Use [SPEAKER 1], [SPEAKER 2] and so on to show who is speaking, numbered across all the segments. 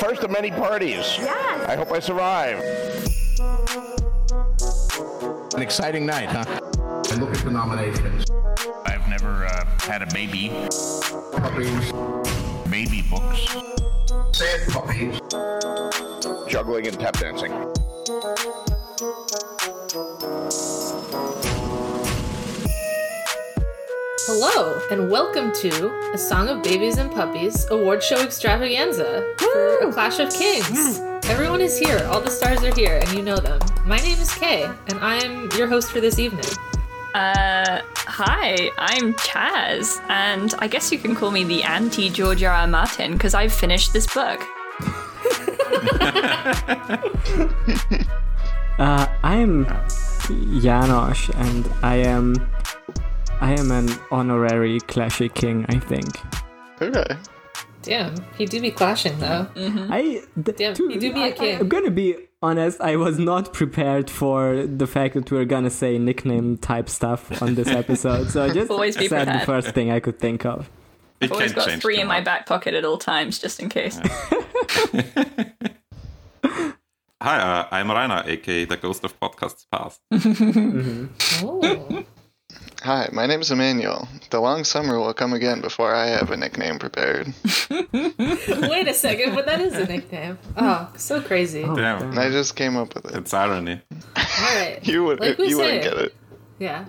[SPEAKER 1] First of many parties.
[SPEAKER 2] Yes.
[SPEAKER 1] I hope I survive. An exciting night, huh?
[SPEAKER 3] I look at the nominations.
[SPEAKER 4] I've never uh, had a baby.
[SPEAKER 3] Puppies.
[SPEAKER 4] Baby books.
[SPEAKER 3] Sad puppies.
[SPEAKER 1] Juggling and tap dancing.
[SPEAKER 5] Hello, and welcome to A Song of Babies and Puppies award show extravaganza for A Clash of Kings. Everyone is here, all the stars are here, and you know them. My name is Kay, and I'm your host for this evening.
[SPEAKER 6] Uh, hi, I'm Chaz, and I guess you can call me the anti George R. R. Martin because I've finished this book.
[SPEAKER 7] Uh, I am Janosch, and I am I am an honorary Clashy King. I think.
[SPEAKER 8] Okay.
[SPEAKER 5] Damn, he do be clashing though.
[SPEAKER 7] I th-
[SPEAKER 5] Damn, you do be a
[SPEAKER 7] I-
[SPEAKER 5] king.
[SPEAKER 7] I, am gonna be honest. I was not prepared for the fact that we were gonna say nickname type stuff on this episode. So I just
[SPEAKER 6] Always be
[SPEAKER 7] said the
[SPEAKER 6] prepared.
[SPEAKER 7] first thing I could think of.
[SPEAKER 8] It
[SPEAKER 6] I've always
[SPEAKER 8] can
[SPEAKER 6] got
[SPEAKER 8] change
[SPEAKER 6] three in my
[SPEAKER 8] tomorrow.
[SPEAKER 6] back pocket at all times just in case.
[SPEAKER 8] Hi, uh, I'm Rainer, aka the Ghost of Podcasts Past.
[SPEAKER 5] Oh,
[SPEAKER 8] Hi,
[SPEAKER 2] My name is Emmanuel. The long summer will come again before I have a nickname prepared.
[SPEAKER 5] wait a second, but that is a nickname. Oh, so crazy. All
[SPEAKER 8] Damn,
[SPEAKER 2] I just came up with it.
[SPEAKER 8] it's irony.
[SPEAKER 5] right.
[SPEAKER 2] You would
[SPEAKER 5] Like we
[SPEAKER 2] you wouldn't
[SPEAKER 5] said.
[SPEAKER 2] get it.
[SPEAKER 5] Yeah.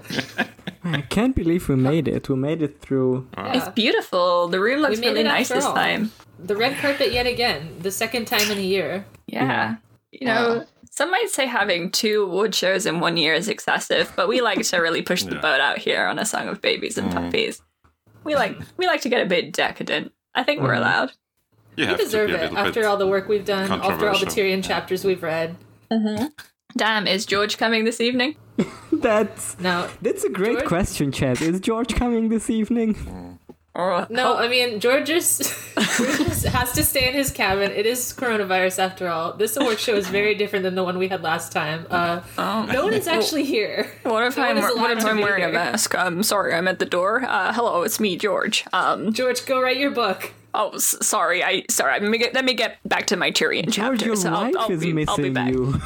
[SPEAKER 7] I can't believe we made it. We made it through.
[SPEAKER 6] It's beautiful. The room looks
[SPEAKER 5] made
[SPEAKER 6] really
[SPEAKER 5] it
[SPEAKER 6] nice
[SPEAKER 5] after
[SPEAKER 6] this
[SPEAKER 5] all.
[SPEAKER 6] time.
[SPEAKER 5] Uh, The red carpet yet again, the second time in a year.
[SPEAKER 6] Yeah. You know, some might say having two award shows in one year is excessive, but we like to really push the
[SPEAKER 8] Yeah. Mm.
[SPEAKER 6] boat out here on a song of babies and puppies. We like we like to get a bit decadent. I think
[SPEAKER 8] Mm.
[SPEAKER 6] we're allowed.
[SPEAKER 5] We
[SPEAKER 8] You have
[SPEAKER 5] deserve
[SPEAKER 8] to be a
[SPEAKER 5] it
[SPEAKER 8] little
[SPEAKER 5] after
[SPEAKER 8] bit.
[SPEAKER 5] all the work we've done, after all the
[SPEAKER 8] controversial.
[SPEAKER 5] Tyrion chapters we've read.
[SPEAKER 6] Damn, is George coming this evening?
[SPEAKER 7] That's
[SPEAKER 5] Now,
[SPEAKER 7] that's a great
[SPEAKER 5] George?
[SPEAKER 7] question, Chad. Is George coming this evening?
[SPEAKER 6] Or
[SPEAKER 5] No, I mean George just, George just has to stay in his cabin. It is coronavirus after all. This award show is very different than the one we had last time. Uh, no one is actually here.
[SPEAKER 6] What if
[SPEAKER 5] No
[SPEAKER 6] I'm,
[SPEAKER 5] one is
[SPEAKER 6] what
[SPEAKER 5] allowed
[SPEAKER 6] if
[SPEAKER 5] to
[SPEAKER 6] I'm
[SPEAKER 5] be
[SPEAKER 6] wearing a
[SPEAKER 5] here.
[SPEAKER 6] mask? I'm sorry, I'm at the door. Uh, hello, it's me, George. Um,
[SPEAKER 5] George, go write your book.
[SPEAKER 6] oh, s- sorry, I sorry. Let me get, let me get back to my Tyrion chapter.
[SPEAKER 7] George, your
[SPEAKER 6] so I'll-
[SPEAKER 7] life
[SPEAKER 6] I'll
[SPEAKER 7] is
[SPEAKER 6] be- I'll be
[SPEAKER 7] missing
[SPEAKER 6] back.
[SPEAKER 7] you.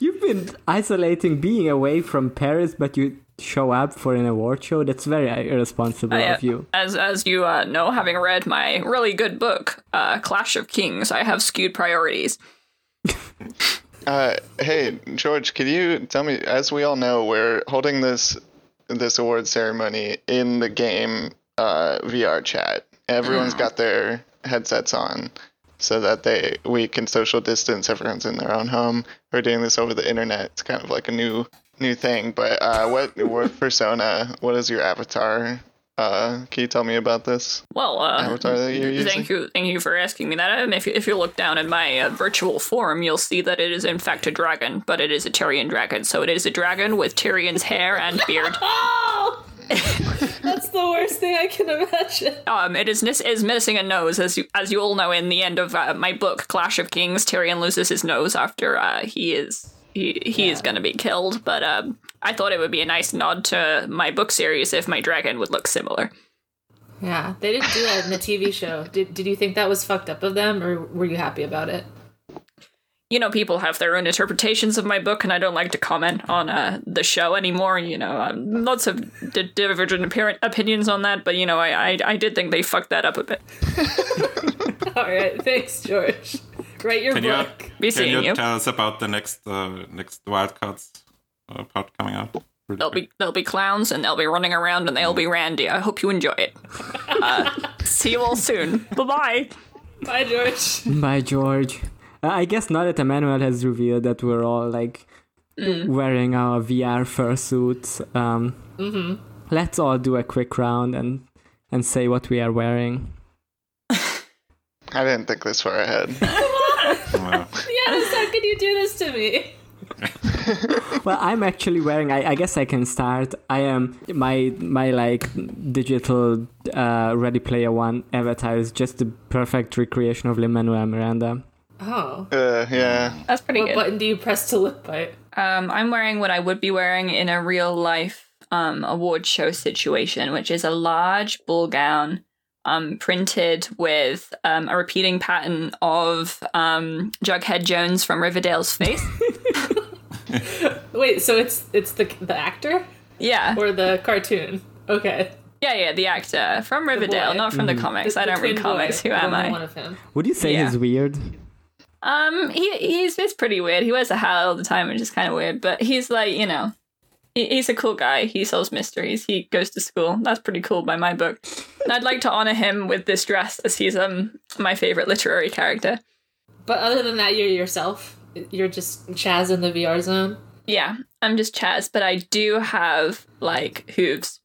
[SPEAKER 7] You've been isolating, being away from Paris, but you show up for an award show. That's very irresponsible
[SPEAKER 6] I, uh,
[SPEAKER 7] of you.
[SPEAKER 6] As as you uh, know, having read my really good book, uh, Clash of Kings, I have skewed priorities.
[SPEAKER 2] Uh, hey, George, could you tell me? As we all know, we're holding this this award ceremony in the game uh, VR chat. Everyone's got their headsets on, so that they we can social distance. Everyone's in their own home. We're doing this over the internet. It's kind of like a new new thing. But uh, what what persona? What is your avatar? Uh, can you tell me about this?
[SPEAKER 6] Well, uh,
[SPEAKER 2] Avatar that you're using?
[SPEAKER 6] thank you, thank you for asking me that. And if you, if you look down at my uh, virtual form, you'll see that it is in fact a dragon, but it is a Tyrion dragon. So it is a dragon with Tyrion's hair and beard.
[SPEAKER 5] Oh, that's the worst thing I can imagine.
[SPEAKER 6] Um, it is this is missing a nose, as you as you all know. In the end of uh, my book, Clash of Kings, Tyrion loses his nose after uh, he is he he is going to be killed. But um, I thought it would be a nice nod to my book series if my dragon would look similar.
[SPEAKER 5] Yeah, they didn't do that in the TV show. Did Did you think that was fucked up of them, or were you happy about it?
[SPEAKER 6] You know, people have their own interpretations of my book, and I don't like to comment on uh, the show anymore. You know, um, lots of di- divergent apparent opinions on that, but you know, I, I I did think they fucked that up a bit.
[SPEAKER 5] All right, thanks, George. Write your
[SPEAKER 8] Can you,
[SPEAKER 5] book.
[SPEAKER 6] Be
[SPEAKER 8] can
[SPEAKER 6] seeing
[SPEAKER 8] you
[SPEAKER 6] you.
[SPEAKER 8] tell us about the next uh, next Wildcards uh, part coming out? Really
[SPEAKER 6] They'll
[SPEAKER 8] quick.
[SPEAKER 6] be they'll be clowns and they'll be running around and they'll be randy. I hope you enjoy it. Uh, see you all soon. Bye bye.
[SPEAKER 5] Bye, George.
[SPEAKER 7] By George. Uh, I guess now that Emmanuel has revealed that we're all like
[SPEAKER 6] Mm.
[SPEAKER 7] wearing our VR fursuits, um,
[SPEAKER 6] Mm-hmm.
[SPEAKER 7] let's all do a quick round and and say what we are wearing.
[SPEAKER 2] I didn't think this far ahead.
[SPEAKER 8] Wow.
[SPEAKER 5] Yes, how could you do this to me?
[SPEAKER 7] Well, I'm actually wearing. I, I guess I can start. I am my my like digital uh, Ready Player One avatar is just the perfect recreation of Lin Manuel Miranda.
[SPEAKER 5] Oh,
[SPEAKER 2] Uh, yeah.
[SPEAKER 6] That's pretty
[SPEAKER 5] what button do you press to lip bite?
[SPEAKER 6] Um, I'm wearing what I would be wearing in a real life um award show situation, which is a large ball gown um, printed with um, a repeating pattern of um, Jughead Jones from Riverdale's face.
[SPEAKER 5] Wait, so it's it's the the actor
[SPEAKER 6] yeah,
[SPEAKER 5] or the cartoon? Okay.
[SPEAKER 6] yeah, yeah. The actor from Riverdale,
[SPEAKER 5] boy. Mm-hmm.
[SPEAKER 6] not from the comics.
[SPEAKER 5] The-
[SPEAKER 6] I
[SPEAKER 5] the
[SPEAKER 6] don't read
[SPEAKER 5] twin
[SPEAKER 6] comics.
[SPEAKER 5] boy.
[SPEAKER 6] Who am
[SPEAKER 5] don't know
[SPEAKER 6] I?
[SPEAKER 5] One of him.
[SPEAKER 7] Would you say
[SPEAKER 6] Yeah.
[SPEAKER 7] he's weird?
[SPEAKER 6] Um, he he's it's pretty weird. He wears a hat all the time, which is kind of weird. But he's like, you know, he, he's a cool guy. He solves mysteries. He goes to school. That's pretty cool by my book. And I'd like to honor him with this dress, as he's um my favorite literary character.
[SPEAKER 5] But other than that, you're yourself. You're just Chaz in the VR zone.
[SPEAKER 6] Yeah, I'm just Chaz, but I do have like hooves.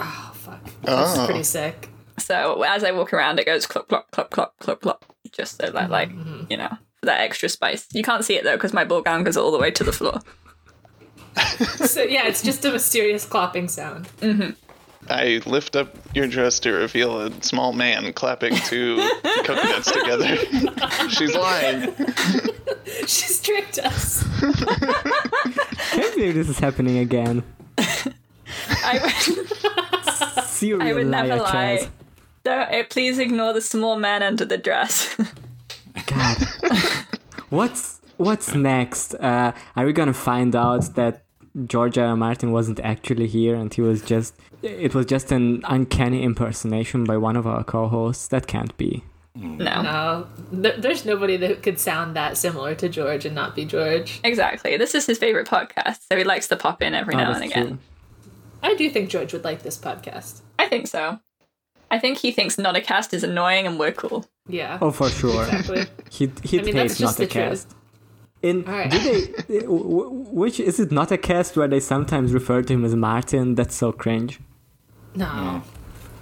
[SPEAKER 5] Oh fuck, that's
[SPEAKER 2] Oh.
[SPEAKER 5] pretty sick.
[SPEAKER 6] So as I walk around, it goes clop clop clop clop clop clop, just so that like you know for that extra spice. You can't see it though because my ball gown goes all the way to the floor.
[SPEAKER 5] So yeah, it's just a mysterious clopping sound.
[SPEAKER 2] I lift up your dress to reveal a small man clapping two coconuts together. She's lying.
[SPEAKER 5] She's tricked us.
[SPEAKER 7] I can't believe this is happening again.
[SPEAKER 6] I would.
[SPEAKER 7] Serial
[SPEAKER 6] I would
[SPEAKER 7] liar,
[SPEAKER 6] never lie.
[SPEAKER 7] Chaz.
[SPEAKER 6] Don't, eh, please ignore the small man under the dress.
[SPEAKER 7] God. what's what's next? Uh, are we gonna find out that George R. R. Martin wasn't actually here and he was just it was just an uncanny impersonation by one of our co-hosts? That can't be.
[SPEAKER 6] no.
[SPEAKER 5] No, Uh, th- there's nobody that could sound that similar to George and not be George.
[SPEAKER 6] Exactly. This is his favorite podcast, so he likes to pop in every
[SPEAKER 7] Oh,
[SPEAKER 6] now
[SPEAKER 7] that's
[SPEAKER 6] and again.
[SPEAKER 7] true.
[SPEAKER 5] I do think George would like this podcast.
[SPEAKER 6] I think so. I think he thinks not a cast is annoying and we're cool.
[SPEAKER 5] Yeah,
[SPEAKER 7] Oh, for sure.
[SPEAKER 5] exactly.
[SPEAKER 7] He he
[SPEAKER 5] I mean, that's
[SPEAKER 7] hates
[SPEAKER 5] just
[SPEAKER 7] not
[SPEAKER 5] the
[SPEAKER 7] a
[SPEAKER 5] truth.
[SPEAKER 7] cast. In
[SPEAKER 5] All right.
[SPEAKER 7] do they? w- w- Which is it? Not a cast where they sometimes refer to him as Martin. That's so cringe.
[SPEAKER 5] No.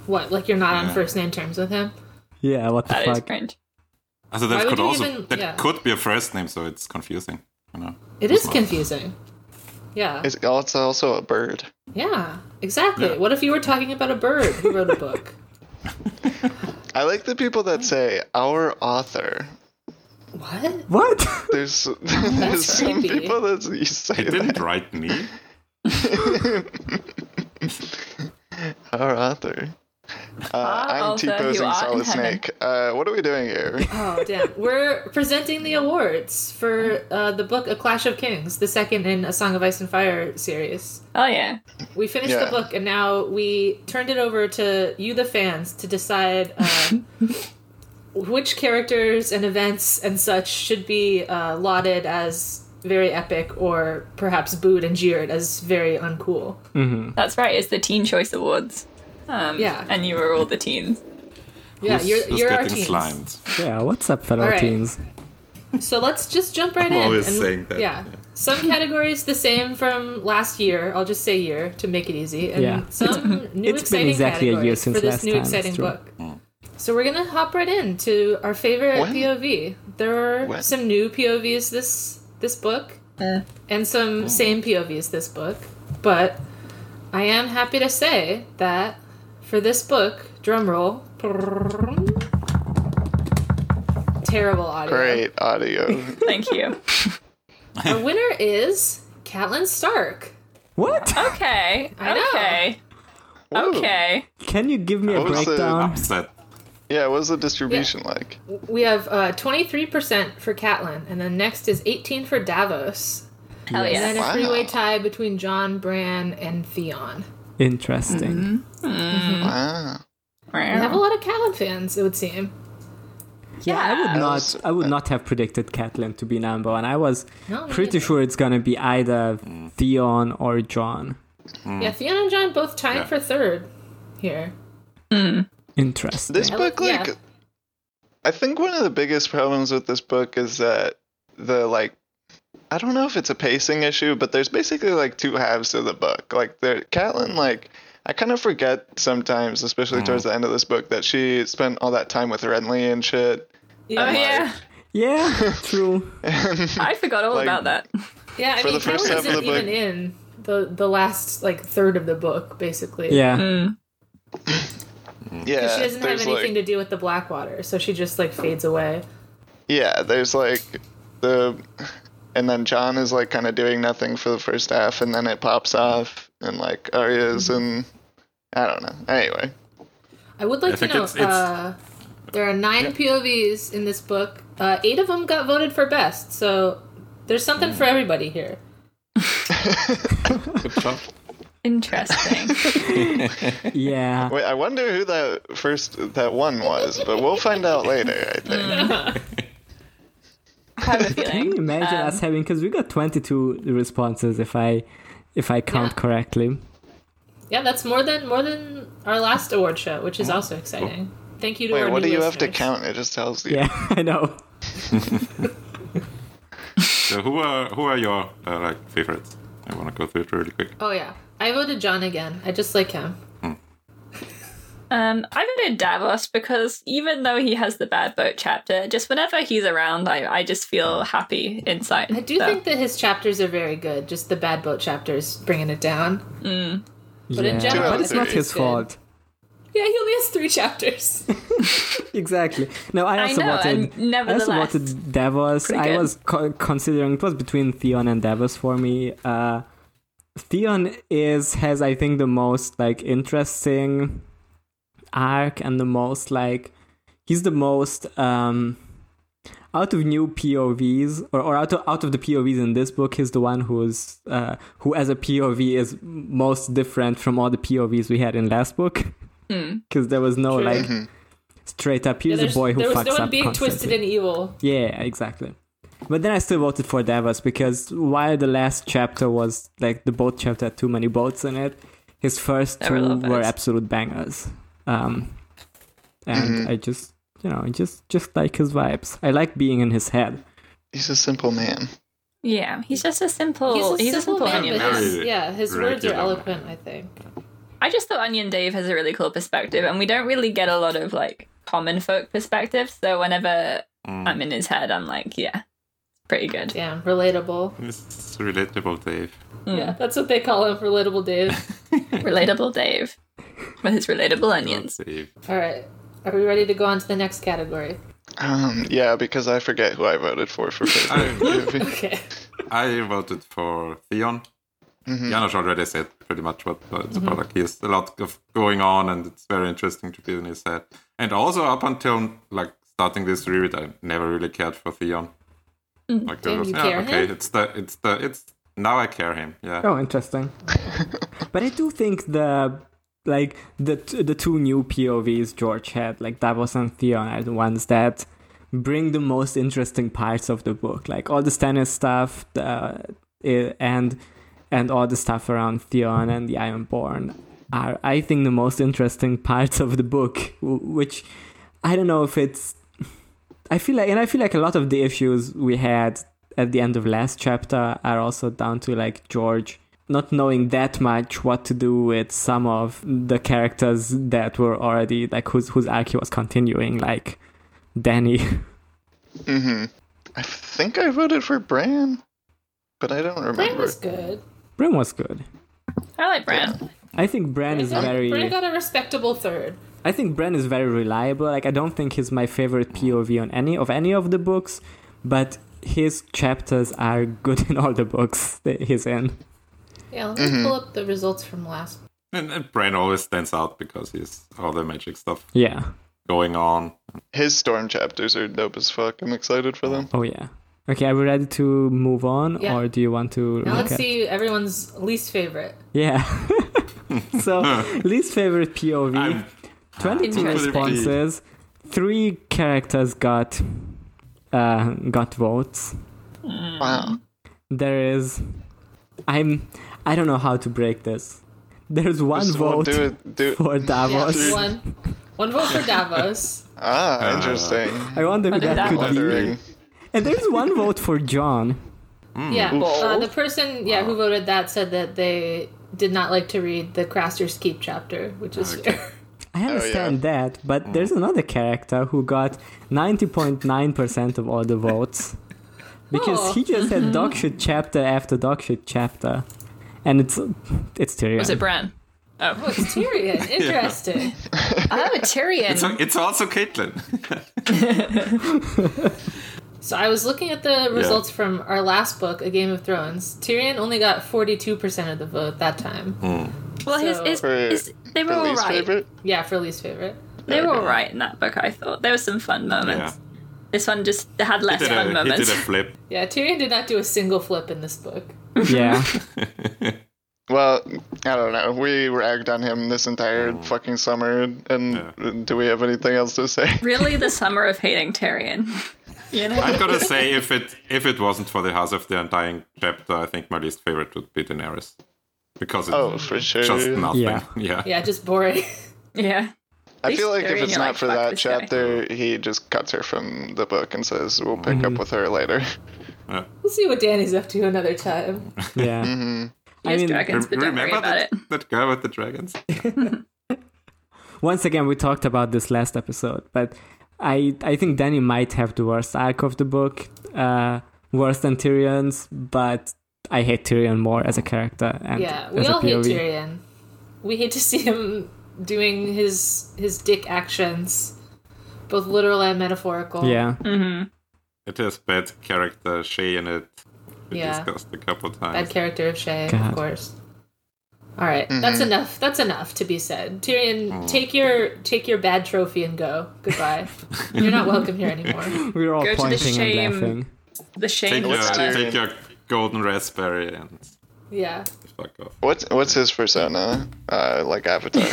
[SPEAKER 5] What? Like you're not on first name terms with him?
[SPEAKER 7] Yeah, what the
[SPEAKER 6] That is
[SPEAKER 7] fuck?
[SPEAKER 6] cringe.
[SPEAKER 8] Also,
[SPEAKER 5] Why
[SPEAKER 8] that
[SPEAKER 5] would
[SPEAKER 8] could
[SPEAKER 5] you
[SPEAKER 8] also
[SPEAKER 5] even-
[SPEAKER 8] that
[SPEAKER 5] yeah.
[SPEAKER 8] could be a first name, so it's confusing. You know.
[SPEAKER 5] It is confusing. Yeah.
[SPEAKER 2] It's also also a bird.
[SPEAKER 5] Yeah. Exactly. What if you were talking about a bird who wrote a book?
[SPEAKER 2] I like the people that say our author.
[SPEAKER 5] what?
[SPEAKER 7] What?
[SPEAKER 2] There's there's some
[SPEAKER 5] creepy.
[SPEAKER 2] people that you say
[SPEAKER 8] He
[SPEAKER 2] that
[SPEAKER 8] didn't write me.
[SPEAKER 2] our author. Uh, I'm
[SPEAKER 6] author,
[SPEAKER 2] T
[SPEAKER 6] you
[SPEAKER 2] posing
[SPEAKER 6] art in
[SPEAKER 2] solid
[SPEAKER 6] heaven.
[SPEAKER 2] snake. Uh, what are we doing here?
[SPEAKER 5] Oh damn. We're presenting the awards for uh, the book A Clash of Kings, the second in A Song of Ice and Fire series.
[SPEAKER 6] Oh yeah.
[SPEAKER 5] We finished
[SPEAKER 2] Yeah.
[SPEAKER 5] the book and now we turned it over to you, the fans, to decide uh, which characters and events and such should be uh, lauded as very epic or perhaps booed and jeered as very uncool.
[SPEAKER 6] That's right. It's the Teen Choice Awards. Um,
[SPEAKER 5] Yeah.
[SPEAKER 6] And you were all the teens.
[SPEAKER 5] Yeah,
[SPEAKER 8] Who's-
[SPEAKER 5] you're,
[SPEAKER 8] who's
[SPEAKER 5] you're our
[SPEAKER 8] getting
[SPEAKER 5] teens.
[SPEAKER 8] slimed?
[SPEAKER 7] yeah, what's up, fellow
[SPEAKER 5] All right.
[SPEAKER 7] teens?
[SPEAKER 5] So let's just jump right
[SPEAKER 8] I'm
[SPEAKER 5] in.
[SPEAKER 8] always
[SPEAKER 5] and-
[SPEAKER 8] saying that,
[SPEAKER 5] Yeah.
[SPEAKER 8] yeah.
[SPEAKER 5] Some categories the same from last year. I'll just say year to make it easy. And
[SPEAKER 7] Yeah.
[SPEAKER 5] some new
[SPEAKER 7] It's been
[SPEAKER 5] exciting
[SPEAKER 7] exactly a year
[SPEAKER 5] categories
[SPEAKER 7] since
[SPEAKER 5] for this
[SPEAKER 7] last
[SPEAKER 5] new
[SPEAKER 7] time,
[SPEAKER 5] exciting
[SPEAKER 7] it's true.
[SPEAKER 5] book. So we're gonna hop right into our favorite
[SPEAKER 2] When?
[SPEAKER 5] POV. There are
[SPEAKER 2] When?
[SPEAKER 5] some new POVs this this book, and
[SPEAKER 8] Oh.
[SPEAKER 5] some same POVs this book. But I am happy to say that for this book, drum roll, terrible audio.
[SPEAKER 2] Great audio.
[SPEAKER 6] Thank you.
[SPEAKER 5] Our winner is Catelyn Stark.
[SPEAKER 7] What?
[SPEAKER 6] okay.
[SPEAKER 5] I know.
[SPEAKER 6] Okay.
[SPEAKER 2] Whoa.
[SPEAKER 6] Okay.
[SPEAKER 7] Can you give me a
[SPEAKER 2] What was the-
[SPEAKER 7] breakdown?
[SPEAKER 8] Upset.
[SPEAKER 2] Yeah, what's the distribution like?
[SPEAKER 5] We have uh, 23% for Catelyn, and then next is 18 for Davos.
[SPEAKER 6] Hell
[SPEAKER 5] And then
[SPEAKER 6] yeah.
[SPEAKER 5] a
[SPEAKER 2] Wow.
[SPEAKER 5] freeway tie between John, Bran, and Theon.
[SPEAKER 7] Interesting.
[SPEAKER 5] Mm-hmm.
[SPEAKER 2] Wow.
[SPEAKER 5] We have a lot of Catelyn fans, it would seem.
[SPEAKER 7] Yeah, I would
[SPEAKER 2] Else-
[SPEAKER 7] not. I would not have predicted Catelyn to be number one. I was
[SPEAKER 5] No, me
[SPEAKER 7] pretty
[SPEAKER 5] neither.
[SPEAKER 7] sure it's gonna be either Theon or John.
[SPEAKER 2] Hmm.
[SPEAKER 5] Yeah, Theon and John both tied
[SPEAKER 8] Yeah.
[SPEAKER 5] for third here.
[SPEAKER 6] Hmm.
[SPEAKER 7] Interesting.
[SPEAKER 2] This
[SPEAKER 5] I
[SPEAKER 2] book,
[SPEAKER 5] like-
[SPEAKER 2] like,
[SPEAKER 5] yeah.
[SPEAKER 2] I think one of the biggest problems with this book is that the like, I don't know if it's a pacing issue, but there's basically like two halves of the book. Like, the Catelyn, like, I kind of forget sometimes, especially towards the end of this book, that she spent all that time with Renly and shit.
[SPEAKER 6] Oh yeah.
[SPEAKER 7] yeah, true.
[SPEAKER 6] I forgot all about that.
[SPEAKER 5] Yeah, I
[SPEAKER 2] For
[SPEAKER 5] mean,
[SPEAKER 2] the first
[SPEAKER 5] Catelyn
[SPEAKER 2] half of
[SPEAKER 5] isn't
[SPEAKER 2] the book-
[SPEAKER 5] even in the, the last, like, third of the book, basically.
[SPEAKER 7] Yeah,
[SPEAKER 5] She
[SPEAKER 2] Yeah,
[SPEAKER 5] doesn't have
[SPEAKER 2] there's
[SPEAKER 5] anything
[SPEAKER 2] like,
[SPEAKER 5] to do with the Blackwater, so she just, like, fades away.
[SPEAKER 2] yeah, there's like the, and then John is like kind of doing nothing for the first half, and Mm-hmm. then it pops off, and like Arya's and I don't know. Anyway.
[SPEAKER 5] I would like
[SPEAKER 8] I
[SPEAKER 5] to
[SPEAKER 8] think
[SPEAKER 5] know.
[SPEAKER 8] it's- it's-
[SPEAKER 5] uh, there are nine POVs in this book. Uh, eight of them got voted for best, so there's something for
[SPEAKER 7] Hmm.
[SPEAKER 5] everybody here.
[SPEAKER 8] Good job.
[SPEAKER 6] Interesting.
[SPEAKER 7] Yeah.
[SPEAKER 2] Wait, I wonder who that first that one was, but we'll find out later. I think.
[SPEAKER 6] I have a
[SPEAKER 7] Can you
[SPEAKER 6] feeling. Um,
[SPEAKER 7] imagine us
[SPEAKER 5] Um,
[SPEAKER 7] having? Because we got twenty-two responses, if I if I count
[SPEAKER 5] Yeah.
[SPEAKER 7] correctly.
[SPEAKER 5] Yeah, that's more than more than our last award show, which is
[SPEAKER 7] Hmm.
[SPEAKER 5] also exciting. Thank you to
[SPEAKER 2] Wait,
[SPEAKER 5] our
[SPEAKER 2] what do
[SPEAKER 5] new
[SPEAKER 2] you have to
[SPEAKER 5] listeners.
[SPEAKER 2] count? It just tells you.
[SPEAKER 7] Yeah, I know.
[SPEAKER 8] So who are who are your uh, like favorites? I want to go through it really quick.
[SPEAKER 5] Oh yeah, I voted John again. I just like him.
[SPEAKER 6] Um, I voted Davos because even though he has the bad boat chapter, just whenever he's around, I, I just feel happy inside.
[SPEAKER 5] I do think that his chapters are very good. Just the bad boat chapters bringing it down. But in
[SPEAKER 7] yeah.
[SPEAKER 5] general,
[SPEAKER 7] but it's
[SPEAKER 2] it's
[SPEAKER 7] not
[SPEAKER 2] good.
[SPEAKER 7] his fault.
[SPEAKER 5] Yeah, he only has three chapters.
[SPEAKER 7] Exactly. No, I
[SPEAKER 6] I
[SPEAKER 7] also
[SPEAKER 6] know,
[SPEAKER 7] wanted.
[SPEAKER 6] and
[SPEAKER 7] I also
[SPEAKER 6] nevertheless,
[SPEAKER 7] wanted Davos.
[SPEAKER 6] pretty
[SPEAKER 7] I
[SPEAKER 6] good.
[SPEAKER 7] was co- considering it was between Theon and Davos for me. Uh, Theon is has I think the most like interesting arc and the most like he's the most um out of new POVs or, or out of out of the POVs in this book he's the one who's uh, who as a POV is most different from all the POVs we had in last book
[SPEAKER 6] Hmm.
[SPEAKER 7] because there was no
[SPEAKER 5] True.
[SPEAKER 7] like straight up here's
[SPEAKER 5] There's-
[SPEAKER 7] a boy who
[SPEAKER 5] there was
[SPEAKER 7] fucks
[SPEAKER 5] no one
[SPEAKER 7] up
[SPEAKER 5] being
[SPEAKER 7] constantly.
[SPEAKER 5] twisted and evil.
[SPEAKER 7] Yeah, exactly. But then I still voted for Davos because while the last chapter was like the boat chapter had too many boats in it, his first
[SPEAKER 6] They were
[SPEAKER 7] two
[SPEAKER 6] love
[SPEAKER 7] were
[SPEAKER 6] boats.
[SPEAKER 7] absolute bangers. Um, and I just you know, I just just like his vibes. I like being in his head.
[SPEAKER 2] He's a simple man.
[SPEAKER 6] Yeah, he's just a simple.
[SPEAKER 5] Oh, He's a simple, man,
[SPEAKER 6] onion.
[SPEAKER 5] but
[SPEAKER 6] man.
[SPEAKER 5] his,
[SPEAKER 8] Very
[SPEAKER 5] yeah, his words are
[SPEAKER 8] regular.
[SPEAKER 5] eloquent. I think.
[SPEAKER 6] I just thought Onion Dave has a really cool perspective, and we don't really get a lot of like common folk perspectives. So whenever I'm in his head, I'm like, yeah, pretty good.
[SPEAKER 5] Damn, relatable.
[SPEAKER 8] It's relatable, Dave.
[SPEAKER 5] Yeah, that's what they call him, relatable Dave.
[SPEAKER 6] Relatable Dave with his relatable onions.
[SPEAKER 8] Dave.
[SPEAKER 5] All right, are we ready to go on to the next category?
[SPEAKER 2] Um, yeah, because I forget who I voted for for favorite.
[SPEAKER 5] Okay.
[SPEAKER 8] I voted for Theon. Janos already said pretty much what uh,
[SPEAKER 5] Mm-hmm.
[SPEAKER 8] it's about. Like, he's a lot of going on, and it's very interesting to be in his head. And also, up until like starting this reread, I never really cared for Theon. Like, there
[SPEAKER 5] Mm. Didn't
[SPEAKER 8] was,
[SPEAKER 5] you
[SPEAKER 8] yeah,
[SPEAKER 5] care
[SPEAKER 8] okay,
[SPEAKER 5] him?
[SPEAKER 8] it's the, it's the, it's now I care him. Yeah,
[SPEAKER 7] Oh, interesting. but I do think the like the t- the two new POVs George had, like Davos and Theon, are the ones that bring the most interesting parts of the book, like all the Stannis stuff, uh, i- and and all the stuff around Theon and the Ironborn are, I think, the most interesting parts of the book. w- Which I don't know if it's. I feel like, and I feel like a lot of the issues we had at the end of last chapter are also down to like George not knowing that much what to do with some of the characters that were already like whose whose arc he was continuing, like Danny.
[SPEAKER 2] Mm-hmm. I think I voted for Bran, but I don't
[SPEAKER 5] Bran
[SPEAKER 2] remember.
[SPEAKER 5] was good.
[SPEAKER 7] Bran was good.
[SPEAKER 6] I like Bran.
[SPEAKER 7] I think Bran is very.
[SPEAKER 5] Bran got a respectable third.
[SPEAKER 7] I think Bran is very reliable. Like I don't think he's my favorite POV on any of any of the books, but his chapters are good in all the books that he's in.
[SPEAKER 5] Yeah, let me pull up the results from last.
[SPEAKER 8] and, and Bran always stands out because he's all the magic stuff
[SPEAKER 7] Yeah.
[SPEAKER 8] going on.
[SPEAKER 2] His storm chapters are dope as fuck. I'm excited for them.
[SPEAKER 7] Oh yeah. Okay, are we ready to move on,
[SPEAKER 5] Yeah.
[SPEAKER 7] or do you want to?
[SPEAKER 5] Now
[SPEAKER 7] look
[SPEAKER 5] let's
[SPEAKER 7] at-
[SPEAKER 5] see everyone's least favorite.
[SPEAKER 7] Yeah. so least favorite POV.
[SPEAKER 8] I'm-
[SPEAKER 7] 22
[SPEAKER 6] Interesting.
[SPEAKER 7] responses. Three characters got uh, got votes.
[SPEAKER 5] Mm.
[SPEAKER 2] Wow.
[SPEAKER 7] There is I'm I don't know how to break this. There's one
[SPEAKER 2] Just we'll
[SPEAKER 7] vote
[SPEAKER 2] do it. Do
[SPEAKER 7] for Davos.
[SPEAKER 5] Yeah, one, one vote for Davos.
[SPEAKER 2] ah, interesting.
[SPEAKER 7] I wonder who
[SPEAKER 6] Wonder
[SPEAKER 7] that
[SPEAKER 6] that
[SPEAKER 7] could
[SPEAKER 6] one.
[SPEAKER 7] be.
[SPEAKER 2] Wondering.
[SPEAKER 7] And there's one vote for John. Hmm.
[SPEAKER 5] Yeah, uh, the person yeah who voted that said that they did not like to read the Craster's Keep chapter, which is fair.
[SPEAKER 2] Oh,
[SPEAKER 7] I understand that, but
[SPEAKER 2] Mm.
[SPEAKER 7] there's another character who got 90.9% of all the votes. Because
[SPEAKER 5] Oh.
[SPEAKER 7] he just had dog shit chapter after dog shit chapter. And it's it's Tyrion.
[SPEAKER 6] Was it Bran?
[SPEAKER 5] Oh, it's Tyrion. Interesting.
[SPEAKER 6] Oh, Tyrion.
[SPEAKER 8] So it's also Caitlin.
[SPEAKER 5] So I was looking at the results from our last book, A Game of Thrones. Tyrion only got 42% of the vote that time.
[SPEAKER 7] Hmm.
[SPEAKER 6] well, his, his,
[SPEAKER 2] For
[SPEAKER 6] his, they were
[SPEAKER 2] the
[SPEAKER 6] all
[SPEAKER 2] least
[SPEAKER 6] right.
[SPEAKER 2] favorite.
[SPEAKER 5] Yeah, for least favorite.
[SPEAKER 6] They were all right in that book, I thought. There were some fun
[SPEAKER 8] Yeah.
[SPEAKER 6] moments. This one just had less
[SPEAKER 8] Did
[SPEAKER 6] fun
[SPEAKER 8] a, he did
[SPEAKER 6] moments.
[SPEAKER 8] a flip.
[SPEAKER 5] Yeah, Tyrion did not do a single flip in this book.
[SPEAKER 7] Yeah.
[SPEAKER 2] Well, I don't know. We ragged on him this entire fucking summer, and do we have anything else to say?
[SPEAKER 6] really, the summer of hating Tyrion. you know?
[SPEAKER 8] I've got to say, if it if it wasn't for the House of the Undying chapter, I think my least favorite would be Daenerys, because it's
[SPEAKER 2] Oh, for sure.
[SPEAKER 8] just nothing.
[SPEAKER 7] Yeah.
[SPEAKER 8] Yeah.
[SPEAKER 5] Yeah, just boring.
[SPEAKER 6] yeah.
[SPEAKER 2] I feel like if
[SPEAKER 6] Tyrion,
[SPEAKER 2] it's
[SPEAKER 6] you're
[SPEAKER 2] not
[SPEAKER 6] like,
[SPEAKER 2] for
[SPEAKER 6] "Fuck
[SPEAKER 2] that
[SPEAKER 6] this guy."
[SPEAKER 2] chapter, he just cuts her from the book and says, "We'll pick up with her later."
[SPEAKER 5] We'll see what Danny's up to another time.
[SPEAKER 2] Mm-hmm.
[SPEAKER 7] Yeah. I
[SPEAKER 6] Yes,
[SPEAKER 7] mean,
[SPEAKER 6] dragons, but don't worry
[SPEAKER 8] Remember
[SPEAKER 6] about
[SPEAKER 8] that,
[SPEAKER 6] it.
[SPEAKER 8] that girl with the dragons?
[SPEAKER 7] once again we talked about this last episode but i i think danny might have the worst arc of the book uh worse than tyrion's but i hate tyrion more as a character and
[SPEAKER 5] Yeah, we
[SPEAKER 7] as a
[SPEAKER 5] all hate
[SPEAKER 7] POV.
[SPEAKER 5] Tyrion. We hate to see him doing his his dick actions, both literal and metaphorical.
[SPEAKER 7] yeah
[SPEAKER 8] It has bad character Shay in it. We
[SPEAKER 5] Yeah.
[SPEAKER 8] discussed a couple
[SPEAKER 5] Bad
[SPEAKER 8] times.
[SPEAKER 5] character of Shay,
[SPEAKER 7] God.
[SPEAKER 5] of course. All right, that's enough. That's enough to be said. Tyrion, take your take your bad trophy and go. Goodbye. You're not welcome here anymore.
[SPEAKER 7] we were all
[SPEAKER 6] Go to the
[SPEAKER 7] pointing and
[SPEAKER 6] shame.
[SPEAKER 7] laughing
[SPEAKER 6] The shame
[SPEAKER 8] Take your,
[SPEAKER 6] was
[SPEAKER 2] Tyrion.
[SPEAKER 8] take your golden raspberry and
[SPEAKER 5] Yeah.
[SPEAKER 8] fuck off.
[SPEAKER 2] What's what's his persona? Uh, like Avatar.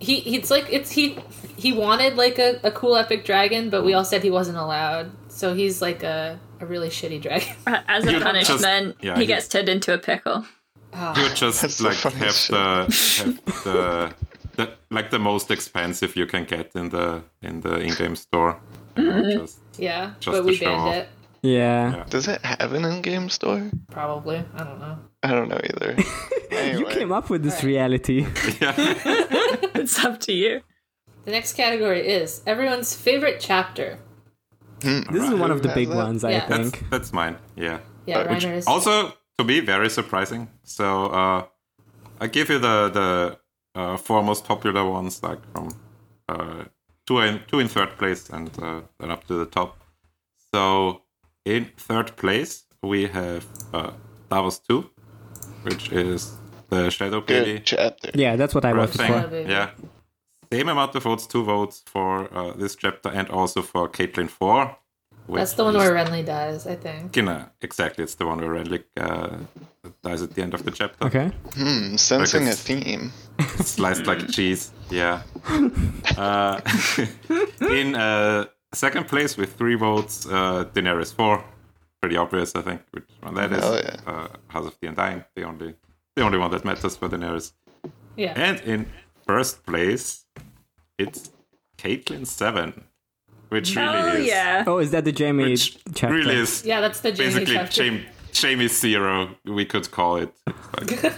[SPEAKER 5] He he's like it's he he wanted like a, a cool epic dragon, but we all said he wasn't allowed. So he's like a, a really shitty dragon.
[SPEAKER 6] as a
[SPEAKER 8] You just-
[SPEAKER 6] punishment.
[SPEAKER 8] yeah,
[SPEAKER 6] he
[SPEAKER 8] you-
[SPEAKER 6] gets turned into a pickle.
[SPEAKER 5] Ah.
[SPEAKER 8] You just
[SPEAKER 2] That's the
[SPEAKER 8] like have
[SPEAKER 2] funniest
[SPEAKER 8] the have the, the like the most expensive you can get in the in the in-game store. You know,
[SPEAKER 5] Mm-hmm.
[SPEAKER 8] just-
[SPEAKER 5] Yeah.
[SPEAKER 8] Just
[SPEAKER 5] but we
[SPEAKER 8] to show
[SPEAKER 5] banned
[SPEAKER 8] off.
[SPEAKER 5] it.
[SPEAKER 7] yeah,
[SPEAKER 2] Does it have an in-game store?
[SPEAKER 5] Probably. I don't know.
[SPEAKER 2] I don't know either.
[SPEAKER 7] you
[SPEAKER 2] Anyway.
[SPEAKER 7] came up with this reality
[SPEAKER 6] It's up to you.
[SPEAKER 5] The next category is everyone's favorite chapter.
[SPEAKER 7] this is one of the big
[SPEAKER 2] Yeah.
[SPEAKER 7] ones i
[SPEAKER 5] Yeah.
[SPEAKER 7] think
[SPEAKER 8] That's mine. Yeah.
[SPEAKER 5] Yeah,
[SPEAKER 2] Uh, which
[SPEAKER 5] Reiner is
[SPEAKER 8] Also, to be very surprising. So uh, I give you the the uh, four most popular ones, like from uh, two in two in third place and uh, then up to the top. So in third place we have uh, Davos Two, which is the Shadow Baby.
[SPEAKER 2] Good chapter.
[SPEAKER 7] yeah that's what i voted
[SPEAKER 8] thing.
[SPEAKER 7] for
[SPEAKER 5] Probably.
[SPEAKER 8] Yeah. Same amount of votes, two votes for uh, this chapter and also for Caitlin 4. which
[SPEAKER 5] that's the one
[SPEAKER 8] is-
[SPEAKER 5] where Renly dies, I think.
[SPEAKER 8] Genau, exactly. It's the one where Renly uh, dies at the end of the chapter.
[SPEAKER 7] okay
[SPEAKER 2] I'm sensing a
[SPEAKER 8] Because-
[SPEAKER 2] theme.
[SPEAKER 8] Sliced like cheese. Yeah. Uh, in uh, second place with three votes, uh, Daenerys 4. Pretty obvious, I think, which one that is.
[SPEAKER 2] Hell yeah.
[SPEAKER 8] Uh, House of the Undying, the only, the only one that matters for Daenerys.
[SPEAKER 5] Yeah.
[SPEAKER 8] And in first place, it's Caitlyn Seven, which really
[SPEAKER 6] Oh
[SPEAKER 8] is
[SPEAKER 6] yeah.
[SPEAKER 7] oh is that the jamie
[SPEAKER 8] which
[SPEAKER 7] chapter
[SPEAKER 8] really is
[SPEAKER 5] yeah, that's the Jamie
[SPEAKER 8] basically
[SPEAKER 5] chapter.
[SPEAKER 8] Jamie, Jamie Zero. We could call it. It's Like,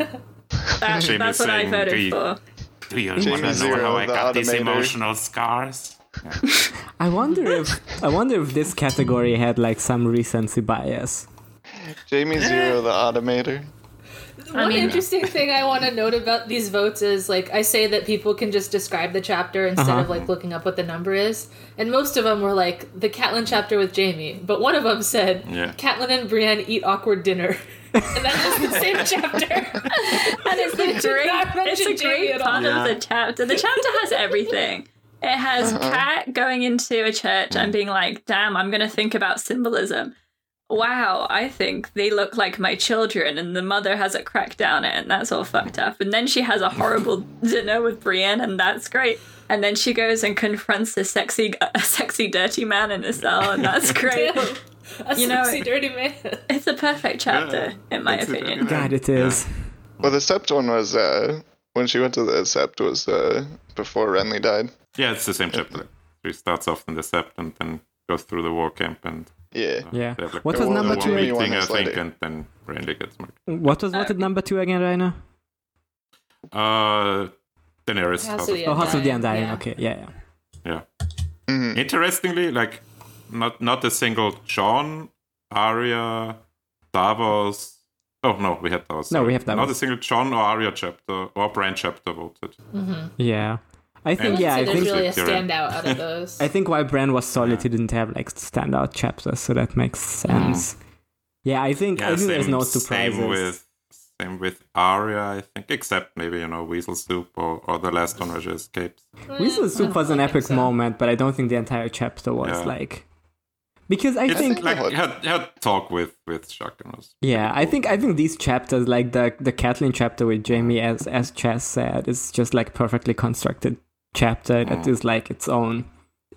[SPEAKER 6] That,
[SPEAKER 8] Shame
[SPEAKER 6] that's
[SPEAKER 8] is
[SPEAKER 6] what I
[SPEAKER 8] saying
[SPEAKER 6] voted
[SPEAKER 8] the-
[SPEAKER 6] for.
[SPEAKER 4] Do you
[SPEAKER 2] Jamie
[SPEAKER 4] want to know
[SPEAKER 2] Zero,
[SPEAKER 4] how I
[SPEAKER 2] uh, the
[SPEAKER 4] got these
[SPEAKER 2] automator.
[SPEAKER 4] emotional scars?
[SPEAKER 7] i wonder if i wonder if this category had like some recency bias
[SPEAKER 2] Jamie Zero, the Automator.
[SPEAKER 5] One interesting thing I want to note about these votes is like I say that people can just describe the chapter instead
[SPEAKER 7] Uh-huh.
[SPEAKER 5] of like looking up what the number is, and most of them were like the Catelyn chapter with Jamie, but one of them said
[SPEAKER 8] Yeah.
[SPEAKER 5] Catelyn and Brienne eat awkward dinner, and that was the same chapter.
[SPEAKER 6] And it's
[SPEAKER 5] They
[SPEAKER 6] a
[SPEAKER 5] did
[SPEAKER 6] great,
[SPEAKER 5] not
[SPEAKER 6] it's
[SPEAKER 5] mention
[SPEAKER 6] a
[SPEAKER 5] Jamie
[SPEAKER 6] great
[SPEAKER 5] at
[SPEAKER 6] part
[SPEAKER 8] all.
[SPEAKER 6] of the chapter. The chapter has everything. It has Cat going into a church and being like, "Damn, I'm going to think about symbolism." Wow, I think they look like my children, and the mother has a crack down it, and that's all fucked up. And then she has a horrible dinner with Brienne, and that's great. And then she goes and confronts a sexy, a sexy, dirty man in a cell, and that's great.
[SPEAKER 5] A
[SPEAKER 6] You know,
[SPEAKER 5] sexy
[SPEAKER 6] it-
[SPEAKER 5] dirty man.
[SPEAKER 6] it's a perfect chapter, in my
[SPEAKER 8] it's a very
[SPEAKER 6] opinion.
[SPEAKER 8] nice-
[SPEAKER 7] god it is
[SPEAKER 2] Well, the Sept one was uh, when she went to the Sept was uh, before Renly died.
[SPEAKER 8] Yeah, it's the same chapter. She starts off in the Sept and then goes through the war camp and uh,
[SPEAKER 2] Yeah.
[SPEAKER 7] yeah
[SPEAKER 8] they have like
[SPEAKER 7] what
[SPEAKER 8] the
[SPEAKER 7] was
[SPEAKER 8] war-
[SPEAKER 2] one-
[SPEAKER 7] number
[SPEAKER 8] the
[SPEAKER 2] the
[SPEAKER 7] two
[SPEAKER 8] war
[SPEAKER 2] one-
[SPEAKER 8] meeting, I
[SPEAKER 2] is
[SPEAKER 8] think,
[SPEAKER 2] later.
[SPEAKER 8] and then Renly gets murdered.
[SPEAKER 7] What
[SPEAKER 5] Uh,
[SPEAKER 7] was voted number two again, Rainer?
[SPEAKER 8] Uh, Daenerys. House of-
[SPEAKER 7] Oh, House of the Undying.
[SPEAKER 5] Yeah.
[SPEAKER 7] Okay, yeah, yeah.
[SPEAKER 8] Yeah.
[SPEAKER 2] Mm-hmm.
[SPEAKER 8] Interestingly, like not not a single John, Arya, Davos. Oh no, we had Davos.
[SPEAKER 7] No, we
[SPEAKER 8] sorry.
[SPEAKER 7] have Davos.
[SPEAKER 8] Not a single John or Arya chapter or Brand chapter voted.
[SPEAKER 7] Yeah, I think
[SPEAKER 8] And-
[SPEAKER 7] yeah,
[SPEAKER 5] So
[SPEAKER 7] I
[SPEAKER 5] there's
[SPEAKER 7] think
[SPEAKER 5] really a
[SPEAKER 8] Tyrion.
[SPEAKER 5] standout out of those.
[SPEAKER 7] I think why Bran was solid, he didn't have like standout chapters, so that makes sense. Yeah, I think I
[SPEAKER 8] Yeah,
[SPEAKER 7] think
[SPEAKER 8] same,
[SPEAKER 7] there's no
[SPEAKER 8] same
[SPEAKER 7] surprises.
[SPEAKER 8] with Same with Arya, I think, except maybe you know Weasel Soup or, or the last one where she escapes.
[SPEAKER 7] Weasel Soup was an
[SPEAKER 5] Mm, think
[SPEAKER 7] epic
[SPEAKER 5] so.
[SPEAKER 7] moment, but I don't think the entire chapter was
[SPEAKER 8] Yeah.
[SPEAKER 7] like. Because I
[SPEAKER 8] It's
[SPEAKER 7] think
[SPEAKER 8] like her, her talk with with Shotgun was
[SPEAKER 7] Yeah, I think I think these chapters, like the the Kathleen chapter with Jamie,
[SPEAKER 8] Mm.
[SPEAKER 7] as as Chess said, is just like perfectly constructed chapter
[SPEAKER 8] Mm.
[SPEAKER 7] that is like its own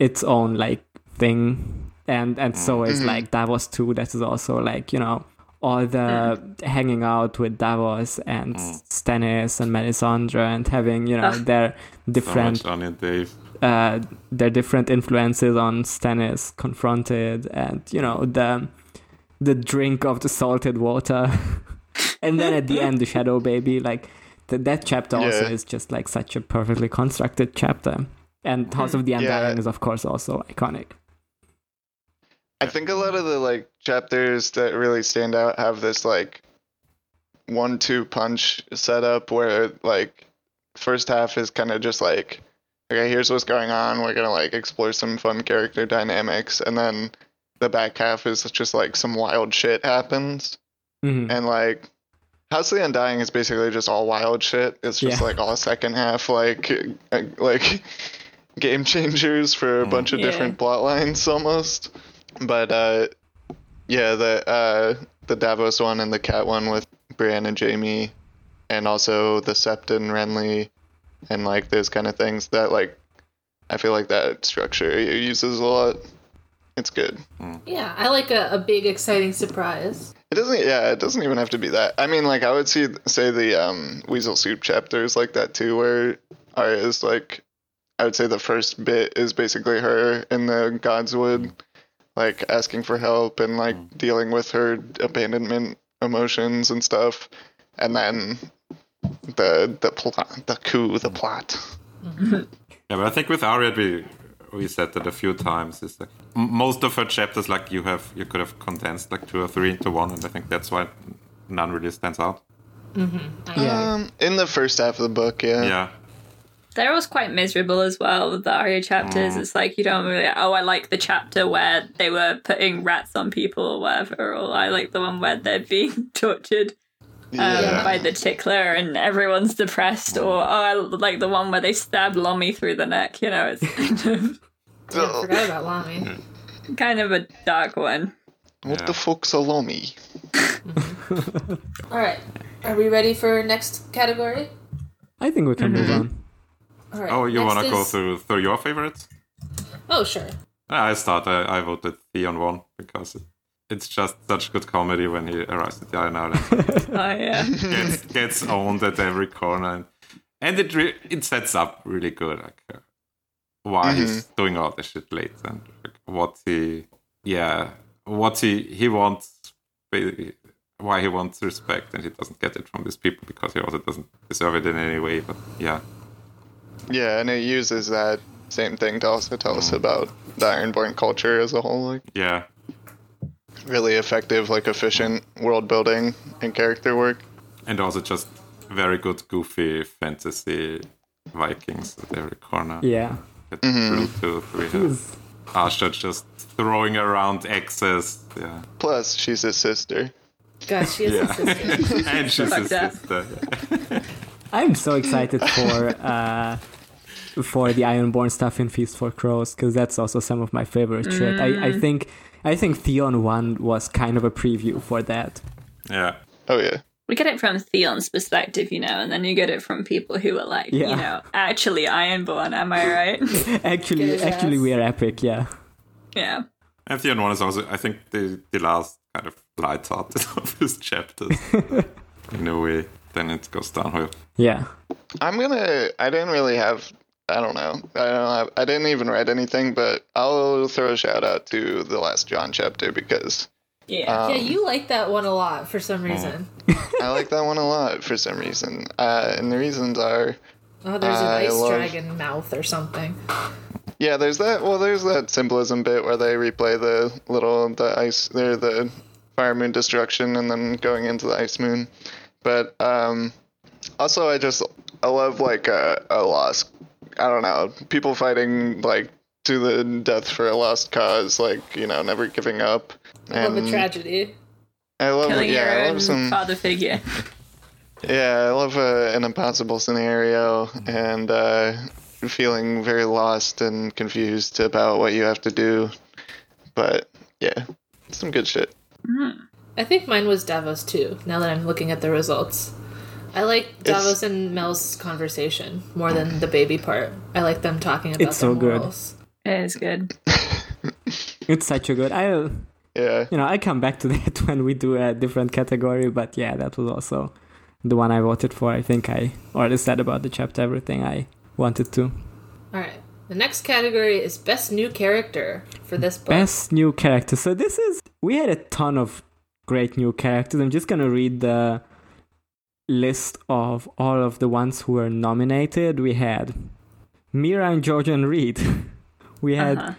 [SPEAKER 7] its own like thing, and and
[SPEAKER 8] Mm.
[SPEAKER 7] so
[SPEAKER 8] Mm-hmm.
[SPEAKER 7] is like Davos too. That is also like you know all the
[SPEAKER 8] Mm.
[SPEAKER 7] hanging out with Davos and Stannis and Melisandre and having you know their
[SPEAKER 8] so
[SPEAKER 7] different
[SPEAKER 8] much on it. Dave.
[SPEAKER 7] uh, their different influences on Stannis confronted, and you know the the drink of the salted water, and then at the end the shadow baby. Like th- that chapter also
[SPEAKER 2] Yeah.
[SPEAKER 7] is just like such a perfectly constructed chapter, and House of the Undying
[SPEAKER 2] Mm-hmm. Yeah.
[SPEAKER 7] is of course also iconic.
[SPEAKER 2] I think a lot of the like chapters that really stand out have this like one two punch setup where like first half is kind of just like okay here's what's going on we're gonna like explore some fun character dynamics and then the back half is just like some wild shit happens
[SPEAKER 7] Mhm.
[SPEAKER 2] and like House of the Undying is basically just all wild shit. It's just
[SPEAKER 7] Yeah.
[SPEAKER 2] like all second half, like uh, like game changers for a bunch of
[SPEAKER 6] Yeah.
[SPEAKER 2] different plot lines almost. But uh, yeah, the uh, the Davos one and the Cat one with Brienne and Jamie, and also the Septon Renly, and like those kind of things that like I feel like that structure it uses a lot. It's good.
[SPEAKER 5] Yeah, I like a, a big, exciting surprise.
[SPEAKER 2] It doesn't. Yeah, it doesn't even have to be that. I mean, like I would see, say the um, Weasel Soup chapter is like that too, where Arya is like, I would say the first bit is basically her in the Godswood, like asking for help and like dealing with her abandonment emotions and stuff, and then the the plot, the coup, the plot.
[SPEAKER 8] Yeah, but I think with Ariad we we said that a few times. Is like m- most of her chapters like you have you could have condensed like two or three into one, and I think that's why none really stands out.
[SPEAKER 7] Yeah,
[SPEAKER 2] Um, in the first half of the book, yeah.
[SPEAKER 8] Yeah,
[SPEAKER 6] That was quite miserable as well with the Aria chapters.
[SPEAKER 2] Mm.
[SPEAKER 6] It's like you don't really. Oh, I like the chapter where they were putting rats on people or whatever, or I like the one where they're being tortured um,
[SPEAKER 2] Yeah. Mm.
[SPEAKER 6] by the tickler and everyone's depressed, or oh, I like the one where they stab Lommy through the neck. You know, it's kind of
[SPEAKER 5] Yeah, I
[SPEAKER 7] Oh.
[SPEAKER 5] forgot about Lami.
[SPEAKER 6] kind of a dark one.
[SPEAKER 2] What the fuck, Salome?
[SPEAKER 5] All right, are we ready for next category?
[SPEAKER 7] I think we can move
[SPEAKER 2] mm-hmm.
[SPEAKER 7] on.
[SPEAKER 5] All right.
[SPEAKER 8] Oh, you
[SPEAKER 5] next
[SPEAKER 8] want to go
[SPEAKER 5] is-
[SPEAKER 8] through through your favorites?
[SPEAKER 5] Oh, sure.
[SPEAKER 8] Ah, I start. I, I voted Theon one because it, it's just such good comedy when he arrives at the Iron Island.
[SPEAKER 6] Oh yeah,
[SPEAKER 8] gets, gets owned at every corner, and, and it re- it sets up really good, like uh, why he's doing all this shit late and like, what he, yeah, what he he wants, ba- why he wants respect, and he doesn't get it from these people because he also doesn't deserve it in any way. But yeah,
[SPEAKER 2] Yeah, and it uses that same thing to also tell us about the Ironborn culture as a whole. Like
[SPEAKER 8] yeah,
[SPEAKER 2] really effective, like efficient world building and character work.
[SPEAKER 8] and also just very good goofy fantasy Vikings at every corner.
[SPEAKER 7] Yeah,
[SPEAKER 8] At Bluetooth, we have Asha just throwing around axes. Yeah.
[SPEAKER 2] Plus, she's his sister.
[SPEAKER 5] Gosh, she is a sister.
[SPEAKER 8] and she's
[SPEAKER 6] Fuck
[SPEAKER 8] his
[SPEAKER 6] that.
[SPEAKER 8] sister.
[SPEAKER 7] I'm so excited for uh, for the Ironborn stuff in Feast for Crows because that's also some of my favorite shit. I, I think I think Theon one was kind of a preview for that.
[SPEAKER 8] Yeah.
[SPEAKER 2] Oh yeah,
[SPEAKER 6] we get it from Theon's perspective, you know, and then you get it from people who are like,
[SPEAKER 7] Yeah.
[SPEAKER 6] you know, actually Ironborn. Am I right?
[SPEAKER 7] Actually,
[SPEAKER 5] Yes.
[SPEAKER 7] actually, we are epic. Yeah,
[SPEAKER 6] yeah.
[SPEAKER 8] And the other one is also, I think, the, the last kind of light out of his chapters. in a way, then it goes downhill.
[SPEAKER 7] yeah.
[SPEAKER 2] I'm gonna. I didn't really have. I don't know. I don't have. I didn't even write anything, but I'll throw a shout out to the last John chapter because
[SPEAKER 6] Yeah.
[SPEAKER 2] Uh,
[SPEAKER 5] yeah, you like that one a lot for some
[SPEAKER 8] Oh.
[SPEAKER 5] reason.
[SPEAKER 2] I like that one a lot for some reason. Uh, and the reasons are.
[SPEAKER 5] Oh, there's an
[SPEAKER 2] I
[SPEAKER 5] ice
[SPEAKER 2] love-
[SPEAKER 5] dragon mouth or something.
[SPEAKER 2] Yeah, there's that. Well, there's that symbolism bit where they replay the little the ice, there the fire moon destruction, and then going into the ice moon. But um, also, I just I love like a, a lost. I don't know people fighting like to the death for a lost cause, like you know never giving up.
[SPEAKER 5] Love
[SPEAKER 2] And
[SPEAKER 5] a tragedy.
[SPEAKER 2] I love
[SPEAKER 6] Killing
[SPEAKER 2] yeah,
[SPEAKER 6] your
[SPEAKER 2] I
[SPEAKER 6] own
[SPEAKER 2] love some
[SPEAKER 6] father figure.
[SPEAKER 2] Yeah, I love uh, an impossible scenario and uh, feeling very lost and confused about what you have to do. But yeah, some good shit.
[SPEAKER 5] I think mine was Davos too, now that I'm looking at the results. I like Davos and Mel's conversation more than the baby part. I like them talking about
[SPEAKER 7] It's
[SPEAKER 5] their
[SPEAKER 7] so good.
[SPEAKER 5] morals.
[SPEAKER 6] It is good.
[SPEAKER 7] It's such a good. I'll
[SPEAKER 2] Yeah,
[SPEAKER 7] you know I come back to that when we do a different category, but yeah, that was also the one I voted for. I think I already said about the chapter everything I wanted to.
[SPEAKER 5] All right. The next category is best new character for this book.
[SPEAKER 7] Best new character. So this is we had a ton of great new characters. I'm just gonna read the list of all of the ones who were nominated. We had Mira and Georgian Reed. We had
[SPEAKER 6] Uh-huh.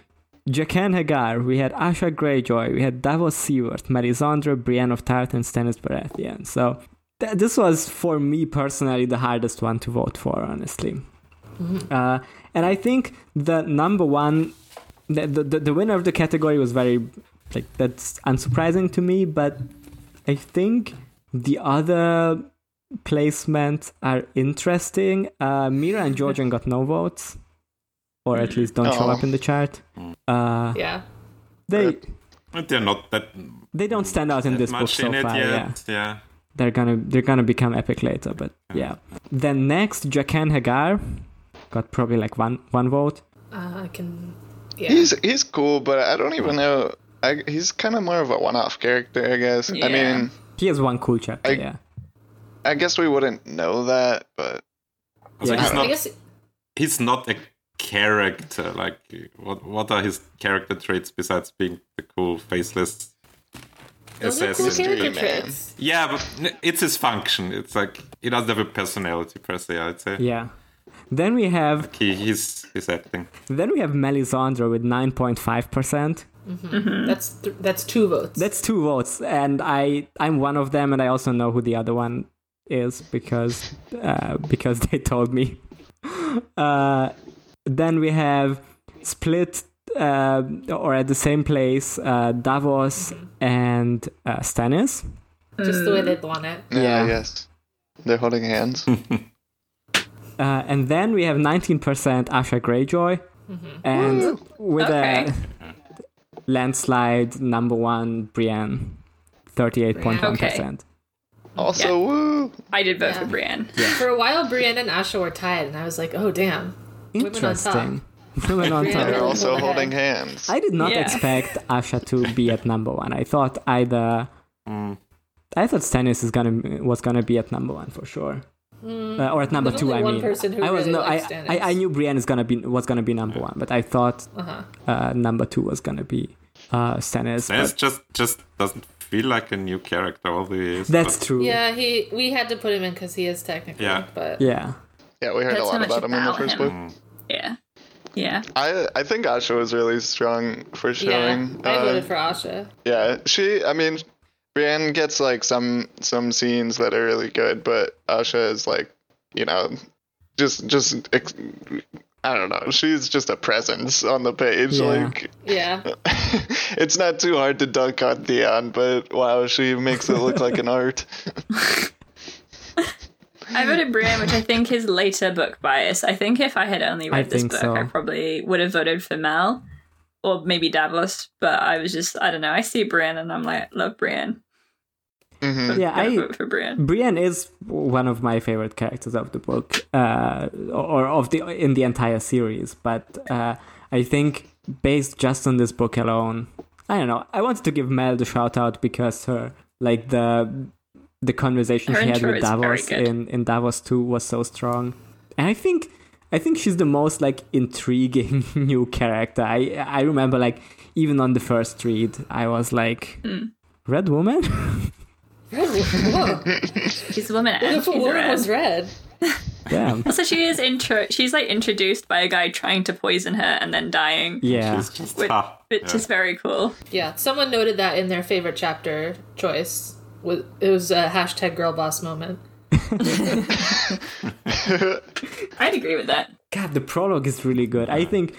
[SPEAKER 7] Jaqen Hagar. We had Asha Greyjoy. We had Davos Seward, Melisandre, Brienne of Tarth, and Stannis Baratheon. So th- this was for me personally the hardest one to vote for, honestly.
[SPEAKER 5] Mm-hmm.
[SPEAKER 7] Uh, and I think the number one the, the, the winner of the category was very like that's unsurprising to me but i think the other placements are interesting uh, mira and georgian got no votes or at least don't show
[SPEAKER 2] Oh.
[SPEAKER 7] up in the chart uh,
[SPEAKER 5] Yeah.
[SPEAKER 7] they
[SPEAKER 8] But they're not that
[SPEAKER 7] they don't stand out in this book
[SPEAKER 8] much
[SPEAKER 7] so
[SPEAKER 8] in it
[SPEAKER 7] far yeah
[SPEAKER 8] yet. Yeah.
[SPEAKER 7] they're gonna they're gonna become epic later but yeah then next Jaqen hagar got probably like one one vote
[SPEAKER 5] Uh, I can. Yeah.
[SPEAKER 2] he's he's cool, but I don't even know. I, he's kind of more of a one-off character, I guess. I
[SPEAKER 6] Yeah.
[SPEAKER 2] mean,
[SPEAKER 7] he has one cool chapter
[SPEAKER 2] I-
[SPEAKER 7] yeah
[SPEAKER 2] I guess we wouldn't know that, but
[SPEAKER 8] Also,
[SPEAKER 7] Yeah.
[SPEAKER 8] he's
[SPEAKER 5] I
[SPEAKER 8] not
[SPEAKER 5] guess
[SPEAKER 8] he's not a character. Like, what what are his character traits besides being the cool faceless
[SPEAKER 5] those are cool
[SPEAKER 8] assassin?
[SPEAKER 5] character
[SPEAKER 2] man.
[SPEAKER 5] traits.
[SPEAKER 8] yeah, but n- it's his function. It's like he doesn't have a personality per se. I'd say
[SPEAKER 7] yeah then we have
[SPEAKER 8] he, he's he's acting.
[SPEAKER 7] Then we have Melisandre with 9.5%.
[SPEAKER 5] That's th- that's two votes.
[SPEAKER 7] That's two votes, and I I'm one of them, and I also know who the other one is because uh, because they told me. Uh, then we have split uh, or at the same place uh, Davos and uh, Stannis.
[SPEAKER 5] just the way they want it.
[SPEAKER 2] yeah,
[SPEAKER 7] Yeah.
[SPEAKER 2] I guess they're holding hands.
[SPEAKER 8] Hmm.
[SPEAKER 7] Uh, and then we have 19% Asha Greyjoy. And with
[SPEAKER 6] Okay.
[SPEAKER 7] a landslide number one, Brienne, 38.1%.
[SPEAKER 2] Also, woo!
[SPEAKER 6] I did vote
[SPEAKER 5] Yeah.
[SPEAKER 6] for Brienne.
[SPEAKER 5] For a while, Brienne and Asha were tied, and I was like, oh, damn. Women on
[SPEAKER 7] Interesting. Women on
[SPEAKER 5] Yeah,
[SPEAKER 7] top.
[SPEAKER 5] They're
[SPEAKER 2] They're also
[SPEAKER 5] holding
[SPEAKER 2] holding hands.
[SPEAKER 7] I did not
[SPEAKER 6] Yeah.
[SPEAKER 7] expect Asha to be at number one. I thought either. I thought Stannis is gonna was gonna be at number one for sure, uh, or at number
[SPEAKER 5] Mm. There's
[SPEAKER 7] two.
[SPEAKER 5] only
[SPEAKER 7] I
[SPEAKER 5] one
[SPEAKER 7] mean,
[SPEAKER 5] person who
[SPEAKER 7] I was
[SPEAKER 5] really
[SPEAKER 7] no, I,
[SPEAKER 5] likes Stannis.
[SPEAKER 7] I I knew Brienne is gonna be was gonna be number one, but I thought
[SPEAKER 5] Uh-huh.
[SPEAKER 7] uh number two was gonna be uh, Stannis. but
[SPEAKER 8] That's just just doesn't feel like a new character. All the years,
[SPEAKER 7] that's
[SPEAKER 8] but-
[SPEAKER 7] true.
[SPEAKER 5] Yeah, he we had to put him in because he is technically.
[SPEAKER 8] Yeah.
[SPEAKER 5] But
[SPEAKER 7] Yeah.
[SPEAKER 2] Yeah, we heard a
[SPEAKER 6] That's how
[SPEAKER 2] lot
[SPEAKER 6] much
[SPEAKER 2] about him in the
[SPEAKER 6] about
[SPEAKER 2] first
[SPEAKER 6] him.
[SPEAKER 2] book.
[SPEAKER 6] Yeah. Yeah.
[SPEAKER 2] I I think Asha was really strong for
[SPEAKER 5] yeah,
[SPEAKER 2] showing.
[SPEAKER 5] I
[SPEAKER 2] uh,
[SPEAKER 5] voted for Asha.
[SPEAKER 2] Yeah, she. I mean, Brienne gets like some some scenes that are really good, but Asha is like, you know, just just ex- I don't know. She's just a presence on the page.
[SPEAKER 7] Yeah.
[SPEAKER 2] Like,
[SPEAKER 5] Yeah.
[SPEAKER 2] uh, it's not too hard to dunk on Theon, but wow, she makes it look like an art.
[SPEAKER 6] I voted Brienne, which I think is later book bias. I think if I had only
[SPEAKER 7] I
[SPEAKER 6] read this
[SPEAKER 7] think
[SPEAKER 6] book,
[SPEAKER 7] so.
[SPEAKER 6] I probably would have voted for Mel or maybe Davos, but I was just, I don't know. I see Brienne and I'm like, love Brienne.
[SPEAKER 2] Mhm.
[SPEAKER 7] Yeah,
[SPEAKER 6] Gotta
[SPEAKER 7] I
[SPEAKER 6] vote for Brienne.
[SPEAKER 7] Brienne is one of my favorite characters of the book, uh, or of the in the entire series. But uh, I think based just on this book alone, I don't know. I wanted to give Mel the shout out because her like the the conversation
[SPEAKER 6] Her
[SPEAKER 7] she had
[SPEAKER 6] intro
[SPEAKER 7] with
[SPEAKER 6] is very
[SPEAKER 7] Davos
[SPEAKER 6] good.
[SPEAKER 7] in in Davos Two was so strong, and I think I think she's the most like intriguing new character. I I remember like even on the first read, I was like,
[SPEAKER 6] Mm.
[SPEAKER 7] Red Woman.
[SPEAKER 5] Whoa.
[SPEAKER 7] Mm.
[SPEAKER 6] She's a woman. and
[SPEAKER 5] If a
[SPEAKER 6] she's a
[SPEAKER 5] woman
[SPEAKER 6] red.
[SPEAKER 5] was red,
[SPEAKER 7] Damn.
[SPEAKER 6] Also, she is intro. She's like introduced by a guy trying to poison her and then dying,
[SPEAKER 7] Yeah.
[SPEAKER 8] It's just
[SPEAKER 6] which,
[SPEAKER 8] ah,
[SPEAKER 6] which is very cool.
[SPEAKER 5] yeah. Someone noted that in their favorite chapter choice. With, it was a hashtag girl boss moment.
[SPEAKER 6] I'd agree with that.
[SPEAKER 7] God, the prologue is really good. I think,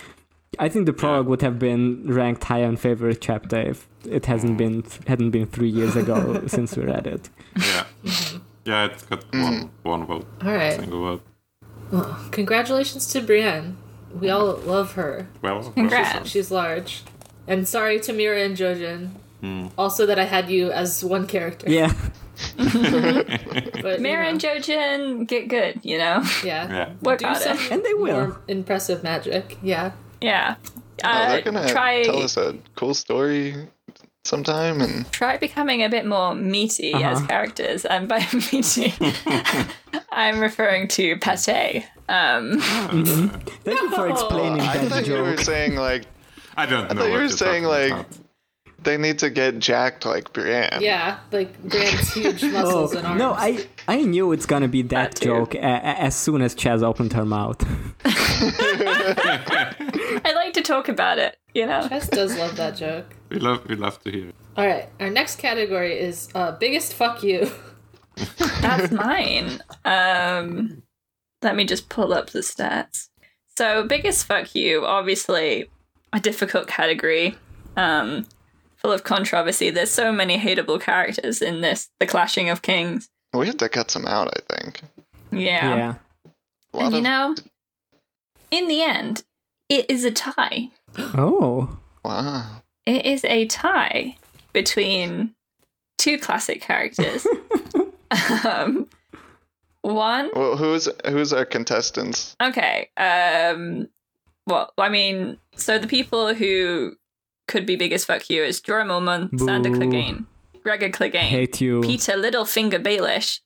[SPEAKER 7] I think the prologue would have been ranked high on favorite chapter if it hasn't been hadn't been three years ago since we read it.
[SPEAKER 8] yeah. Yeah, it's got one one vote.
[SPEAKER 5] All right.
[SPEAKER 8] Single vote.
[SPEAKER 5] Well, congratulations to Brienne. We all love her.
[SPEAKER 8] Well, well,
[SPEAKER 6] Congrats.
[SPEAKER 5] She's large. And sorry to Mira and Jojen. Also, that I had you as one character.
[SPEAKER 7] Yeah.
[SPEAKER 8] hmm.
[SPEAKER 5] but, you
[SPEAKER 6] Mira
[SPEAKER 5] know,
[SPEAKER 6] and Jojen, get good, you know?
[SPEAKER 5] yeah.
[SPEAKER 8] yeah.
[SPEAKER 6] Work
[SPEAKER 5] Do
[SPEAKER 6] on
[SPEAKER 5] some
[SPEAKER 6] it.
[SPEAKER 7] And they will.
[SPEAKER 5] more impressive magic. Yeah.
[SPEAKER 6] Yeah.
[SPEAKER 2] Oh,
[SPEAKER 6] Uh,
[SPEAKER 2] they're gonna
[SPEAKER 6] try
[SPEAKER 2] tell us a cool story sometime, and
[SPEAKER 6] try becoming a bit more meaty as
[SPEAKER 7] Uh-huh.
[SPEAKER 6] characters, and by meaty, I'm referring to pate. Um,
[SPEAKER 7] Thank you for explaining
[SPEAKER 2] I
[SPEAKER 7] that
[SPEAKER 2] thought you were
[SPEAKER 7] joke.
[SPEAKER 2] saying like
[SPEAKER 8] I don't know.
[SPEAKER 2] thought
[SPEAKER 8] what
[SPEAKER 2] you were
[SPEAKER 8] you're
[SPEAKER 2] saying
[SPEAKER 8] talking
[SPEAKER 2] like
[SPEAKER 8] about.
[SPEAKER 2] they need to get jacked like Brienne.
[SPEAKER 5] Yeah. Like Grant's huge
[SPEAKER 7] Oh,
[SPEAKER 5] muscles and arms.
[SPEAKER 7] no, I I knew it's gonna be that,
[SPEAKER 6] That too.
[SPEAKER 7] joke a- a- as soon as Chaz opened her mouth.
[SPEAKER 6] I like to talk about it, you know?
[SPEAKER 5] Chess does love that joke.
[SPEAKER 8] we love we love to hear. it.
[SPEAKER 5] All right. Our next category is uh, biggest fuck you.
[SPEAKER 6] That's mine. Um, let me just pull up the stats. So, biggest fuck you, obviously a difficult category, um, full of controversy. There's so many hateable characters in this, The Clashing of Kings.
[SPEAKER 2] We had to cut some out, I think.
[SPEAKER 6] Yeah.
[SPEAKER 7] yeah.
[SPEAKER 2] A lot
[SPEAKER 6] And you
[SPEAKER 2] of-
[SPEAKER 6] know, in the end, it is a tie.
[SPEAKER 7] Oh.
[SPEAKER 2] wow.
[SPEAKER 6] It is a tie between two classic characters. um, one
[SPEAKER 2] Well, who's who's our contestants?
[SPEAKER 6] Okay. Um well, I mean, so the people who could be big as fuck you is Jorah Mormont, Sander
[SPEAKER 7] Boo.
[SPEAKER 6] Clegane, Gregor Clegane,
[SPEAKER 7] Hate you.
[SPEAKER 6] Peter Littlefinger Baelish,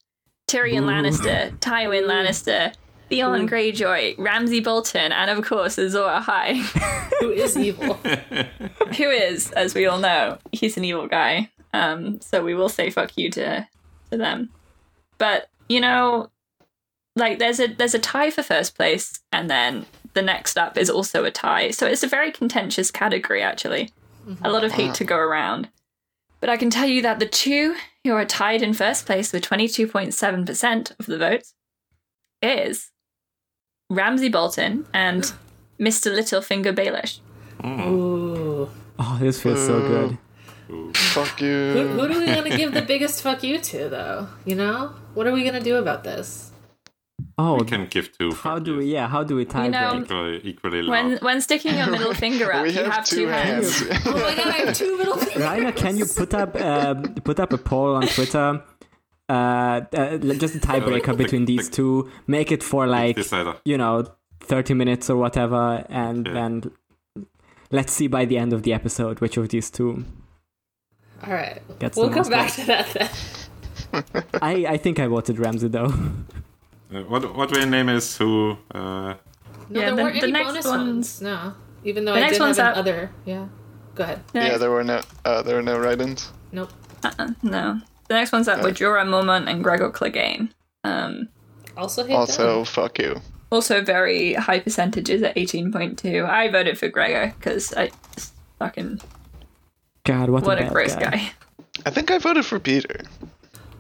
[SPEAKER 6] Tyrion
[SPEAKER 7] Boo.
[SPEAKER 6] Lannister, Tywin Lannister, Theon Greyjoy, Ramsay Bolton, and of course Azor Ahai,
[SPEAKER 5] Who is evil?
[SPEAKER 6] who is, as we all know, he's an evil guy. Um, so we will say fuck you to to them. But you know, like there's a there's a tie for first place, and then the next up is also a tie. So it's a very contentious category, actually. A lot of hate to go around. But I can tell you that the two who are tied in first place with 22.7% of the votes is Ramsey Bolton and Mr. Littlefinger Baelish.
[SPEAKER 5] Ooh.
[SPEAKER 7] Oh, this feels so good.
[SPEAKER 2] Fuck
[SPEAKER 5] Who,
[SPEAKER 2] you.
[SPEAKER 5] who do we want to give the biggest fuck you to, though? You know? What are we going to do about this?
[SPEAKER 7] Oh,
[SPEAKER 8] We can give two.
[SPEAKER 7] how do we? Yeah, how do we tie
[SPEAKER 6] You know,
[SPEAKER 7] break?
[SPEAKER 8] Equally, equally loud.
[SPEAKER 6] When when sticking your middle finger up,
[SPEAKER 2] We
[SPEAKER 6] you have two hands.
[SPEAKER 5] Oh my god, I have two middle fingers.
[SPEAKER 7] Rainer, can you put up uh, put up a poll on Twitter? Uh, uh, just a tiebreaker
[SPEAKER 8] the-
[SPEAKER 7] between these
[SPEAKER 8] the-
[SPEAKER 7] two. Make it for like
[SPEAKER 8] decider.
[SPEAKER 7] you know thirty minutes or whatever, and then let's see by the end of the episode which of these two.
[SPEAKER 5] All right.
[SPEAKER 7] Gets the
[SPEAKER 5] we'll come
[SPEAKER 7] most
[SPEAKER 5] back
[SPEAKER 7] votes.
[SPEAKER 5] to that then.
[SPEAKER 7] I I think I voted Ramsey though.
[SPEAKER 8] Uh, what what we name is who? Uh,
[SPEAKER 5] No,
[SPEAKER 6] Yeah,
[SPEAKER 5] there
[SPEAKER 6] the-
[SPEAKER 5] weren't
[SPEAKER 6] the
[SPEAKER 5] any
[SPEAKER 6] next
[SPEAKER 5] bonus
[SPEAKER 6] one's-
[SPEAKER 5] ones. No. Even though
[SPEAKER 6] The
[SPEAKER 5] I
[SPEAKER 6] next
[SPEAKER 5] did have
[SPEAKER 6] one's up.
[SPEAKER 5] another. Yeah. Go ahead.
[SPEAKER 2] yeah, there were no uh, there were no write-ins.
[SPEAKER 5] Nope.
[SPEAKER 6] Uh-uh, no. The next one's up with Jorah Mormont and Gregor Clegane. Um,
[SPEAKER 5] Also hate
[SPEAKER 2] Also,
[SPEAKER 5] them.
[SPEAKER 2] fuck you.
[SPEAKER 6] also very high percentages at 18.2. I voted for Gregor because I fucking
[SPEAKER 7] God, what,
[SPEAKER 6] what a
[SPEAKER 7] bad
[SPEAKER 6] gross guy.
[SPEAKER 2] I think I voted for Peter.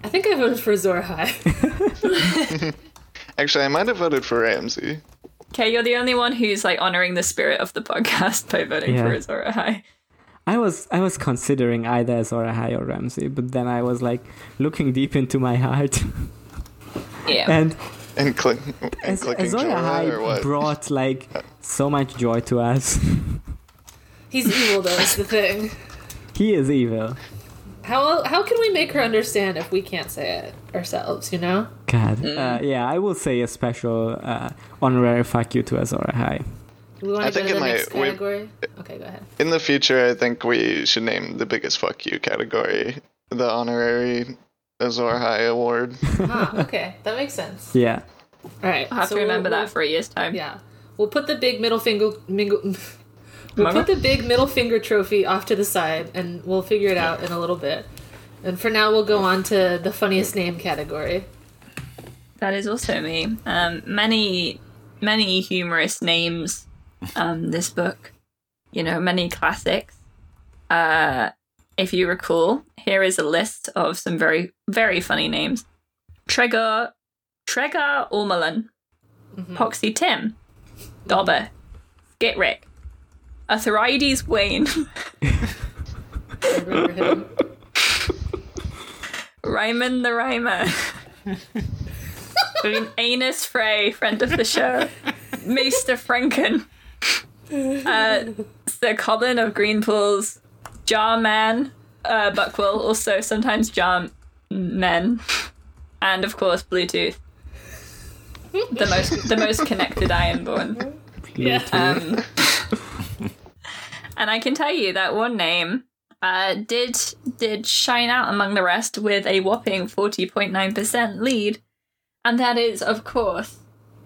[SPEAKER 5] I think I voted for Zorhai.
[SPEAKER 2] Actually, I might have voted for Ramsey.
[SPEAKER 6] Okay, you're the only one who's like honoring the spirit of the podcast by voting
[SPEAKER 7] Yeah.
[SPEAKER 6] for Azor Ahai.
[SPEAKER 7] I was I was considering either Azor Ahai or Ramsey, but then I was like looking deep into my heart,
[SPEAKER 6] Yeah.
[SPEAKER 7] and
[SPEAKER 2] And, click and
[SPEAKER 7] Az-
[SPEAKER 2] clicking
[SPEAKER 7] Azor
[SPEAKER 2] Jorah or
[SPEAKER 7] Ahai
[SPEAKER 2] what?
[SPEAKER 7] brought like so much joy to us.
[SPEAKER 5] He's evil, though, is the thing.
[SPEAKER 7] he is evil.
[SPEAKER 5] How, how can we make her understand if we can't say it ourselves, you know?
[SPEAKER 7] God. Uh, yeah, I will say a special uh, honorary fuck you to Azor Ahai.
[SPEAKER 5] Do we want
[SPEAKER 2] I
[SPEAKER 5] to go
[SPEAKER 2] think
[SPEAKER 5] to the
[SPEAKER 2] it might-
[SPEAKER 5] next
[SPEAKER 2] we-
[SPEAKER 5] category? Okay, go ahead.
[SPEAKER 2] In the future, I think we should name the biggest fuck you category the honorary Azor High Award.
[SPEAKER 5] Ah, okay. That makes sense.
[SPEAKER 7] Yeah.
[SPEAKER 5] All right.
[SPEAKER 6] I'll have to remember that for a year's time.
[SPEAKER 5] Yeah. We'll put the big middle finger. Mingle, we'll put the big middle finger trophy off to the side and we'll figure it out in a little bit. And for now, we'll go on to the funniest name category.
[SPEAKER 6] That is also me. Um, many, many humorous names. Um, this book, you know, many classics. Uh, if you recall, here is a list of some very, very funny names: Tregor, Tregor Ormelan, Poxy Tim, Dobber, Skitrick, Arthurides Wayne,
[SPEAKER 5] Remember him?
[SPEAKER 6] Ryman the Rhymer, I mean, Anus Frey, friend of the show, Maester Franken, uh, Sir Coblin of Greenpools, Jar Man, uh, Buckwell, also sometimes Jar Men, and of course Bluetooth. The most, the most connected Ironborn. Um, and I can tell you that one name uh, did did shine out among the rest with a whopping forty point nine percent lead, and that is, of course,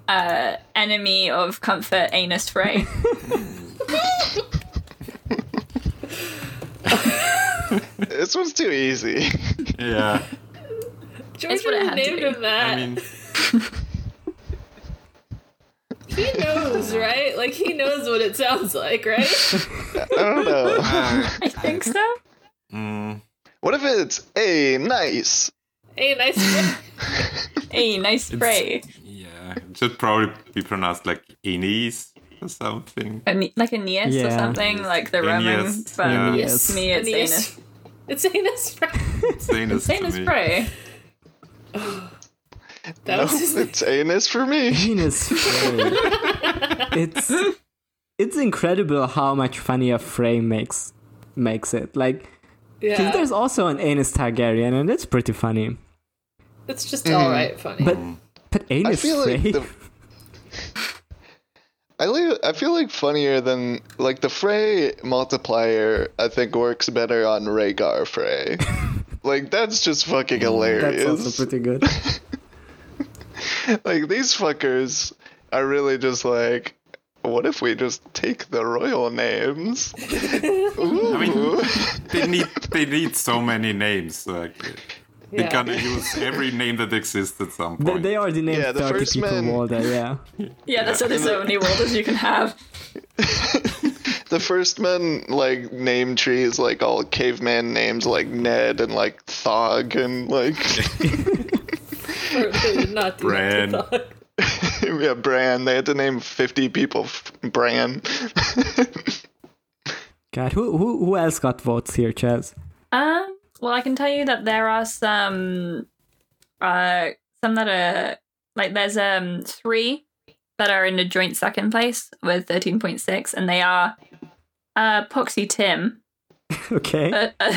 [SPEAKER 6] uh, enemy of comfort, Anus Frey.
[SPEAKER 2] This one's too easy.
[SPEAKER 8] Yeah.
[SPEAKER 5] George
[SPEAKER 6] what it
[SPEAKER 5] would have
[SPEAKER 6] had to
[SPEAKER 5] named
[SPEAKER 6] be.
[SPEAKER 5] him that.
[SPEAKER 8] I mean,
[SPEAKER 5] he knows, right? Like he knows what it sounds like, right?
[SPEAKER 2] I don't know.
[SPEAKER 6] I think so.
[SPEAKER 8] mm,
[SPEAKER 2] What if it's a nice?
[SPEAKER 5] hey, nice.
[SPEAKER 6] Hey, nice spray.
[SPEAKER 8] yeah. It should probably be pronounced like Aeneas or something.
[SPEAKER 6] like Aeneas or
[SPEAKER 7] Yeah.
[SPEAKER 6] something, like the Roman.
[SPEAKER 8] Aeneas,
[SPEAKER 6] But
[SPEAKER 8] yeah.
[SPEAKER 7] Aeneas.
[SPEAKER 6] me, it's Anus.
[SPEAKER 5] Aeneas. It's Anus Frey.
[SPEAKER 8] It's Anus. to
[SPEAKER 6] Anus
[SPEAKER 8] me.
[SPEAKER 6] Frey.
[SPEAKER 5] That
[SPEAKER 2] No,
[SPEAKER 5] was his name.
[SPEAKER 2] it's anus for me.
[SPEAKER 7] Venus Frey. it's it's incredible how much funnier Frey makes makes it. Like 'cause
[SPEAKER 5] Yeah.
[SPEAKER 7] there's also an Anus Targaryen, and it's pretty funny.
[SPEAKER 5] It's just all right, funny.
[SPEAKER 7] Mm. But but Anus
[SPEAKER 2] feel
[SPEAKER 7] Frey.
[SPEAKER 2] like the- I, li- I feel like funnier than like the Frey multiplier. I think works better on Rhaegar Frey. like that's just fucking
[SPEAKER 7] That's
[SPEAKER 2] hilarious.
[SPEAKER 7] also pretty good.
[SPEAKER 2] like these fuckers are really just like, what if we just take the royal names?
[SPEAKER 8] I mean, they need they need so many names. Like, they
[SPEAKER 5] Yeah.
[SPEAKER 8] can use every name that exists at some
[SPEAKER 7] they,
[SPEAKER 8] point.
[SPEAKER 7] they already named
[SPEAKER 2] Yeah, the
[SPEAKER 7] 30
[SPEAKER 2] first
[SPEAKER 7] people
[SPEAKER 2] man-
[SPEAKER 7] Walder, yeah.
[SPEAKER 6] Yeah, that's what there's so many walders you can have.
[SPEAKER 2] the first men like name trees like all caveman names like Ned and like Thog and like
[SPEAKER 5] Or they would not do
[SPEAKER 8] Bran.
[SPEAKER 5] that to Thog.
[SPEAKER 2] yeah Bran. They had to name fifty people f- Bran.
[SPEAKER 7] God, who, who who else got votes here, Chaz?
[SPEAKER 6] Um, well, I can tell you that there are some, uh, some that are like there's um three that are in a joint second place with thirteen point six, and they are, uh, Poxy Tim,
[SPEAKER 7] Okay.
[SPEAKER 6] uh,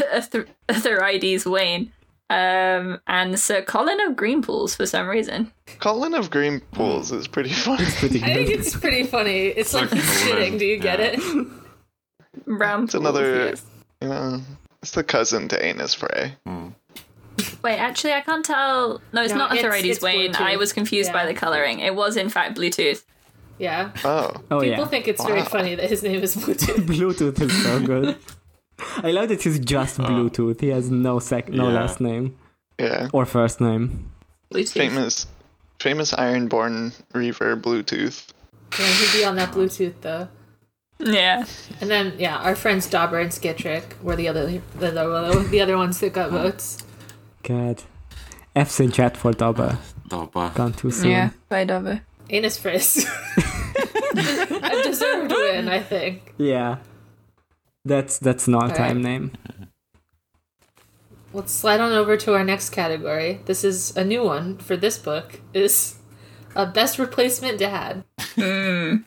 [SPEAKER 6] Therides Wayne, um, and Sir Colin of Greenpools for some reason.
[SPEAKER 2] Colin of Greenpools is pretty funny.
[SPEAKER 7] pretty
[SPEAKER 5] I think
[SPEAKER 7] good.
[SPEAKER 5] it's pretty funny. It's like
[SPEAKER 8] like
[SPEAKER 5] he's
[SPEAKER 8] a woman.
[SPEAKER 5] shitting. Do you get
[SPEAKER 8] Yeah.
[SPEAKER 5] it?
[SPEAKER 6] Round
[SPEAKER 2] It's another- You know, it's the cousin to Anus Frey.
[SPEAKER 6] Wait, actually, I can't tell. No, it's
[SPEAKER 5] No,
[SPEAKER 6] not
[SPEAKER 5] it's-
[SPEAKER 6] Therides
[SPEAKER 5] it's
[SPEAKER 6] Wayne. I
[SPEAKER 5] Bluetooth.
[SPEAKER 6] was confused by
[SPEAKER 5] Yeah.
[SPEAKER 6] the coloring. It was in fact Bluetooth.
[SPEAKER 5] Yeah.
[SPEAKER 2] Oh,
[SPEAKER 7] oh,
[SPEAKER 5] People
[SPEAKER 7] yeah.
[SPEAKER 5] think it's very funny that his name is Bluetooth.
[SPEAKER 7] Bluetooth is so good. I love that he's just Bluetooth. He has no sec, no
[SPEAKER 8] Oh. Yeah.
[SPEAKER 7] last name
[SPEAKER 2] yeah.
[SPEAKER 7] or first name.
[SPEAKER 6] Bluetooth.
[SPEAKER 2] Famous, famous Ironborn Reaver Bluetooth.
[SPEAKER 5] Yeah, he'd be on that Bluetooth though.
[SPEAKER 6] Yeah.
[SPEAKER 5] And then yeah, our friends Dauber and Skitrick were the other the, the, the other ones that got votes.
[SPEAKER 7] God. F's in chat for Daba.
[SPEAKER 8] Dopa.
[SPEAKER 7] Gone too soon.
[SPEAKER 6] by Dover.
[SPEAKER 5] Anus Friz. a deserved win, I think.
[SPEAKER 7] Yeah. That's that's an all-time name.
[SPEAKER 5] Let's slide on over to our next category. This is a new one for this book. Is a best replacement dad. Uh,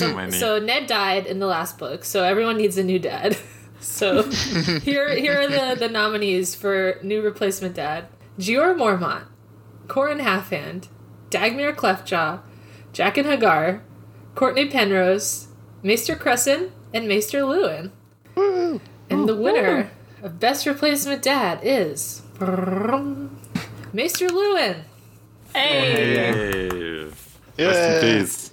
[SPEAKER 5] so,
[SPEAKER 8] many.
[SPEAKER 5] so Ned died in the last book, so everyone needs a new dad. So here here are the, the nominees for new replacement dad. Gior Mormont, Corin Halfhand, Dagmar Cleftjaw, Jack and Hagar, Courtney Penrose, Maester Crescent, and Maester Lewin. And the winner of Best Replacement Dad is Maester Lewin.
[SPEAKER 6] Hey,
[SPEAKER 8] Hey.
[SPEAKER 2] Yeah.
[SPEAKER 8] Rest in peace.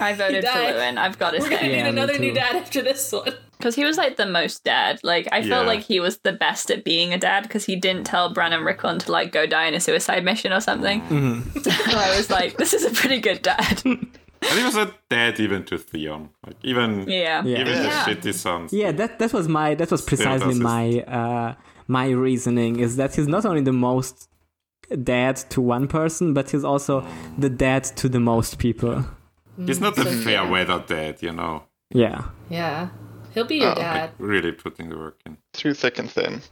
[SPEAKER 6] I voted for
[SPEAKER 5] died.
[SPEAKER 6] Lewin. I've got to
[SPEAKER 5] We're gonna
[SPEAKER 6] say
[SPEAKER 7] Yeah,
[SPEAKER 5] need
[SPEAKER 7] me
[SPEAKER 5] another new
[SPEAKER 7] too.
[SPEAKER 5] dad after this one.
[SPEAKER 6] because he was like the most dad. Like I
[SPEAKER 8] Yeah.
[SPEAKER 6] felt like he was the best at being a dad because he didn't tell Bran and Rickon to like go die in a suicide mission or something.
[SPEAKER 8] Mm-hmm.
[SPEAKER 6] So I was like, this is a pretty good dad.
[SPEAKER 8] And he was not dead even to Theon. Like even
[SPEAKER 6] Yeah.
[SPEAKER 7] Yeah.
[SPEAKER 8] even
[SPEAKER 2] Yeah.
[SPEAKER 8] the shitty sons.
[SPEAKER 7] Yeah, that that was my that was precisely
[SPEAKER 8] that's
[SPEAKER 7] my uh my reasoning is that he's not only the most dead to one person, but he's also the dead to the most people.
[SPEAKER 8] He's not the fair weather dad, you know.
[SPEAKER 7] Yeah.
[SPEAKER 5] Yeah. He'll be your
[SPEAKER 2] Oh, okay.
[SPEAKER 5] dad.
[SPEAKER 8] Really putting the work in.
[SPEAKER 2] Through thick and thin.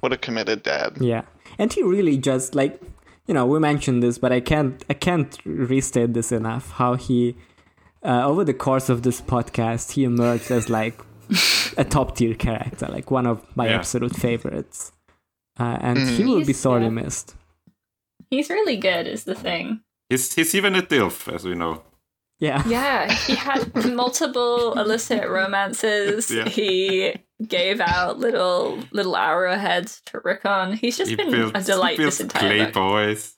[SPEAKER 2] What a committed dad.
[SPEAKER 7] Yeah, and he really just like, you know, we mentioned this, but I can't I can't restate this enough. How he, uh, over the course of this podcast, he emerged as like a top tier character, like one of my
[SPEAKER 8] Yeah.
[SPEAKER 7] absolute favorites, uh, and he will be
[SPEAKER 6] He's-
[SPEAKER 7] sorely
[SPEAKER 6] yeah.
[SPEAKER 7] missed.
[SPEAKER 6] He's really good, is the thing.
[SPEAKER 8] He's, he's even a DILF, as we know.
[SPEAKER 7] Yeah,
[SPEAKER 6] Yeah, he had multiple illicit romances.
[SPEAKER 8] Yeah.
[SPEAKER 6] He gave out little little arrowheads to Rickon. He's just
[SPEAKER 8] He
[SPEAKER 6] been
[SPEAKER 8] builds,
[SPEAKER 6] a delight
[SPEAKER 8] he builds
[SPEAKER 6] this entire book.
[SPEAKER 8] Playboys.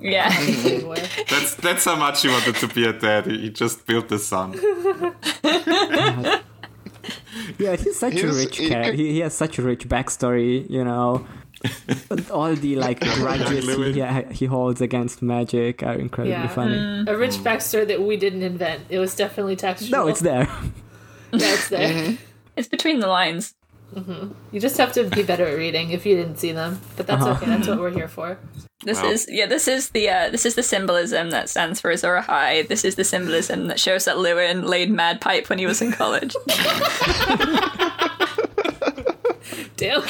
[SPEAKER 6] Yeah,
[SPEAKER 8] Mm.
[SPEAKER 5] Playboy.
[SPEAKER 8] That's that's how much he wanted to be a dad. He, he just built the son.
[SPEAKER 7] yeah, he's such a
[SPEAKER 2] He's-
[SPEAKER 7] rich
[SPEAKER 2] he-
[SPEAKER 7] character. He, he has such a rich backstory, you know. But all the like grudges he,
[SPEAKER 8] Louis.
[SPEAKER 7] he holds against magic are incredibly
[SPEAKER 5] Yeah. Mm.
[SPEAKER 7] funny.
[SPEAKER 5] A rich backstory that we didn't invent. It was definitely textual.
[SPEAKER 7] No, it's there.
[SPEAKER 5] That's there.
[SPEAKER 6] it's between the lines.
[SPEAKER 5] You just have to be better at reading if you didn't see them. But that's
[SPEAKER 7] Uh-huh.
[SPEAKER 5] okay. That's what we're here for.
[SPEAKER 6] This
[SPEAKER 8] Wow.
[SPEAKER 6] is yeah. This is the uh, this is the symbolism that stands for Azor Ahai. This is the symbolism that shows that Lewin laid mad pipe when he was in college.
[SPEAKER 5] Damn.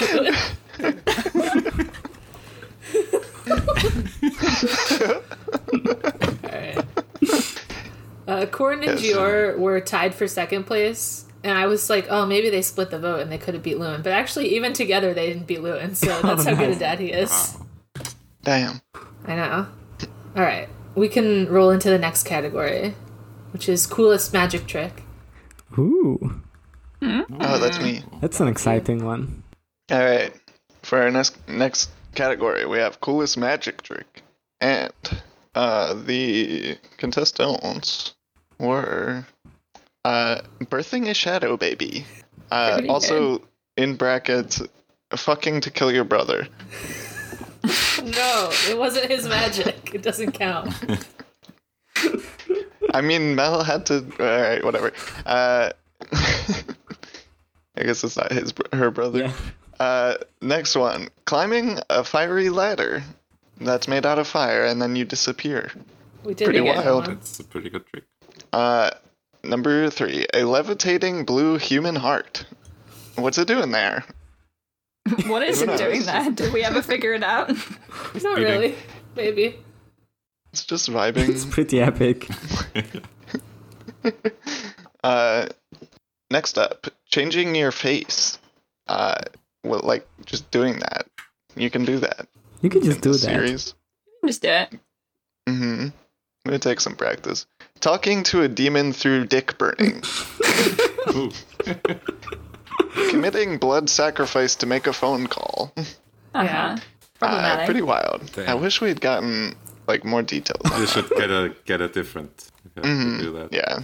[SPEAKER 5] Alright. Uh, Corin and Gior were tied for second place, and I was like, "Oh, maybe they split the vote and they could have beat Lewin." But actually, even together, they didn't beat Lewin, so that's how good a dad he is.
[SPEAKER 2] Damn.
[SPEAKER 5] I know. All right, we can roll into the next category, which is coolest magic trick.
[SPEAKER 7] Ooh,
[SPEAKER 2] Oh, that's me.
[SPEAKER 7] that's an exciting one.
[SPEAKER 2] All right. For our next next category, we have coolest magic trick, and uh, the contestants were uh, birthing a shadow baby. Uh,
[SPEAKER 6] Pretty
[SPEAKER 2] also in brackets, fucking to kill your brother.
[SPEAKER 5] No, it wasn't his magic. It doesn't count.
[SPEAKER 2] I mean, Mel had to. All right, whatever. Uh, I guess it's not his br- her brother.
[SPEAKER 7] Yeah.
[SPEAKER 2] Uh, next one, climbing a fiery ladder that's made out of fire, and then you disappear.
[SPEAKER 5] We did
[SPEAKER 2] Pretty
[SPEAKER 5] it.
[SPEAKER 2] wild.
[SPEAKER 8] That's a pretty good trick.
[SPEAKER 2] Uh, number three, a levitating blue human heart. What's it doing there?
[SPEAKER 6] what is it
[SPEAKER 2] knows?
[SPEAKER 6] doing there? Did we ever figure it out?
[SPEAKER 5] Not really. Maybe.
[SPEAKER 2] It's just
[SPEAKER 7] It's
[SPEAKER 2] vibing.
[SPEAKER 7] pretty epic.
[SPEAKER 2] uh, next up, changing your face. Uh, well, like just doing that. You can do that.
[SPEAKER 7] You could
[SPEAKER 2] in
[SPEAKER 7] just do that.
[SPEAKER 2] this Series.
[SPEAKER 6] Just do it.
[SPEAKER 2] Mm-hmm. It takes some practice. Talking to a demon through dick burning.
[SPEAKER 8] Ooh.
[SPEAKER 2] Committing blood sacrifice to make a phone call.
[SPEAKER 6] Uh-huh.
[SPEAKER 2] Uh,
[SPEAKER 6] Problematic.
[SPEAKER 2] pretty wild. I
[SPEAKER 8] Damn.
[SPEAKER 2] wish we'd gotten like more details. on
[SPEAKER 8] You should get a get a different. You have
[SPEAKER 6] Mm-hmm.
[SPEAKER 8] to do that.
[SPEAKER 2] Yeah,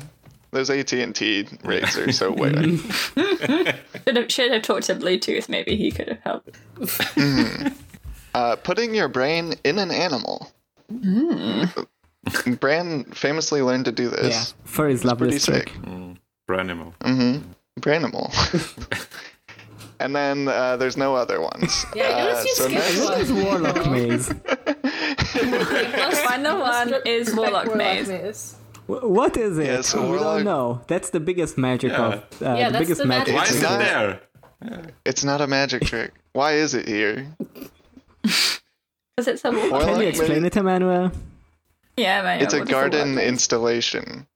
[SPEAKER 2] there's AT and T razor. So wait,
[SPEAKER 6] Should have should have talked to Bluetooth. Maybe he could have helped.
[SPEAKER 2] uh, putting your brain in an animal. Bran famously learned to do
[SPEAKER 7] Yeah,
[SPEAKER 2] this.
[SPEAKER 7] fur is lovely
[SPEAKER 2] pretty
[SPEAKER 7] trick.
[SPEAKER 2] sick.
[SPEAKER 8] For animal.
[SPEAKER 6] Mm-hmm.
[SPEAKER 2] Branimal. and then uh, there's no other ones.
[SPEAKER 5] Yeah, I
[SPEAKER 2] Uh,
[SPEAKER 5] noticed you
[SPEAKER 2] so
[SPEAKER 5] skipped
[SPEAKER 2] nice.
[SPEAKER 5] one.
[SPEAKER 7] It's warlock maze.
[SPEAKER 6] Final one is Warlock
[SPEAKER 5] Warlock
[SPEAKER 6] Maze.
[SPEAKER 5] maze.
[SPEAKER 7] Wh- What is it?
[SPEAKER 2] Yes,
[SPEAKER 7] we
[SPEAKER 2] warlock.
[SPEAKER 7] don't know. That's the biggest magic of uh,
[SPEAKER 5] Yeah,
[SPEAKER 7] the
[SPEAKER 5] that's
[SPEAKER 7] biggest
[SPEAKER 5] the
[SPEAKER 7] magic.
[SPEAKER 5] magic
[SPEAKER 8] Why is
[SPEAKER 7] trick
[SPEAKER 8] it
[SPEAKER 2] not-
[SPEAKER 8] there?
[SPEAKER 2] It's not a magic trick. Why is it here?
[SPEAKER 6] Because it's a Warlock.
[SPEAKER 2] Warlock
[SPEAKER 7] Can you
[SPEAKER 2] maze.
[SPEAKER 7] explain it, Emmanuel?
[SPEAKER 6] Yeah, man.
[SPEAKER 2] It's a garden installation.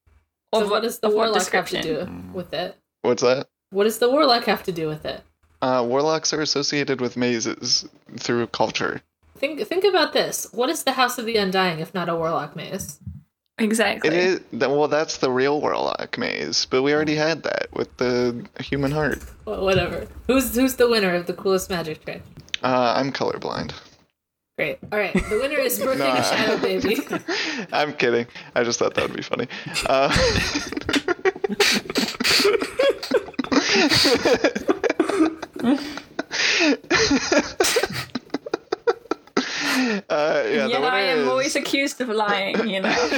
[SPEAKER 6] Or
[SPEAKER 5] So what does the warlock have to do with it?
[SPEAKER 2] What's that?
[SPEAKER 5] What does the warlock have to do with it?
[SPEAKER 2] Uh, warlocks are associated with mazes through culture.
[SPEAKER 5] Think think about this. What is the House of the Undying if not a warlock maze?
[SPEAKER 6] Exactly.
[SPEAKER 2] It is th- well. That's the real warlock maze, but we already had that with the human heart.
[SPEAKER 5] Well, whatever. Who's who's the winner of the coolest magic trick?
[SPEAKER 2] Uh, I'm colorblind.
[SPEAKER 5] Great. All right. The winner is Brooking
[SPEAKER 2] Nah.
[SPEAKER 5] Shadow Baby.
[SPEAKER 2] I'm kidding. I just thought that would be funny. Uh, Uh, yeah,
[SPEAKER 6] Yeah,
[SPEAKER 2] the winner
[SPEAKER 6] I am
[SPEAKER 2] is,
[SPEAKER 6] always accused of lying, you know.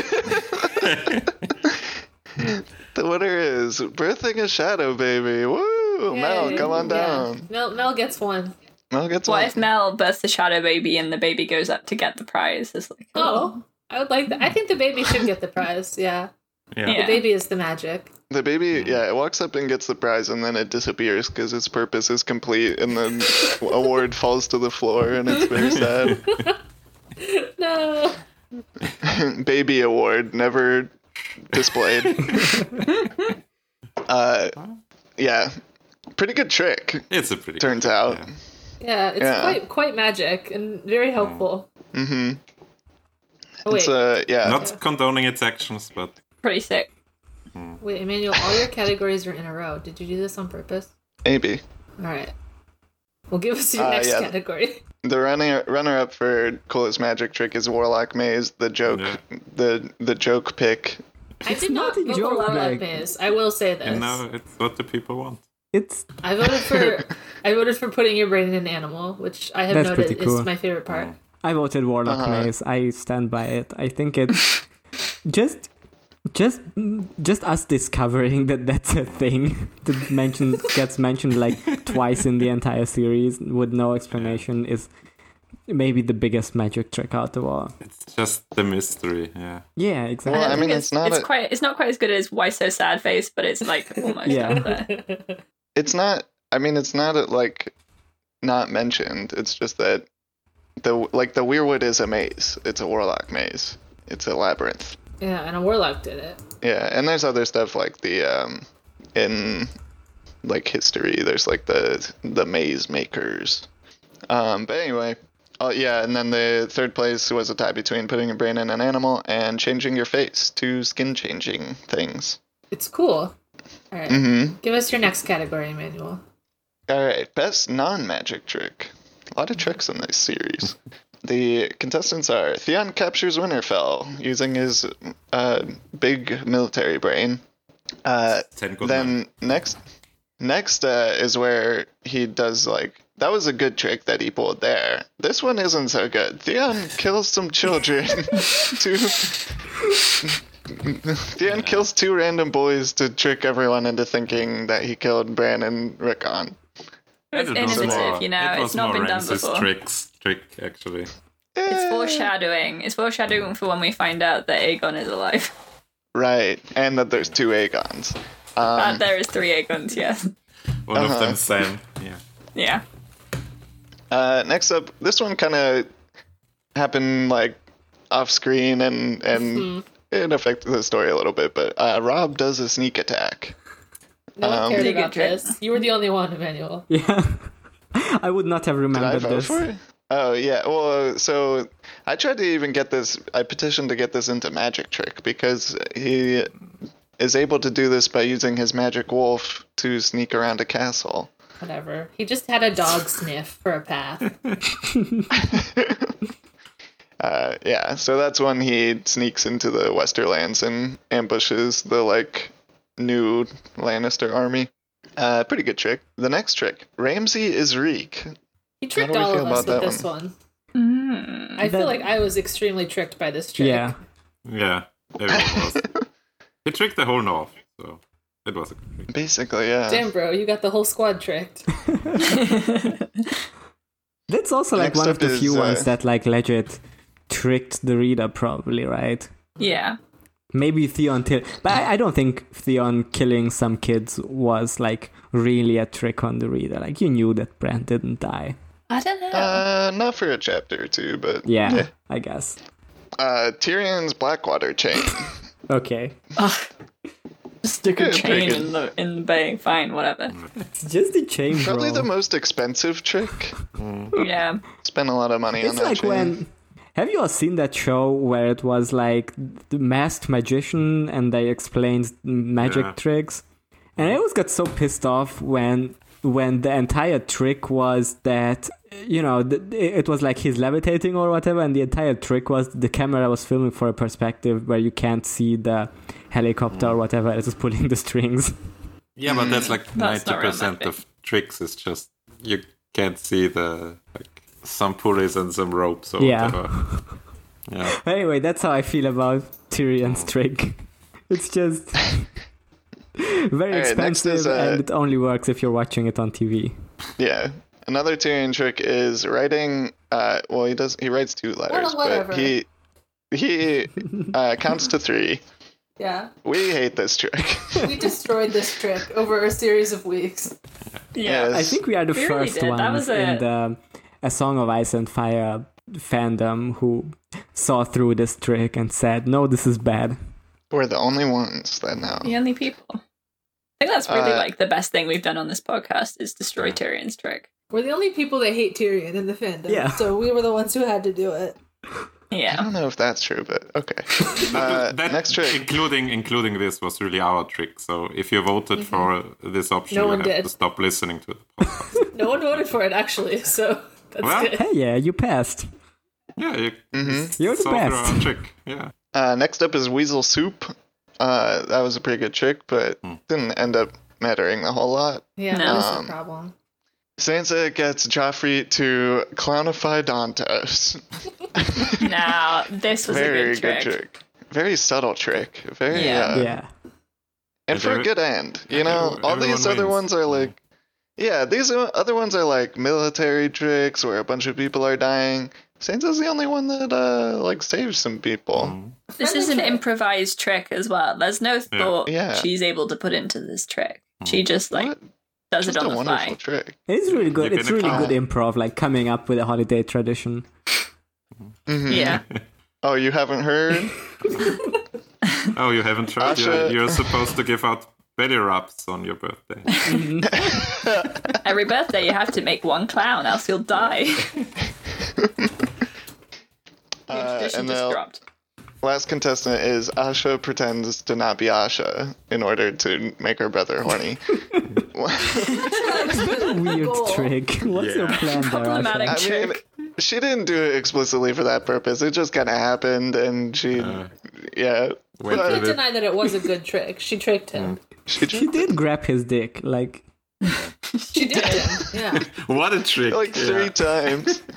[SPEAKER 2] the winner is birthing a shadow baby. Woo! Mel, come on
[SPEAKER 5] Yeah.
[SPEAKER 2] down.
[SPEAKER 5] Mel, Mel gets one.
[SPEAKER 2] Mel gets
[SPEAKER 6] what
[SPEAKER 5] Oh.
[SPEAKER 2] one.
[SPEAKER 6] if Mel births the shadow baby and the baby goes up to get the prize? It's like,
[SPEAKER 5] Oh, I would like that. I think the baby should get the prize. Yeah.
[SPEAKER 8] Yeah.
[SPEAKER 6] Yeah.
[SPEAKER 5] Baby is the magic.
[SPEAKER 2] The baby, yeah, it walks up and gets the prize, and then it disappears because its purpose is complete, and the award falls to the floor, and it's very sad.
[SPEAKER 5] No.
[SPEAKER 2] baby award never displayed. uh, yeah, pretty good trick.
[SPEAKER 8] It's a pretty.
[SPEAKER 2] Turns out,
[SPEAKER 5] Yeah, it's
[SPEAKER 2] Yeah.
[SPEAKER 5] quite quite magic and very helpful. Mm-hmm. Oh, wait,
[SPEAKER 2] it's uh, yeah,
[SPEAKER 8] Not condoning its actions, but
[SPEAKER 6] Pretty sick.
[SPEAKER 5] wait, Emmanuel, all your categories are in a row. Did you do this on purpose?
[SPEAKER 2] maybe.
[SPEAKER 5] All right. Well, give us your
[SPEAKER 2] Uh,
[SPEAKER 5] next
[SPEAKER 2] yeah.
[SPEAKER 5] category.
[SPEAKER 2] The runner runner up for coolest magic trick is Warlock Maze. The joke,
[SPEAKER 8] Yeah.
[SPEAKER 2] the the joke pick.
[SPEAKER 5] I did not
[SPEAKER 7] not a
[SPEAKER 5] vote for
[SPEAKER 7] joke,
[SPEAKER 5] Warlock
[SPEAKER 7] Meg.
[SPEAKER 5] Maze. I will say this.
[SPEAKER 8] you know, it's what the people want.
[SPEAKER 7] It's
[SPEAKER 5] I voted for I voted for putting your brain in an animal, which I have
[SPEAKER 7] That's
[SPEAKER 5] noted
[SPEAKER 7] pretty
[SPEAKER 5] is
[SPEAKER 7] cool.
[SPEAKER 5] my favorite part.
[SPEAKER 8] Oh.
[SPEAKER 7] I voted Warlock
[SPEAKER 2] Uh-huh.
[SPEAKER 7] Maze. I stand by it. I think it's just, just, just us discovering that that's a thing that mentioned gets mentioned like twice in the entire series with no explanation is maybe the biggest magic trick out of all.
[SPEAKER 8] It's just the mystery. Yeah.
[SPEAKER 7] Yeah, exactly.
[SPEAKER 2] I mean,
[SPEAKER 6] think
[SPEAKER 2] it's not
[SPEAKER 6] It's
[SPEAKER 2] a-
[SPEAKER 6] quite. It's not quite as good as "Why So Sad Face," but it's like almost
[SPEAKER 7] Yeah.
[SPEAKER 6] up there.
[SPEAKER 2] It's not. I mean, it's not like not mentioned. It's just that the like the Weirwood is a maze. It's a Warlock maze. It's a labyrinth.
[SPEAKER 5] Yeah, and a warlock did it.
[SPEAKER 2] Yeah, and there's other stuff like the um in like history. There's like the the maze makers. Um, but anyway, oh yeah, and then the third place was a tie between putting your brain in an animal and changing your face to skin changing things.
[SPEAKER 5] It's cool. All right.
[SPEAKER 2] Mm-hmm.
[SPEAKER 5] Give us your next category, Emmanuel.
[SPEAKER 2] All right, best non magic trick. A lot of tricks in this series. the contestants are Theon captures Winterfell using his uh, big military brain. Uh,
[SPEAKER 8] Ten good men.
[SPEAKER 2] then next next uh, is where he does like that was a good trick that he pulled there this one isn't so good theon kills some children to theon kills two random boys to trick everyone into thinking that he killed bran and rickon
[SPEAKER 8] I don't know,
[SPEAKER 6] It's
[SPEAKER 8] it's
[SPEAKER 6] innovative,
[SPEAKER 8] more-
[SPEAKER 6] you know.
[SPEAKER 8] It was
[SPEAKER 6] It's not
[SPEAKER 8] more
[SPEAKER 6] been done
[SPEAKER 8] Ramses'
[SPEAKER 6] before.
[SPEAKER 8] tricks trick actually.
[SPEAKER 6] It's
[SPEAKER 2] Eh,
[SPEAKER 6] foreshadowing. It's foreshadowing for when we find out that Aegon is alive.
[SPEAKER 2] right and that there's two agons
[SPEAKER 6] Uh, there is three Aegons. Yeah.
[SPEAKER 8] One
[SPEAKER 2] Uh-huh.
[SPEAKER 8] of them, Sam. Yeah.
[SPEAKER 6] Yeah.
[SPEAKER 2] Uh, next up, this one kind of happened like off screen and and it affected the story a little bit. But uh, Rob does a sneak attack.
[SPEAKER 5] No
[SPEAKER 2] Um,
[SPEAKER 5] one cared
[SPEAKER 6] Pretty good
[SPEAKER 5] about
[SPEAKER 6] trick.
[SPEAKER 5] this. You were the only one, Emmanuel.
[SPEAKER 7] yeah, I would not have
[SPEAKER 2] Did I
[SPEAKER 7] remembered
[SPEAKER 2] vote
[SPEAKER 7] this.
[SPEAKER 2] for it? Oh yeah. Well, so I tried to even get this. I petitioned to get this into Magic Trick because he is able to do this by using his magic wolf to sneak around a castle.
[SPEAKER 5] Whatever. He just had a dog sniff for a path.
[SPEAKER 2] Uh, yeah, so that's when he sneaks into the Westerlands and ambushes the like new Lannister army. Uh, pretty good trick. The next trick, Ramsey is Reek.
[SPEAKER 5] He tricked
[SPEAKER 2] do we
[SPEAKER 5] all
[SPEAKER 2] feel
[SPEAKER 5] of us with
[SPEAKER 2] about that
[SPEAKER 5] this one.
[SPEAKER 6] Hmm.
[SPEAKER 5] I feel
[SPEAKER 7] That-
[SPEAKER 5] like I was extremely tricked by this trick.
[SPEAKER 7] Yeah,
[SPEAKER 8] Yeah. Everyone was. he tricked the whole north, so it was a good trick.
[SPEAKER 2] Basically, yeah.
[SPEAKER 5] Damn, bro, you got the whole squad tricked.
[SPEAKER 7] that's also like
[SPEAKER 2] Next
[SPEAKER 7] one of
[SPEAKER 2] up
[SPEAKER 7] the
[SPEAKER 2] is,
[SPEAKER 7] few
[SPEAKER 2] uh,
[SPEAKER 7] ones that like legit tricked the reader, probably right.
[SPEAKER 6] Yeah.
[SPEAKER 7] Maybe Theon till, but I, I don't think Theon killing some kids was like really a trick on the reader. Like you knew that Brand didn't die.
[SPEAKER 6] I don't know.
[SPEAKER 2] Uh, not for a chapter or two, but
[SPEAKER 7] Yeah, I guess.
[SPEAKER 2] Uh, Tyrion's Blackwater chain.
[SPEAKER 7] Okay,
[SPEAKER 6] Stick a
[SPEAKER 2] Yeah,
[SPEAKER 6] chain
[SPEAKER 2] pretty
[SPEAKER 6] in the in the bay. Fine, whatever.
[SPEAKER 7] just the chain, bro.
[SPEAKER 2] Probably the most expensive trick.
[SPEAKER 8] Mm.
[SPEAKER 6] Yeah.
[SPEAKER 2] Spent a lot of money on
[SPEAKER 7] It's
[SPEAKER 2] that
[SPEAKER 7] like
[SPEAKER 2] chain.
[SPEAKER 7] when. Have you all seen that show where it was like the masked magician and they explained magic
[SPEAKER 8] Yeah.
[SPEAKER 7] tricks? And I always got so pissed off when when the entire trick was that you know th- it was like he's levitating or whatever, and the entire trick was the camera was filming for a perspective where you can't see the helicopter or whatever. It's just pulling the strings.
[SPEAKER 8] Yeah, but
[SPEAKER 2] Mm.
[SPEAKER 8] that's like
[SPEAKER 6] That's
[SPEAKER 8] ninety
[SPEAKER 6] not really
[SPEAKER 8] percent
[SPEAKER 6] that
[SPEAKER 8] of tricks is just you can't see the like some pulleys and some ropes or
[SPEAKER 7] Yeah.
[SPEAKER 8] whatever. Yeah.
[SPEAKER 7] Anyway, that's how I feel about Tyrion's trick. It's just very
[SPEAKER 2] Alright, next
[SPEAKER 7] expensive,
[SPEAKER 2] is, uh,
[SPEAKER 7] and it only works if you're watching it on TV.
[SPEAKER 2] Yeah. Another Tyrion trick is writing. Uh, well, he does. He writes two letters, but
[SPEAKER 5] whatever.
[SPEAKER 2] he he uh, counts to three,
[SPEAKER 5] Yeah.
[SPEAKER 2] We hate this trick.
[SPEAKER 5] We destroyed this trick over a series of weeks.
[SPEAKER 6] Yeah.
[SPEAKER 7] I
[SPEAKER 2] Yes.
[SPEAKER 7] think we are the
[SPEAKER 6] We really
[SPEAKER 7] first
[SPEAKER 6] did. That
[SPEAKER 7] ones
[SPEAKER 6] was
[SPEAKER 7] in
[SPEAKER 6] it.
[SPEAKER 7] the A Song of Ice and Fire fandom who saw through this trick and said, "No, this is bad."
[SPEAKER 2] We're the only ones that know.
[SPEAKER 6] The only people. I think that's really
[SPEAKER 2] Uh,
[SPEAKER 6] like the best thing we've done on this podcast is destroy Tyrion's trick.
[SPEAKER 5] We're the only people that hate Tyrion in the fandom.
[SPEAKER 7] Yeah.
[SPEAKER 5] So we were the ones who had to do it.
[SPEAKER 2] I
[SPEAKER 6] Yeah.
[SPEAKER 2] don't know if that's true, but okay. Uh,
[SPEAKER 8] That-
[SPEAKER 2] next trick.
[SPEAKER 8] including including this, was really our trick. So if you voted
[SPEAKER 6] Mm-hmm.
[SPEAKER 8] for this option,
[SPEAKER 5] No
[SPEAKER 8] you
[SPEAKER 5] one
[SPEAKER 8] have
[SPEAKER 5] did.
[SPEAKER 8] to stop listening to it.
[SPEAKER 5] No one voted for it actually, so that's
[SPEAKER 8] Well,
[SPEAKER 5] good.
[SPEAKER 7] Hey, yeah, you passed.
[SPEAKER 8] Yeah, you
[SPEAKER 2] Mm-hmm.
[SPEAKER 7] You're the
[SPEAKER 8] saw through
[SPEAKER 7] best.
[SPEAKER 8] our trick. Yeah.
[SPEAKER 2] Uh, next up is Weasel Soup. Uh, that was a pretty good trick, but
[SPEAKER 7] Hmm.
[SPEAKER 2] didn't end up mattering a whole lot.
[SPEAKER 5] Yeah,
[SPEAKER 6] No.
[SPEAKER 5] that's
[SPEAKER 2] um,
[SPEAKER 5] the problem.
[SPEAKER 2] Sansa gets Joffrey to clownify Dantos.
[SPEAKER 6] now this was
[SPEAKER 2] Very
[SPEAKER 6] a good trick.
[SPEAKER 2] Very subtle trick. Very
[SPEAKER 6] Yeah.
[SPEAKER 2] uh,
[SPEAKER 7] Yeah,
[SPEAKER 2] and for a
[SPEAKER 8] Every-
[SPEAKER 2] good end. You
[SPEAKER 8] yeah,
[SPEAKER 2] know,
[SPEAKER 8] everyone-
[SPEAKER 2] all these
[SPEAKER 8] everyone
[SPEAKER 2] other
[SPEAKER 8] wins.
[SPEAKER 2] ones are like, yeah, these o- other ones are like military tricks where a bunch of people are dying. Sansa's the only one that uh like saves some people.
[SPEAKER 8] Mm-hmm.
[SPEAKER 6] This is an improvised trick as well. There's no thought
[SPEAKER 2] Yeah. Hmm.
[SPEAKER 6] she's able to put into this trick. She just like
[SPEAKER 2] What?
[SPEAKER 6] does
[SPEAKER 2] Just
[SPEAKER 6] it
[SPEAKER 2] a
[SPEAKER 6] on the
[SPEAKER 2] wonderful
[SPEAKER 6] fly.
[SPEAKER 2] trick.
[SPEAKER 7] it is really good.
[SPEAKER 8] You
[SPEAKER 7] It's
[SPEAKER 8] can
[SPEAKER 7] really
[SPEAKER 8] account-
[SPEAKER 7] good improv, like coming up with a holiday tradition.
[SPEAKER 6] Yeah.
[SPEAKER 2] Oh, you haven't heard?
[SPEAKER 8] Oh, you haven't tried.
[SPEAKER 2] Asha-
[SPEAKER 8] You're, you're supposed to give out belly rubs on your birthday.
[SPEAKER 6] Every birthday you have to make one clown, else you'll die. New tradition
[SPEAKER 2] Uh, and
[SPEAKER 6] just
[SPEAKER 2] they'll-
[SPEAKER 6] dropped.
[SPEAKER 2] Last contestant is Asha pretends to not be Asha in order to make her brother horny.
[SPEAKER 7] Weird trick. What's your plan there?
[SPEAKER 6] Problematic
[SPEAKER 7] Asha?
[SPEAKER 2] I mean,
[SPEAKER 6] trick.
[SPEAKER 2] she didn't do it explicitly for that purpose. It just kind of happened, and she, yeah,
[SPEAKER 8] went
[SPEAKER 2] But
[SPEAKER 8] with
[SPEAKER 5] Can't deny that it was a good trick. She tricked him.
[SPEAKER 2] she just
[SPEAKER 7] She did grab his dick. Like,
[SPEAKER 5] She did. yeah.
[SPEAKER 8] What a trick!
[SPEAKER 2] like
[SPEAKER 8] yeah.
[SPEAKER 2] three times.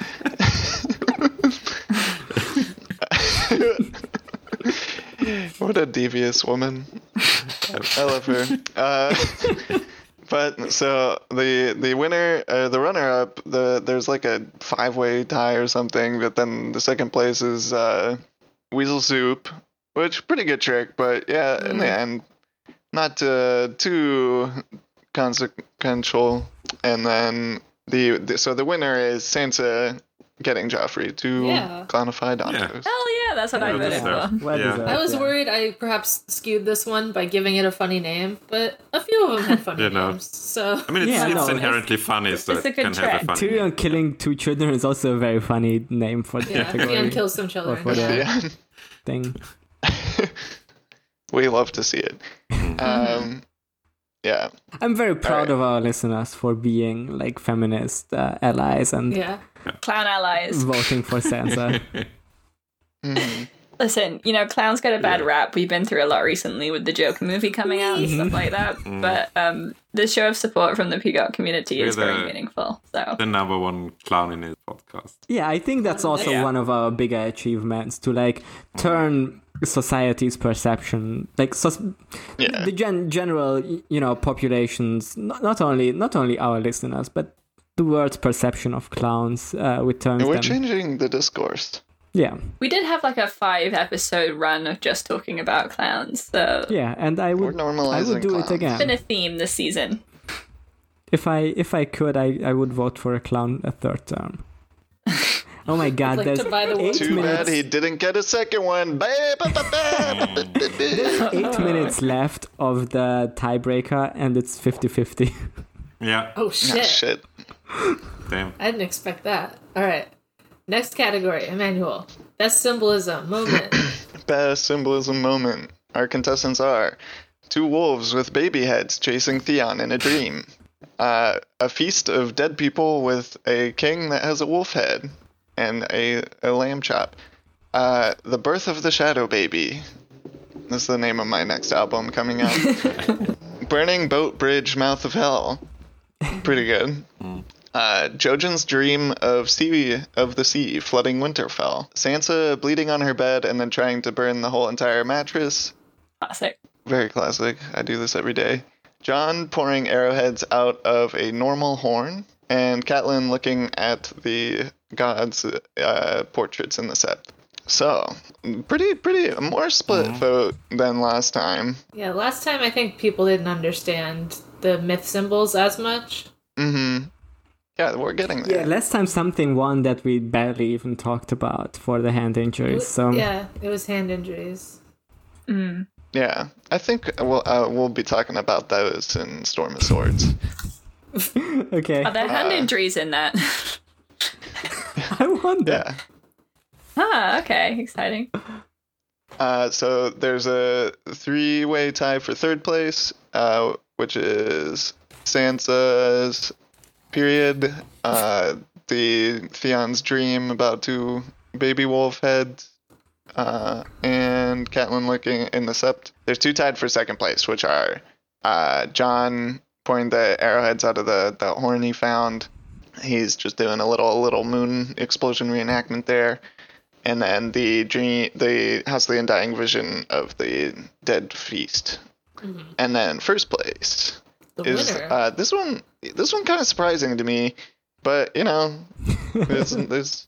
[SPEAKER 2] what a devious woman. I love her. Uh, but so the the winner, uh, the runner up, the there's like a five way tie or something. But then the second place is uh, Weasel Soup, which pretty good trick. But yeah, in the
[SPEAKER 5] Mm-hmm.
[SPEAKER 2] end, not uh, too consequential. And then the, the so the winner is Sansa getting Joffrey to
[SPEAKER 5] Yeah.
[SPEAKER 2] clonify Dantos.
[SPEAKER 6] Hell yeah, that's what I voted for.
[SPEAKER 7] well
[SPEAKER 8] Yeah.
[SPEAKER 7] deserved,
[SPEAKER 5] I was
[SPEAKER 7] yeah.
[SPEAKER 5] worried I perhaps skewed this one by giving it a funny name, but a few of them had funny
[SPEAKER 8] You know.
[SPEAKER 5] names. So
[SPEAKER 8] I mean, it's,
[SPEAKER 7] Yeah,
[SPEAKER 8] it's
[SPEAKER 7] no, it's-
[SPEAKER 8] inherently funny, so
[SPEAKER 6] it's a
[SPEAKER 8] it
[SPEAKER 6] good
[SPEAKER 8] can
[SPEAKER 6] trick.
[SPEAKER 8] have a funny.
[SPEAKER 7] Tyrion killing two children is also a very funny name for the
[SPEAKER 5] yeah,
[SPEAKER 7] category
[SPEAKER 5] Theon kills some children.
[SPEAKER 7] for the
[SPEAKER 2] Yeah.
[SPEAKER 7] thing.
[SPEAKER 2] We love to see it.
[SPEAKER 5] Mm-hmm.
[SPEAKER 2] Um, yeah.
[SPEAKER 7] I'm very proud of our listeners for being like feminist uh, allies and
[SPEAKER 5] Yeah.
[SPEAKER 6] Clown allies.
[SPEAKER 7] voting for Sansa.
[SPEAKER 2] Mm-hmm.
[SPEAKER 6] Listen, you know, clowns get a bad rap. We've been through a lot recently with the Joker movie coming out and stuff like that. But um, the show of support from the Peacock community is
[SPEAKER 8] We're the-
[SPEAKER 6] very meaningful. So
[SPEAKER 8] The number one clown in his podcast.
[SPEAKER 7] yeah, I think that's also
[SPEAKER 6] Yeah.
[SPEAKER 7] one of our bigger achievements to like turn society's perception, like so-
[SPEAKER 2] Yeah.
[SPEAKER 7] the gen- general, y- you know, populations, not, not only not only our listeners, but the world's perception of clowns uh, with terms.
[SPEAKER 2] And we're
[SPEAKER 7] them-
[SPEAKER 2] changing the discourse.
[SPEAKER 7] yeah,
[SPEAKER 6] we did have like a five episode run of just talking about clowns. So
[SPEAKER 7] yeah, and I would I
[SPEAKER 2] normalizing
[SPEAKER 7] would do
[SPEAKER 2] clowns.
[SPEAKER 7] it again.
[SPEAKER 6] it's been a theme this season.
[SPEAKER 7] If I if I could, I, I would vote for a clown a third term. Oh my god,
[SPEAKER 5] Like
[SPEAKER 7] there's
[SPEAKER 5] to buy the world.
[SPEAKER 7] eight
[SPEAKER 2] Too bad
[SPEAKER 7] minutes,
[SPEAKER 2] he didn't get a second one. Ba- ba- ba- ba- ba- ba- ba- ba.
[SPEAKER 7] eight minutes left of the tiebreaker, and it's 50-50.
[SPEAKER 8] Yeah,
[SPEAKER 5] Oh shit.
[SPEAKER 2] Shit.
[SPEAKER 8] damn.
[SPEAKER 5] I didn't expect that. All right. Next category, Emmanuel. Best symbolism moment.
[SPEAKER 2] Best symbolism moment. Our contestants are two wolves with baby heads chasing Theon in a dream. Uh, a feast of dead people with a king that has a wolf head and a, a lamb chop. Uh, the birth of the shadow baby. That's the name of my next album coming out. Burning Boat Bridge, Mouth of Hell. Pretty good. Uh, Jojen's dream of sea of the sea flooding Winterfell. Sansa bleeding on her bed and then trying to burn the whole entire mattress.
[SPEAKER 6] Classic.
[SPEAKER 2] Very classic. I do this every day. John pouring arrowheads out of a normal horn, and Catelyn looking at the gods' uh, portraits in the set. So pretty, pretty more split vote than last time.
[SPEAKER 5] Yeah, last time I think people didn't understand the myth symbols as much.
[SPEAKER 2] Mm-hmm. Yeah, we're getting there.
[SPEAKER 7] Yeah, last time something won that we barely even talked about for the hand injuries. So
[SPEAKER 5] Yeah, it was hand injuries.
[SPEAKER 6] Mm.
[SPEAKER 2] Yeah, I think we'll uh, we'll be talking about those in Storm of Swords.
[SPEAKER 7] okay,
[SPEAKER 6] Are there hand injuries in that?
[SPEAKER 7] I wonder.
[SPEAKER 2] yeah.
[SPEAKER 6] ah, okay, exciting.
[SPEAKER 2] Uh, so there's a three-way tie for third place, uh, which is Sansa's period, uh, the Theon's dream about two baby wolf heads, uh, and Catelyn looking in the sept. There's two tied for second place, which are uh, John pouring the arrowheads out of the, the horn he found. He's just doing a little little moon explosion reenactment there and then the dream, the has the undying vision of the dead feast,
[SPEAKER 6] Mm-hmm.
[SPEAKER 2] and then first place
[SPEAKER 5] The
[SPEAKER 2] is
[SPEAKER 5] winner.
[SPEAKER 2] uh, this one. This one kind of surprising to me, but you know, there's, there's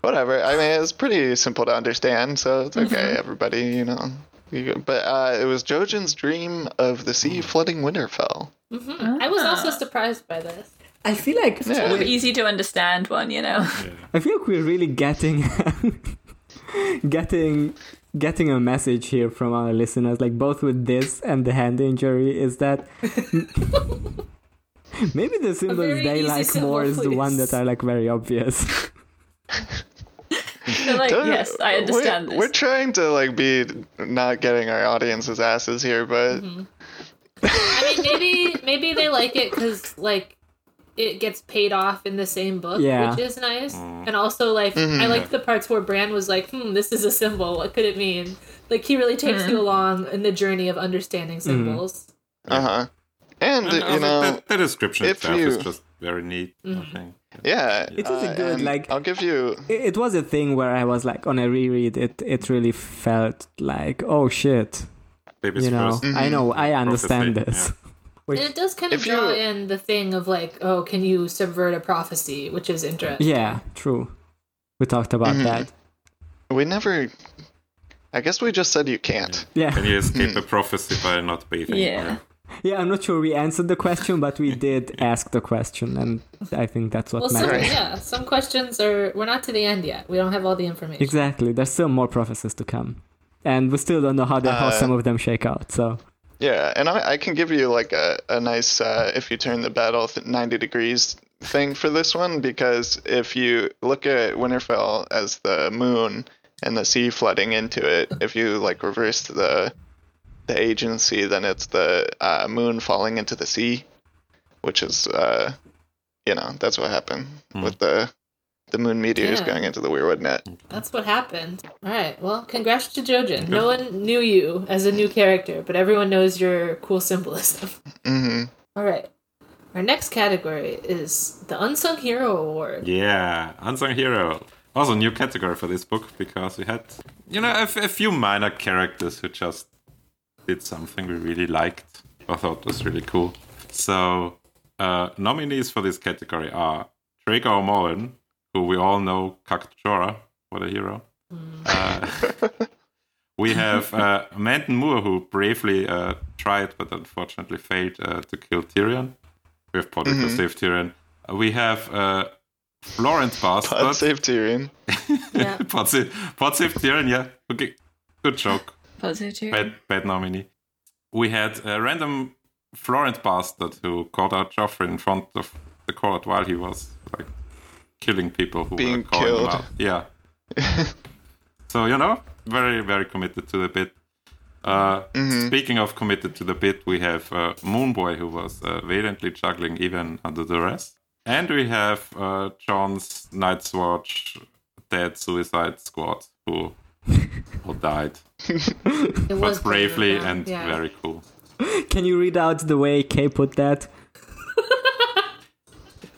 [SPEAKER 2] whatever. I mean, it's pretty simple to understand, so it's okay,
[SPEAKER 6] Mm-hmm.
[SPEAKER 2] everybody. You know, You- but uh, it was Jojen's dream of the sea flooding Winterfell.
[SPEAKER 5] I was also surprised by this.
[SPEAKER 7] I feel like
[SPEAKER 2] Yeah.
[SPEAKER 6] Easy to understand one, you know.
[SPEAKER 7] I feel like we're really getting getting getting a message here from our listeners, like both with this and the hand injury, is that maybe the symbols
[SPEAKER 5] very
[SPEAKER 7] they
[SPEAKER 5] easy
[SPEAKER 7] like
[SPEAKER 5] symbol,
[SPEAKER 7] more is the one
[SPEAKER 5] please.
[SPEAKER 7] that are like very obvious.
[SPEAKER 6] They're like,
[SPEAKER 2] Don't-
[SPEAKER 6] yes, I understand
[SPEAKER 2] we're,
[SPEAKER 6] this.
[SPEAKER 2] We're trying to like be not getting our audience's asses here, but
[SPEAKER 5] I mean, maybe maybe they like it because like it gets paid off in the same book,
[SPEAKER 7] Yeah.
[SPEAKER 5] which is nice.
[SPEAKER 2] Mm.
[SPEAKER 5] And also, like
[SPEAKER 2] Mm-hmm.
[SPEAKER 5] I liked the parts where Bran was like, "Hmm, this is a symbol. What could it mean?" Like he really takes you along in the journey of understanding
[SPEAKER 7] Mm-hmm.
[SPEAKER 5] symbols.
[SPEAKER 2] uh huh. And
[SPEAKER 8] And
[SPEAKER 2] you
[SPEAKER 8] also
[SPEAKER 2] know,
[SPEAKER 8] the, the description
[SPEAKER 2] if
[SPEAKER 8] itself
[SPEAKER 2] you-
[SPEAKER 8] is just very neat.
[SPEAKER 7] Mm-hmm.
[SPEAKER 8] I think.
[SPEAKER 2] Yeah.
[SPEAKER 7] It was a good,
[SPEAKER 2] and
[SPEAKER 7] like-
[SPEAKER 2] I'll give you.
[SPEAKER 7] It, it was a thing where I was like on a reread, it it really felt like oh shit,
[SPEAKER 8] Baby's
[SPEAKER 7] you know,
[SPEAKER 8] first.
[SPEAKER 7] I know, I understand
[SPEAKER 8] Prophecy,
[SPEAKER 7] this.
[SPEAKER 5] And it does kind of
[SPEAKER 2] If
[SPEAKER 5] draw
[SPEAKER 2] you-
[SPEAKER 5] in the thing of like, "Oh, can you subvert a prophecy?" Which is interesting.
[SPEAKER 7] Yeah, true. We talked about
[SPEAKER 8] Mm-hmm.
[SPEAKER 7] that.
[SPEAKER 2] We never. I guess we just said you can't.
[SPEAKER 7] Yeah.
[SPEAKER 8] Can you escape the prophecy by not bathing?
[SPEAKER 6] Yeah.
[SPEAKER 7] Yeah, I'm not sure we answered the question, but we did ask the question, and I think that's what
[SPEAKER 5] Well, some,
[SPEAKER 7] matters.
[SPEAKER 2] Right.
[SPEAKER 5] yeah, some questions are. We're not to the end yet. We don't have all the information.
[SPEAKER 7] Exactly. There's still more prophecies to come, and we still don't know how the, how some of them shake out. So
[SPEAKER 2] Yeah, and I, I can give you like a, a nice uh, if you turn the battle th- 90 degrees thing for this one because if you look at Winterfell as the moon and the sea flooding into it, if you like reverse the the agency, then it's the uh, moon falling into the sea, which is uh, you know that's what happened with the the moon meteors
[SPEAKER 5] Yeah.
[SPEAKER 2] going into the Weirwood net.
[SPEAKER 5] That's what happened. All right. Well, congrats to Jojen. No one knew you as a new character, but everyone knows your cool symbolism.
[SPEAKER 2] hmm
[SPEAKER 5] All right. Our next category is the Unsung Hero Award.
[SPEAKER 8] Yeah, unsung hero. Also, new category for this book because we had, you know, a, f- a few minor characters who just did something we really liked or thought was really cool. So, uh, nominees for this category are Draco O'Mullen, who we all know, Kaktora, what a hero.
[SPEAKER 2] Mm-hmm.
[SPEAKER 8] Uh, we have uh, Manton Moore, who bravely uh, tried but unfortunately failed uh, to kill Tyrion. We have Podrick
[SPEAKER 2] Mm-hmm.
[SPEAKER 8] who saved Tyrion. We have uh, Florence Bastard.
[SPEAKER 2] Pod save Tyrion.
[SPEAKER 5] Yeah.
[SPEAKER 8] Pod save, Pod save Tyrion, yeah. Okay. Good joke.
[SPEAKER 6] Positive.
[SPEAKER 8] Bad, bad nominee. We had a random Florence Bastard who caught out Joffrey in front of the court while he was like killing people who
[SPEAKER 2] Being
[SPEAKER 8] were calling
[SPEAKER 2] killed.
[SPEAKER 8] him out. Yeah. so, you know, very, very committed to the bit. Uh, Speaking of committed to the bit, we have uh, Moonboy, who was uh, valiantly juggling even under duress. And we have uh, John's Night's Watch dead suicide squad, who, who died.
[SPEAKER 5] It was
[SPEAKER 8] But bravely
[SPEAKER 5] Yeah.
[SPEAKER 8] and
[SPEAKER 5] Yeah.
[SPEAKER 8] very cool.
[SPEAKER 7] can you read out the way Kay put that?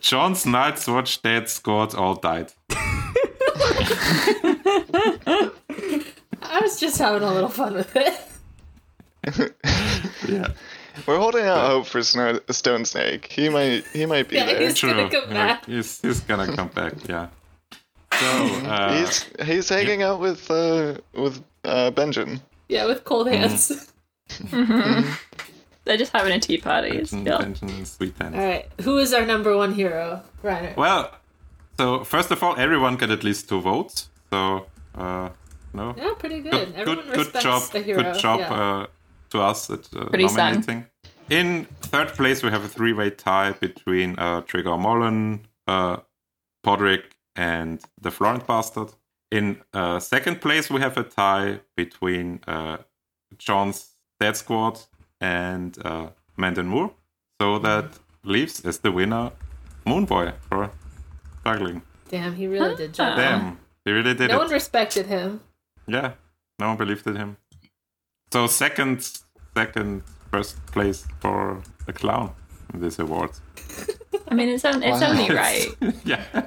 [SPEAKER 8] John's Night's Watch dead squad all died.
[SPEAKER 5] I was just having a little fun with it.
[SPEAKER 8] Yeah.
[SPEAKER 2] We're holding out hope for Snow- Stone Snake. He might he might be
[SPEAKER 5] Yeah,
[SPEAKER 2] there.
[SPEAKER 5] he's- gonna come
[SPEAKER 8] Yeah,
[SPEAKER 5] back.
[SPEAKER 8] He's, he's gonna come back, yeah. uh,
[SPEAKER 2] he's he's hanging out with uh with uh Benjamin.
[SPEAKER 5] Yeah, with
[SPEAKER 8] Mm.
[SPEAKER 5] cold hands.
[SPEAKER 6] They're just having a tea party. It's-
[SPEAKER 8] Benjamin-
[SPEAKER 6] Yeah.
[SPEAKER 8] Benjamin Sweetens.
[SPEAKER 5] All right, who is our number one hero, Reiner?
[SPEAKER 8] Well, so first of all, everyone got at least two votes. So uh, no,
[SPEAKER 5] Yeah, pretty good.
[SPEAKER 8] good,
[SPEAKER 5] Everyone
[SPEAKER 8] good, good
[SPEAKER 5] respects
[SPEAKER 8] job,
[SPEAKER 5] the hero.
[SPEAKER 8] good job
[SPEAKER 5] yeah.
[SPEAKER 8] uh, to us at uh,
[SPEAKER 6] Pretty sad.
[SPEAKER 8] nominating. In third place, we have a three-way tie between uh, Trigger Mullen, uh, Podrick, and the Florent Bastard. In uh, second place, we have a tie between uh, John's Dead Squad and uh, Mandan Moore. So that leaves as the winner Moonboy for struggling.
[SPEAKER 5] Damn, he really did job.
[SPEAKER 8] Damn, they really did
[SPEAKER 5] Uh-huh. No
[SPEAKER 8] it.
[SPEAKER 5] one respected him.
[SPEAKER 8] Yeah, no one believed in him. So second, second, first place for the clown in this award.
[SPEAKER 6] I mean, it's, on, it's only right.
[SPEAKER 8] yeah,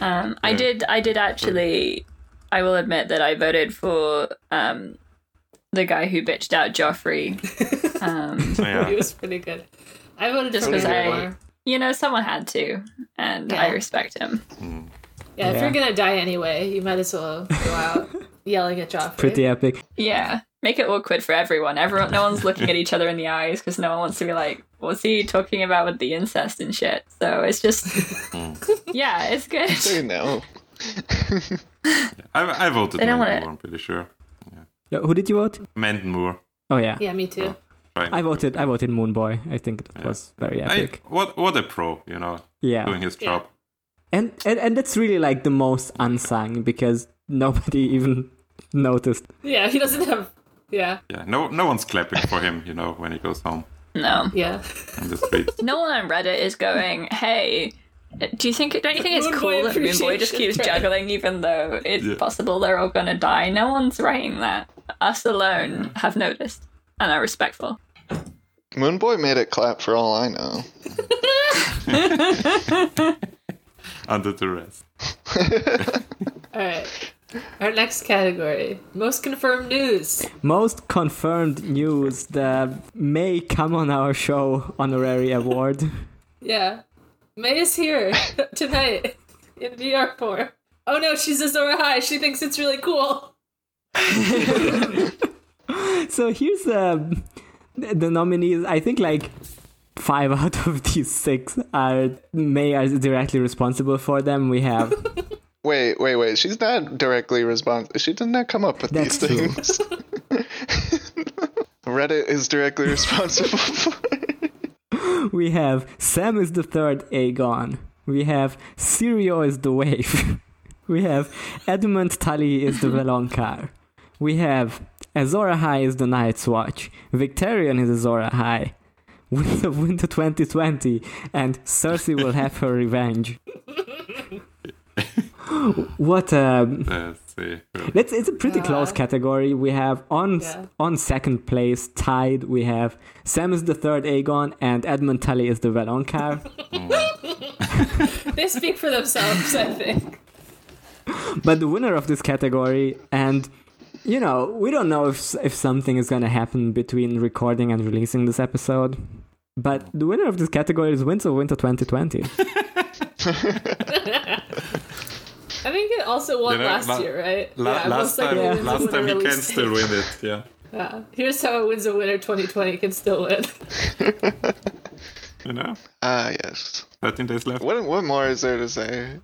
[SPEAKER 6] Um, I did. I did actually. I will admit that I voted for um, the guy who bitched out Joffrey. Um,
[SPEAKER 5] He
[SPEAKER 8] yeah.
[SPEAKER 5] was pretty good. I voted
[SPEAKER 6] Just
[SPEAKER 5] for
[SPEAKER 6] 'cause I-
[SPEAKER 5] Moore.
[SPEAKER 6] you know, someone had to, and I
[SPEAKER 5] Yeah.
[SPEAKER 6] respect him.
[SPEAKER 5] Yeah, if
[SPEAKER 7] Yeah.
[SPEAKER 5] you're gonna die anyway, you might as well go out yelling at Joffrey.
[SPEAKER 7] Pretty epic.
[SPEAKER 6] Yeah, make it awkward for everyone. Everyone, no one's looking at each other in the eyes because no one wants to be like, "What's he talking about with the incest and shit?" So it's just, yeah, it's good.
[SPEAKER 2] They know.
[SPEAKER 8] I, I voted
[SPEAKER 6] They
[SPEAKER 8] Mandan
[SPEAKER 6] don't
[SPEAKER 8] Moore.
[SPEAKER 6] wanna-
[SPEAKER 8] I'm pretty sure.
[SPEAKER 7] Yeah, Who did you vote?
[SPEAKER 8] Mandan Moore.
[SPEAKER 7] Oh yeah,
[SPEAKER 5] Yeah, me too.
[SPEAKER 8] Right.
[SPEAKER 7] I voted. I voted Moonboy. I think that was very
[SPEAKER 8] I-
[SPEAKER 7] epic.
[SPEAKER 8] what what a pro, you know,
[SPEAKER 7] yeah,
[SPEAKER 8] doing his job.
[SPEAKER 7] and, and and that's really like the most unsung because nobody even noticed.
[SPEAKER 5] Yeah, he doesn't have. Yeah,
[SPEAKER 8] Yeah, no no one's clapping for him, you know, when he goes home
[SPEAKER 6] No,
[SPEAKER 5] yeah.
[SPEAKER 8] in the street.
[SPEAKER 6] no one on Reddit is going, "Hey." Do you think? Don't you think it's
[SPEAKER 5] Moonboy
[SPEAKER 6] cool that Moonboy just
[SPEAKER 5] appreciation
[SPEAKER 6] keeps
[SPEAKER 5] Reddit.
[SPEAKER 6] juggling, even though it's
[SPEAKER 8] Yeah.
[SPEAKER 6] possible they're all gonna die? No one's writing that. Us alone have noticed and are respectful.
[SPEAKER 2] Moonboy made it clap for all I know.
[SPEAKER 8] Under the rest.
[SPEAKER 5] All right. Our next category: most confirmed news.
[SPEAKER 7] Most confirmed news: the May come on our show honorary award.
[SPEAKER 5] Yeah, May is here tonight in VR form. Oh no, she's a Zora High. She thinks it's really cool.
[SPEAKER 7] so here's uh, the nominees. I think like five out of these six are May are directly responsible for them. We have
[SPEAKER 2] Wait, wait, wait. She's not directly responsible. She did not come up with
[SPEAKER 7] That's
[SPEAKER 2] these
[SPEAKER 7] true.
[SPEAKER 2] things. Reddit is directly responsible for it.
[SPEAKER 7] we have Sam is the third Aegon. We have Sirio is the wave. we have Edmund Tully is the Velonkar. We have Azora High is the Night's Watch. Victorian is Azora High. Winds of Winter 2020 and Cersei will have her revenge. what a
[SPEAKER 8] Let's see. Well,
[SPEAKER 7] that's it's a pretty close category. We have on
[SPEAKER 5] Yeah.
[SPEAKER 7] on second place tied. We have Sam is the third Aegon and Edmund Tully is the Velonkar.
[SPEAKER 5] They speak for themselves, I think.
[SPEAKER 7] but the winner of this category and you know we don't know if if something is going to happen between recording and releasing this episode. But the winner of this category is Winds of Winter 2020.
[SPEAKER 5] I think it also won
[SPEAKER 8] You know,
[SPEAKER 5] last
[SPEAKER 8] la-
[SPEAKER 5] year, right?
[SPEAKER 8] la-
[SPEAKER 5] Yeah, most
[SPEAKER 8] last
[SPEAKER 5] likely
[SPEAKER 8] time,
[SPEAKER 5] wins a
[SPEAKER 8] last
[SPEAKER 5] winner
[SPEAKER 8] time he
[SPEAKER 5] release
[SPEAKER 8] can still
[SPEAKER 5] date.
[SPEAKER 8] win it. Yeah.
[SPEAKER 5] Yeah. Here's how a wins a winner 2020 can still win.
[SPEAKER 8] You know,
[SPEAKER 2] Ah, yes.
[SPEAKER 8] 13 days left.
[SPEAKER 2] What what more is there to say?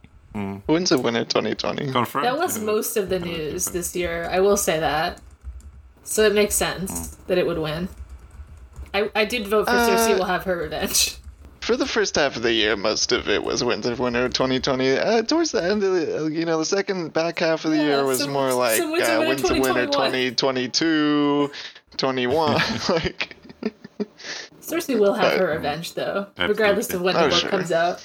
[SPEAKER 2] When's the winner 2020?
[SPEAKER 8] Confirmed.
[SPEAKER 5] That was
[SPEAKER 8] you know.
[SPEAKER 5] most of the news this year. I will say that. So it makes sense that it would win. I, I did vote for
[SPEAKER 7] Uh,
[SPEAKER 5] Cersei will have her revenge.
[SPEAKER 2] For the first half of the year, most of it was Winds of Winter 2020. Uh, towards the end of the, uh, you know, the second back half of the year was
[SPEAKER 5] some-
[SPEAKER 2] more like
[SPEAKER 5] some Winds of
[SPEAKER 2] uh,
[SPEAKER 5] Winter
[SPEAKER 2] Winds of Winter
[SPEAKER 5] 2021.
[SPEAKER 2] 2022, 21. like,
[SPEAKER 5] Cersei will have her revenge, though, regardless of when the
[SPEAKER 2] Oh,
[SPEAKER 5] book
[SPEAKER 2] sure.
[SPEAKER 5] comes out.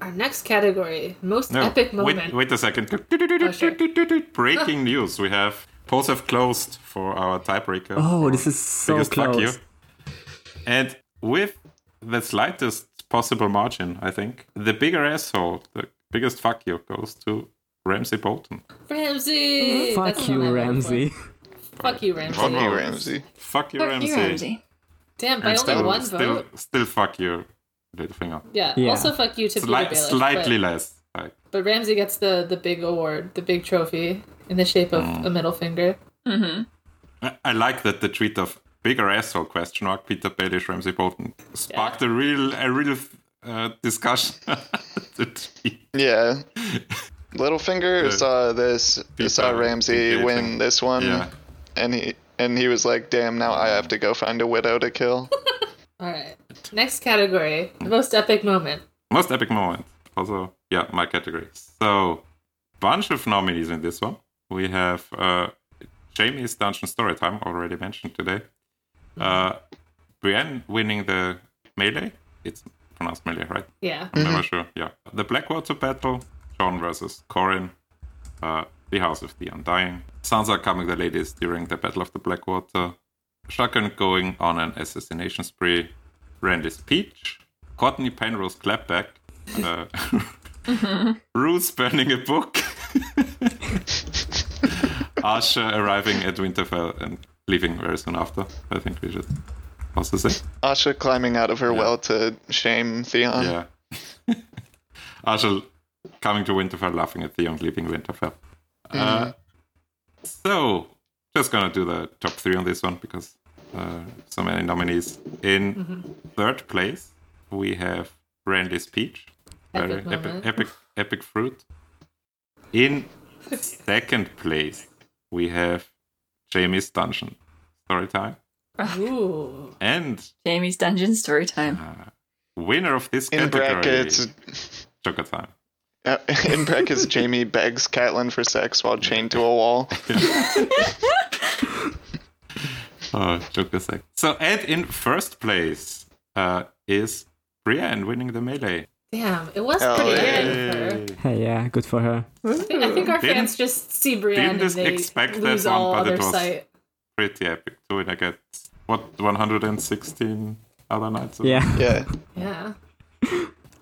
[SPEAKER 5] Our next category most
[SPEAKER 8] No,
[SPEAKER 5] epic moment. Oh, Ah.
[SPEAKER 8] Wait, wait a second.
[SPEAKER 5] sure.
[SPEAKER 8] Breaking news. We have polls have closed for our tiebreaker.
[SPEAKER 7] Oh, this is so
[SPEAKER 8] Biggest fuck you.
[SPEAKER 7] close.
[SPEAKER 8] And with the slightest possible margin, I think, the bigger asshole, the biggest fuck you goes to Ramsey Bolton.
[SPEAKER 5] Ramsey!
[SPEAKER 7] Mm-hmm. Fuck you, Ramsey.
[SPEAKER 5] Fuck you, Ramsey.
[SPEAKER 2] fuck you, Ramsey.
[SPEAKER 8] Fuck you, Ramsey.
[SPEAKER 5] Damn, by only one vote.
[SPEAKER 8] Still, still fuck you, Littlefinger.
[SPEAKER 5] yeah.
[SPEAKER 7] Yeah.
[SPEAKER 5] also fuck you to Peter
[SPEAKER 8] Sli-
[SPEAKER 5] Baelish,
[SPEAKER 8] slightly
[SPEAKER 5] but-
[SPEAKER 8] less. Like,
[SPEAKER 5] But Ramsey gets the the big award, the big trophy in the shape of a middle finger.
[SPEAKER 8] I- I like that the tweet of bigger asshole question mark Peter Baelish Ramsey Bolton sparked a real a real uh, discussion. the tweet.
[SPEAKER 2] Yeah. Littlefinger saw this,
[SPEAKER 8] Peter
[SPEAKER 2] saw Ramsey
[SPEAKER 8] Peter
[SPEAKER 2] win
[SPEAKER 8] thing.
[SPEAKER 2] this one,
[SPEAKER 8] Yeah.
[SPEAKER 2] and he and he was like, "Damn, now I have to go find a widow to kill."
[SPEAKER 5] All right. Next category, the most epic moment.
[SPEAKER 8] Most epic moment. Also, yeah, my category. So, bunch of nominees in this one. We have uh, Jamie's Dungeon Storytime, already mentioned today. Uh, Brienne winning the melee. It's pronounced melee, right?
[SPEAKER 5] Yeah.
[SPEAKER 8] I'm
[SPEAKER 2] Mm-hmm.
[SPEAKER 8] never sure. Yeah. The Blackwater battle, John versus Corin, uh, the House of the Undying, Sansa coming the ladies during the Battle of the Blackwater, Shaken going on an assassination spree, Randy's Peach, Courtney Penrose clapback, uh, Ruth burning a book, Archer arriving at Winterfell and leaving very soon after. I think we should also say.
[SPEAKER 2] Asha climbing out of her well to shame Theon.
[SPEAKER 8] Yeah. Arshel coming to Winterfell, laughing at Theon leaving Winterfell. Uh, so, just gonna do the top three on this one because uh, so many nominees. In
[SPEAKER 5] Mm. Mm-hmm.
[SPEAKER 8] third place, we have Randy's Peach. Very
[SPEAKER 5] Epic
[SPEAKER 8] epic,
[SPEAKER 5] moment.
[SPEAKER 8] epic, epic fruit. In second place, we have Jamie's Dungeon. Story time.
[SPEAKER 5] Ooh.
[SPEAKER 8] And
[SPEAKER 6] Jamie's Dungeon story time.
[SPEAKER 8] winner of this
[SPEAKER 2] In
[SPEAKER 8] category,
[SPEAKER 2] brackets,
[SPEAKER 8] Joker time.
[SPEAKER 2] uh, in brackets, Jamie begs Catelyn for sex while chained to a wall.
[SPEAKER 8] Oh, took a sec. So, Ed in first place uh, is Brienne winning the melee.
[SPEAKER 5] Damn, it was
[SPEAKER 2] Oh,
[SPEAKER 5] pretty
[SPEAKER 2] yeah.
[SPEAKER 5] good for her.
[SPEAKER 7] Hey, yeah, good for her.
[SPEAKER 5] I think- I think our
[SPEAKER 8] Didn't-
[SPEAKER 5] fans just see Brienne and
[SPEAKER 8] just
[SPEAKER 5] they
[SPEAKER 8] expect that
[SPEAKER 5] lose
[SPEAKER 8] one,
[SPEAKER 5] all
[SPEAKER 8] but
[SPEAKER 5] other
[SPEAKER 8] it was-
[SPEAKER 5] sight.
[SPEAKER 8] Pretty epic too, and I get what 116 other knights.
[SPEAKER 7] Yeah.
[SPEAKER 2] Yeah,
[SPEAKER 5] Yeah.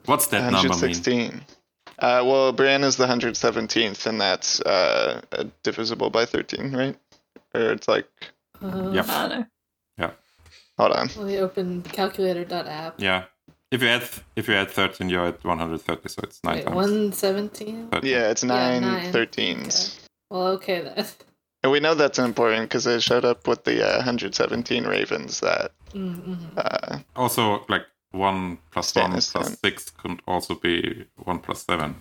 [SPEAKER 8] What's that number mean?
[SPEAKER 2] 116. Uh, well, Bran is the 117th, and that's uh, uh, divisible by 13, right? Or it's like,
[SPEAKER 6] I don't know.
[SPEAKER 8] Yeah,
[SPEAKER 2] hold on.
[SPEAKER 5] Uh, Let me open calculator.app.
[SPEAKER 8] yeah. If you add if you add 13, you're at 130, so it's nine
[SPEAKER 5] Wait,
[SPEAKER 8] times.
[SPEAKER 5] 117?
[SPEAKER 8] 13.
[SPEAKER 2] Yeah, it's
[SPEAKER 5] Yeah,
[SPEAKER 2] nine
[SPEAKER 5] nine.
[SPEAKER 2] 13s.
[SPEAKER 5] Well, okay then.
[SPEAKER 2] And we know that's important because they showed up with the uh, 117 ravens that
[SPEAKER 5] Mm-hmm.
[SPEAKER 2] uh,
[SPEAKER 8] Also, like one plus one
[SPEAKER 2] Stannis,
[SPEAKER 8] plus
[SPEAKER 2] um,
[SPEAKER 8] six could also be one plus seven.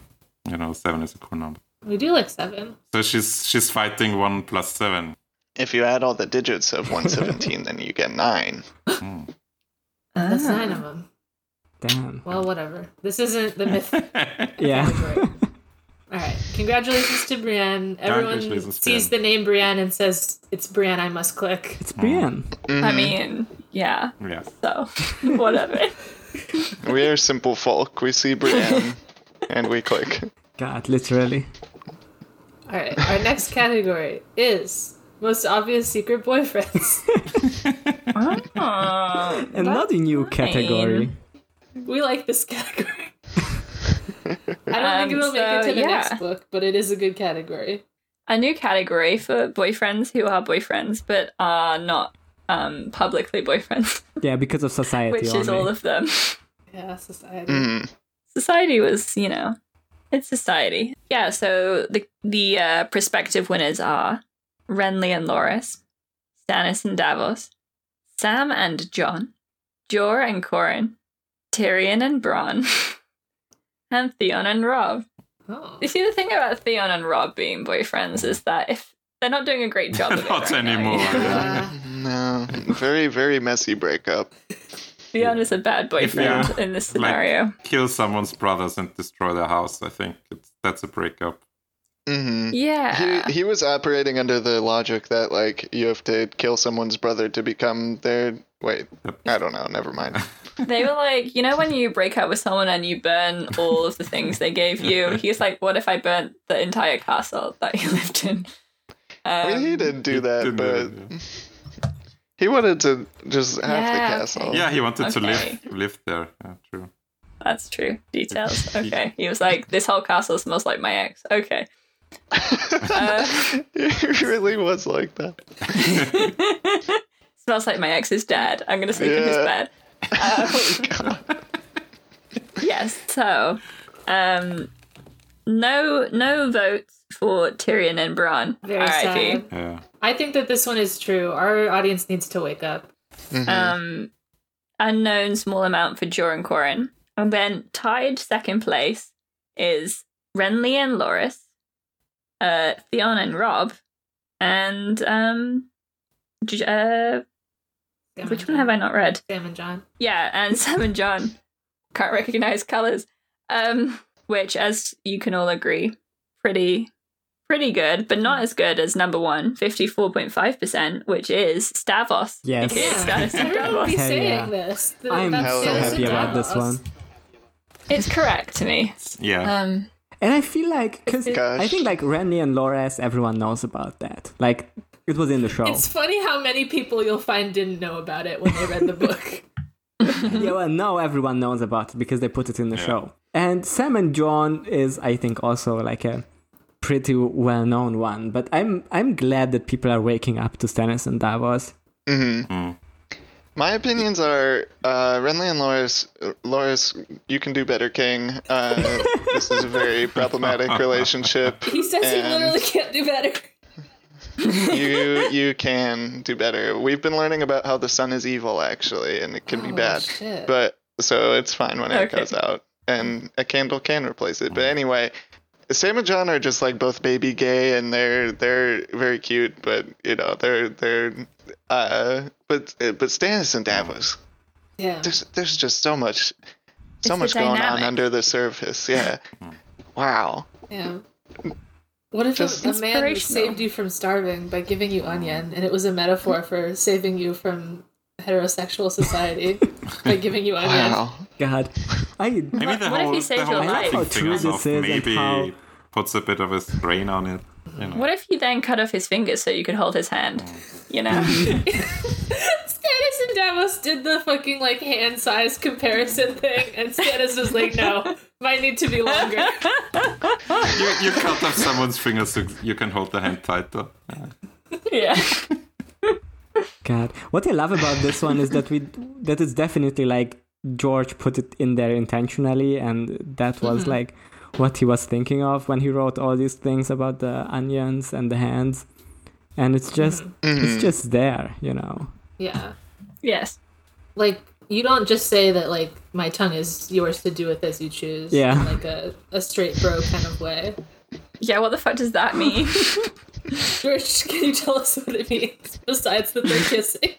[SPEAKER 8] You know, seven is a cool number.
[SPEAKER 5] We do like seven.
[SPEAKER 8] So she's she's fighting one plus seven.
[SPEAKER 2] if you add all the digits of 117 then you get 9
[SPEAKER 8] Mm,
[SPEAKER 5] That's nine of them.
[SPEAKER 7] Damn.
[SPEAKER 5] Well, whatever. This isn't the myth. All
[SPEAKER 7] Yeah.
[SPEAKER 5] right. Congratulations to Brienne. Everyone
[SPEAKER 8] Congratulations,
[SPEAKER 5] sees the
[SPEAKER 8] Brienne.
[SPEAKER 5] name Brienne and says, it's Brienne, I must click.
[SPEAKER 7] It's Brienne.
[SPEAKER 2] Mm-hmm.
[SPEAKER 6] I mean, yeah.
[SPEAKER 8] Yeah.
[SPEAKER 6] So, whatever.
[SPEAKER 2] we are simple folk we see brienne and we click
[SPEAKER 7] God, literally.
[SPEAKER 5] All right. Our next category is most obvious secret boyfriends.
[SPEAKER 7] Another new category.
[SPEAKER 5] we like this category. I don't think
[SPEAKER 6] Um,
[SPEAKER 5] it'll make it
[SPEAKER 6] so,
[SPEAKER 5] to the
[SPEAKER 6] yeah.
[SPEAKER 5] next book, but it is a good category.
[SPEAKER 6] a new category for boyfriends who are boyfriends but are not um, publicly boyfriends,
[SPEAKER 7] Yeah, because of society.
[SPEAKER 6] which is
[SPEAKER 7] only.
[SPEAKER 6] all of them.
[SPEAKER 5] Yeah, society.
[SPEAKER 7] Mm.
[SPEAKER 2] Mm-hmm.
[SPEAKER 6] Society was, you know, it's society. Yeah. So the the uh, prospective winners are Renly and Loris, Stannis and Davos, Sam and John, Jor and Corin, Tyrion and Bronn, and Theon and Rob.
[SPEAKER 5] Oh.
[SPEAKER 6] You see, the thing about Theon and Rob being boyfriends is that if they're not doing a great job of it
[SPEAKER 8] Not
[SPEAKER 6] right now,
[SPEAKER 8] anymore.
[SPEAKER 6] you know?
[SPEAKER 5] Uh,
[SPEAKER 2] no very very messy breakup
[SPEAKER 6] Theon is a bad boyfriend
[SPEAKER 8] Yeah.
[SPEAKER 6] in this scenario.
[SPEAKER 8] Like, kill someone's brothers and destroy their house. I think it's, that's a breakup.
[SPEAKER 2] hmm
[SPEAKER 6] yeah.
[SPEAKER 2] he, he was operating under the logic that like you have to kill someone's brother to become their wait i don't know never mind
[SPEAKER 6] they were like, you know, when you break up with someone and you burn all of the things they gave you, he's like, what if I burnt the entire castle that you lived in? Um,
[SPEAKER 2] i mean he did do that
[SPEAKER 8] Didn't
[SPEAKER 2] but
[SPEAKER 8] it?
[SPEAKER 2] he wanted to just have
[SPEAKER 6] Yeah,
[SPEAKER 2] the castle
[SPEAKER 8] yeah, he wanted to
[SPEAKER 6] Oh, Okay.
[SPEAKER 8] live live there. Yeah, true.
[SPEAKER 6] That's true. Details. Okay. He was like, this whole castle smells like my ex. Okay. Uh,
[SPEAKER 2] he really was like that
[SPEAKER 6] smells like my ex's dad. I'm going to sleep in his
[SPEAKER 2] Yeah.
[SPEAKER 6] bed.
[SPEAKER 2] Oh,
[SPEAKER 6] Um, yes. So, um, No, no votes for Tyrion and Bran.
[SPEAKER 5] Very
[SPEAKER 6] R.I.P.
[SPEAKER 5] sad.
[SPEAKER 8] Yeah.
[SPEAKER 5] I think that this one is true. Our audience needs to wake up.
[SPEAKER 6] Um, unknown small amount for Joran Corin. And then tied second place is Renly and Loris, uh, Theon and Rob, and um, J- uh,
[SPEAKER 5] Sam
[SPEAKER 6] which
[SPEAKER 5] and
[SPEAKER 6] one have I not read?
[SPEAKER 5] Sam and John.
[SPEAKER 6] Yeah, and Sam and John can't recognize colors. Um, which, as you can all agree, pretty, pretty good, but not as good as number one, 54.5%, which is Stavos.
[SPEAKER 7] Yes.
[SPEAKER 6] It is Stannis and
[SPEAKER 5] Everyone will
[SPEAKER 6] Davos.
[SPEAKER 5] be
[SPEAKER 7] Hell
[SPEAKER 5] saying
[SPEAKER 7] yeah.
[SPEAKER 5] this. that
[SPEAKER 7] I'm
[SPEAKER 5] that's
[SPEAKER 7] so
[SPEAKER 5] Stannis and
[SPEAKER 7] happy about this
[SPEAKER 5] Davos.
[SPEAKER 7] one.
[SPEAKER 6] It's correct to me.
[SPEAKER 8] Yeah.
[SPEAKER 6] Um,
[SPEAKER 7] And I feel like, because
[SPEAKER 2] Gosh.
[SPEAKER 7] I think like Renly and Loras, everyone knows about that. Like, it was in the show.
[SPEAKER 5] It's funny how many people you'll find didn't know about it when they read the book.
[SPEAKER 7] yeah, well, now everyone knows about it because they put it in the show. And Sam and John is, I think, also like a pretty well-known one. But I'm I'm glad that people are waking up to Stannis and Davos.
[SPEAKER 2] My opinions are uh, Renly and Loris. Loris, you can do better, King. Uh, this is a very problematic relationship.
[SPEAKER 5] He says he
[SPEAKER 2] And-
[SPEAKER 5] literally can't do better.
[SPEAKER 2] You you can do better. We've been learning about how the sun is evil, actually, and it can be bad.
[SPEAKER 5] shit.
[SPEAKER 2] But so it's fine when it
[SPEAKER 6] Oh, Okay.
[SPEAKER 2] goes out, and a candle can replace it. But anyway, Sam and John are just like both baby gay, and they're they're very cute, but you know they're they're. Uh, but but Stannis and Davos,
[SPEAKER 5] Yeah.
[SPEAKER 2] there's there's just so much so
[SPEAKER 6] the
[SPEAKER 2] much going on
[SPEAKER 6] dynamic.
[SPEAKER 2] under the surface yeah wow
[SPEAKER 5] Yeah. What if
[SPEAKER 2] Just-
[SPEAKER 5] a, a man
[SPEAKER 6] Inspirational.
[SPEAKER 5] saved you from starving by giving you onion, and it was a metaphor for saving you from heterosexual society by giving you onion?
[SPEAKER 2] wow
[SPEAKER 7] God, I
[SPEAKER 8] Maybe the
[SPEAKER 6] what if
[SPEAKER 8] whole,
[SPEAKER 6] he saved
[SPEAKER 8] the whole
[SPEAKER 6] your life?
[SPEAKER 8] laughing
[SPEAKER 7] How true
[SPEAKER 8] thing is
[SPEAKER 7] this
[SPEAKER 8] off.
[SPEAKER 7] is and
[SPEAKER 8] maybe
[SPEAKER 7] how-
[SPEAKER 8] puts a bit of a strain on it. You know.
[SPEAKER 6] What if you then cut off his fingers so you could hold his hand? You know?
[SPEAKER 5] Stannis and Davos did the fucking like hand size comparison thing, and Stannis was like, "No, might need to be longer."
[SPEAKER 8] you, you cut off someone's finger so you can hold the hand tighter.
[SPEAKER 6] yeah.
[SPEAKER 7] God, what I love about this one is that we that it's definitely like George put it in there intentionally, and that was
[SPEAKER 6] Mm-hmm.
[SPEAKER 7] like what he was thinking of when he wrote all these things about the onions and the hands, and it's just
[SPEAKER 6] Mm-hmm.
[SPEAKER 2] Mm-hmm. Mm.
[SPEAKER 7] it's just there, you know.
[SPEAKER 5] yeah,
[SPEAKER 6] Yes.
[SPEAKER 5] like you don't just say that. Like my tongue is yours to do with as you choose.
[SPEAKER 7] Yeah.
[SPEAKER 5] in, like a, a straight bro kind of way.
[SPEAKER 6] Yeah, what the fuck does that mean?
[SPEAKER 5] George, can you tell us what it means besides that they're kissing?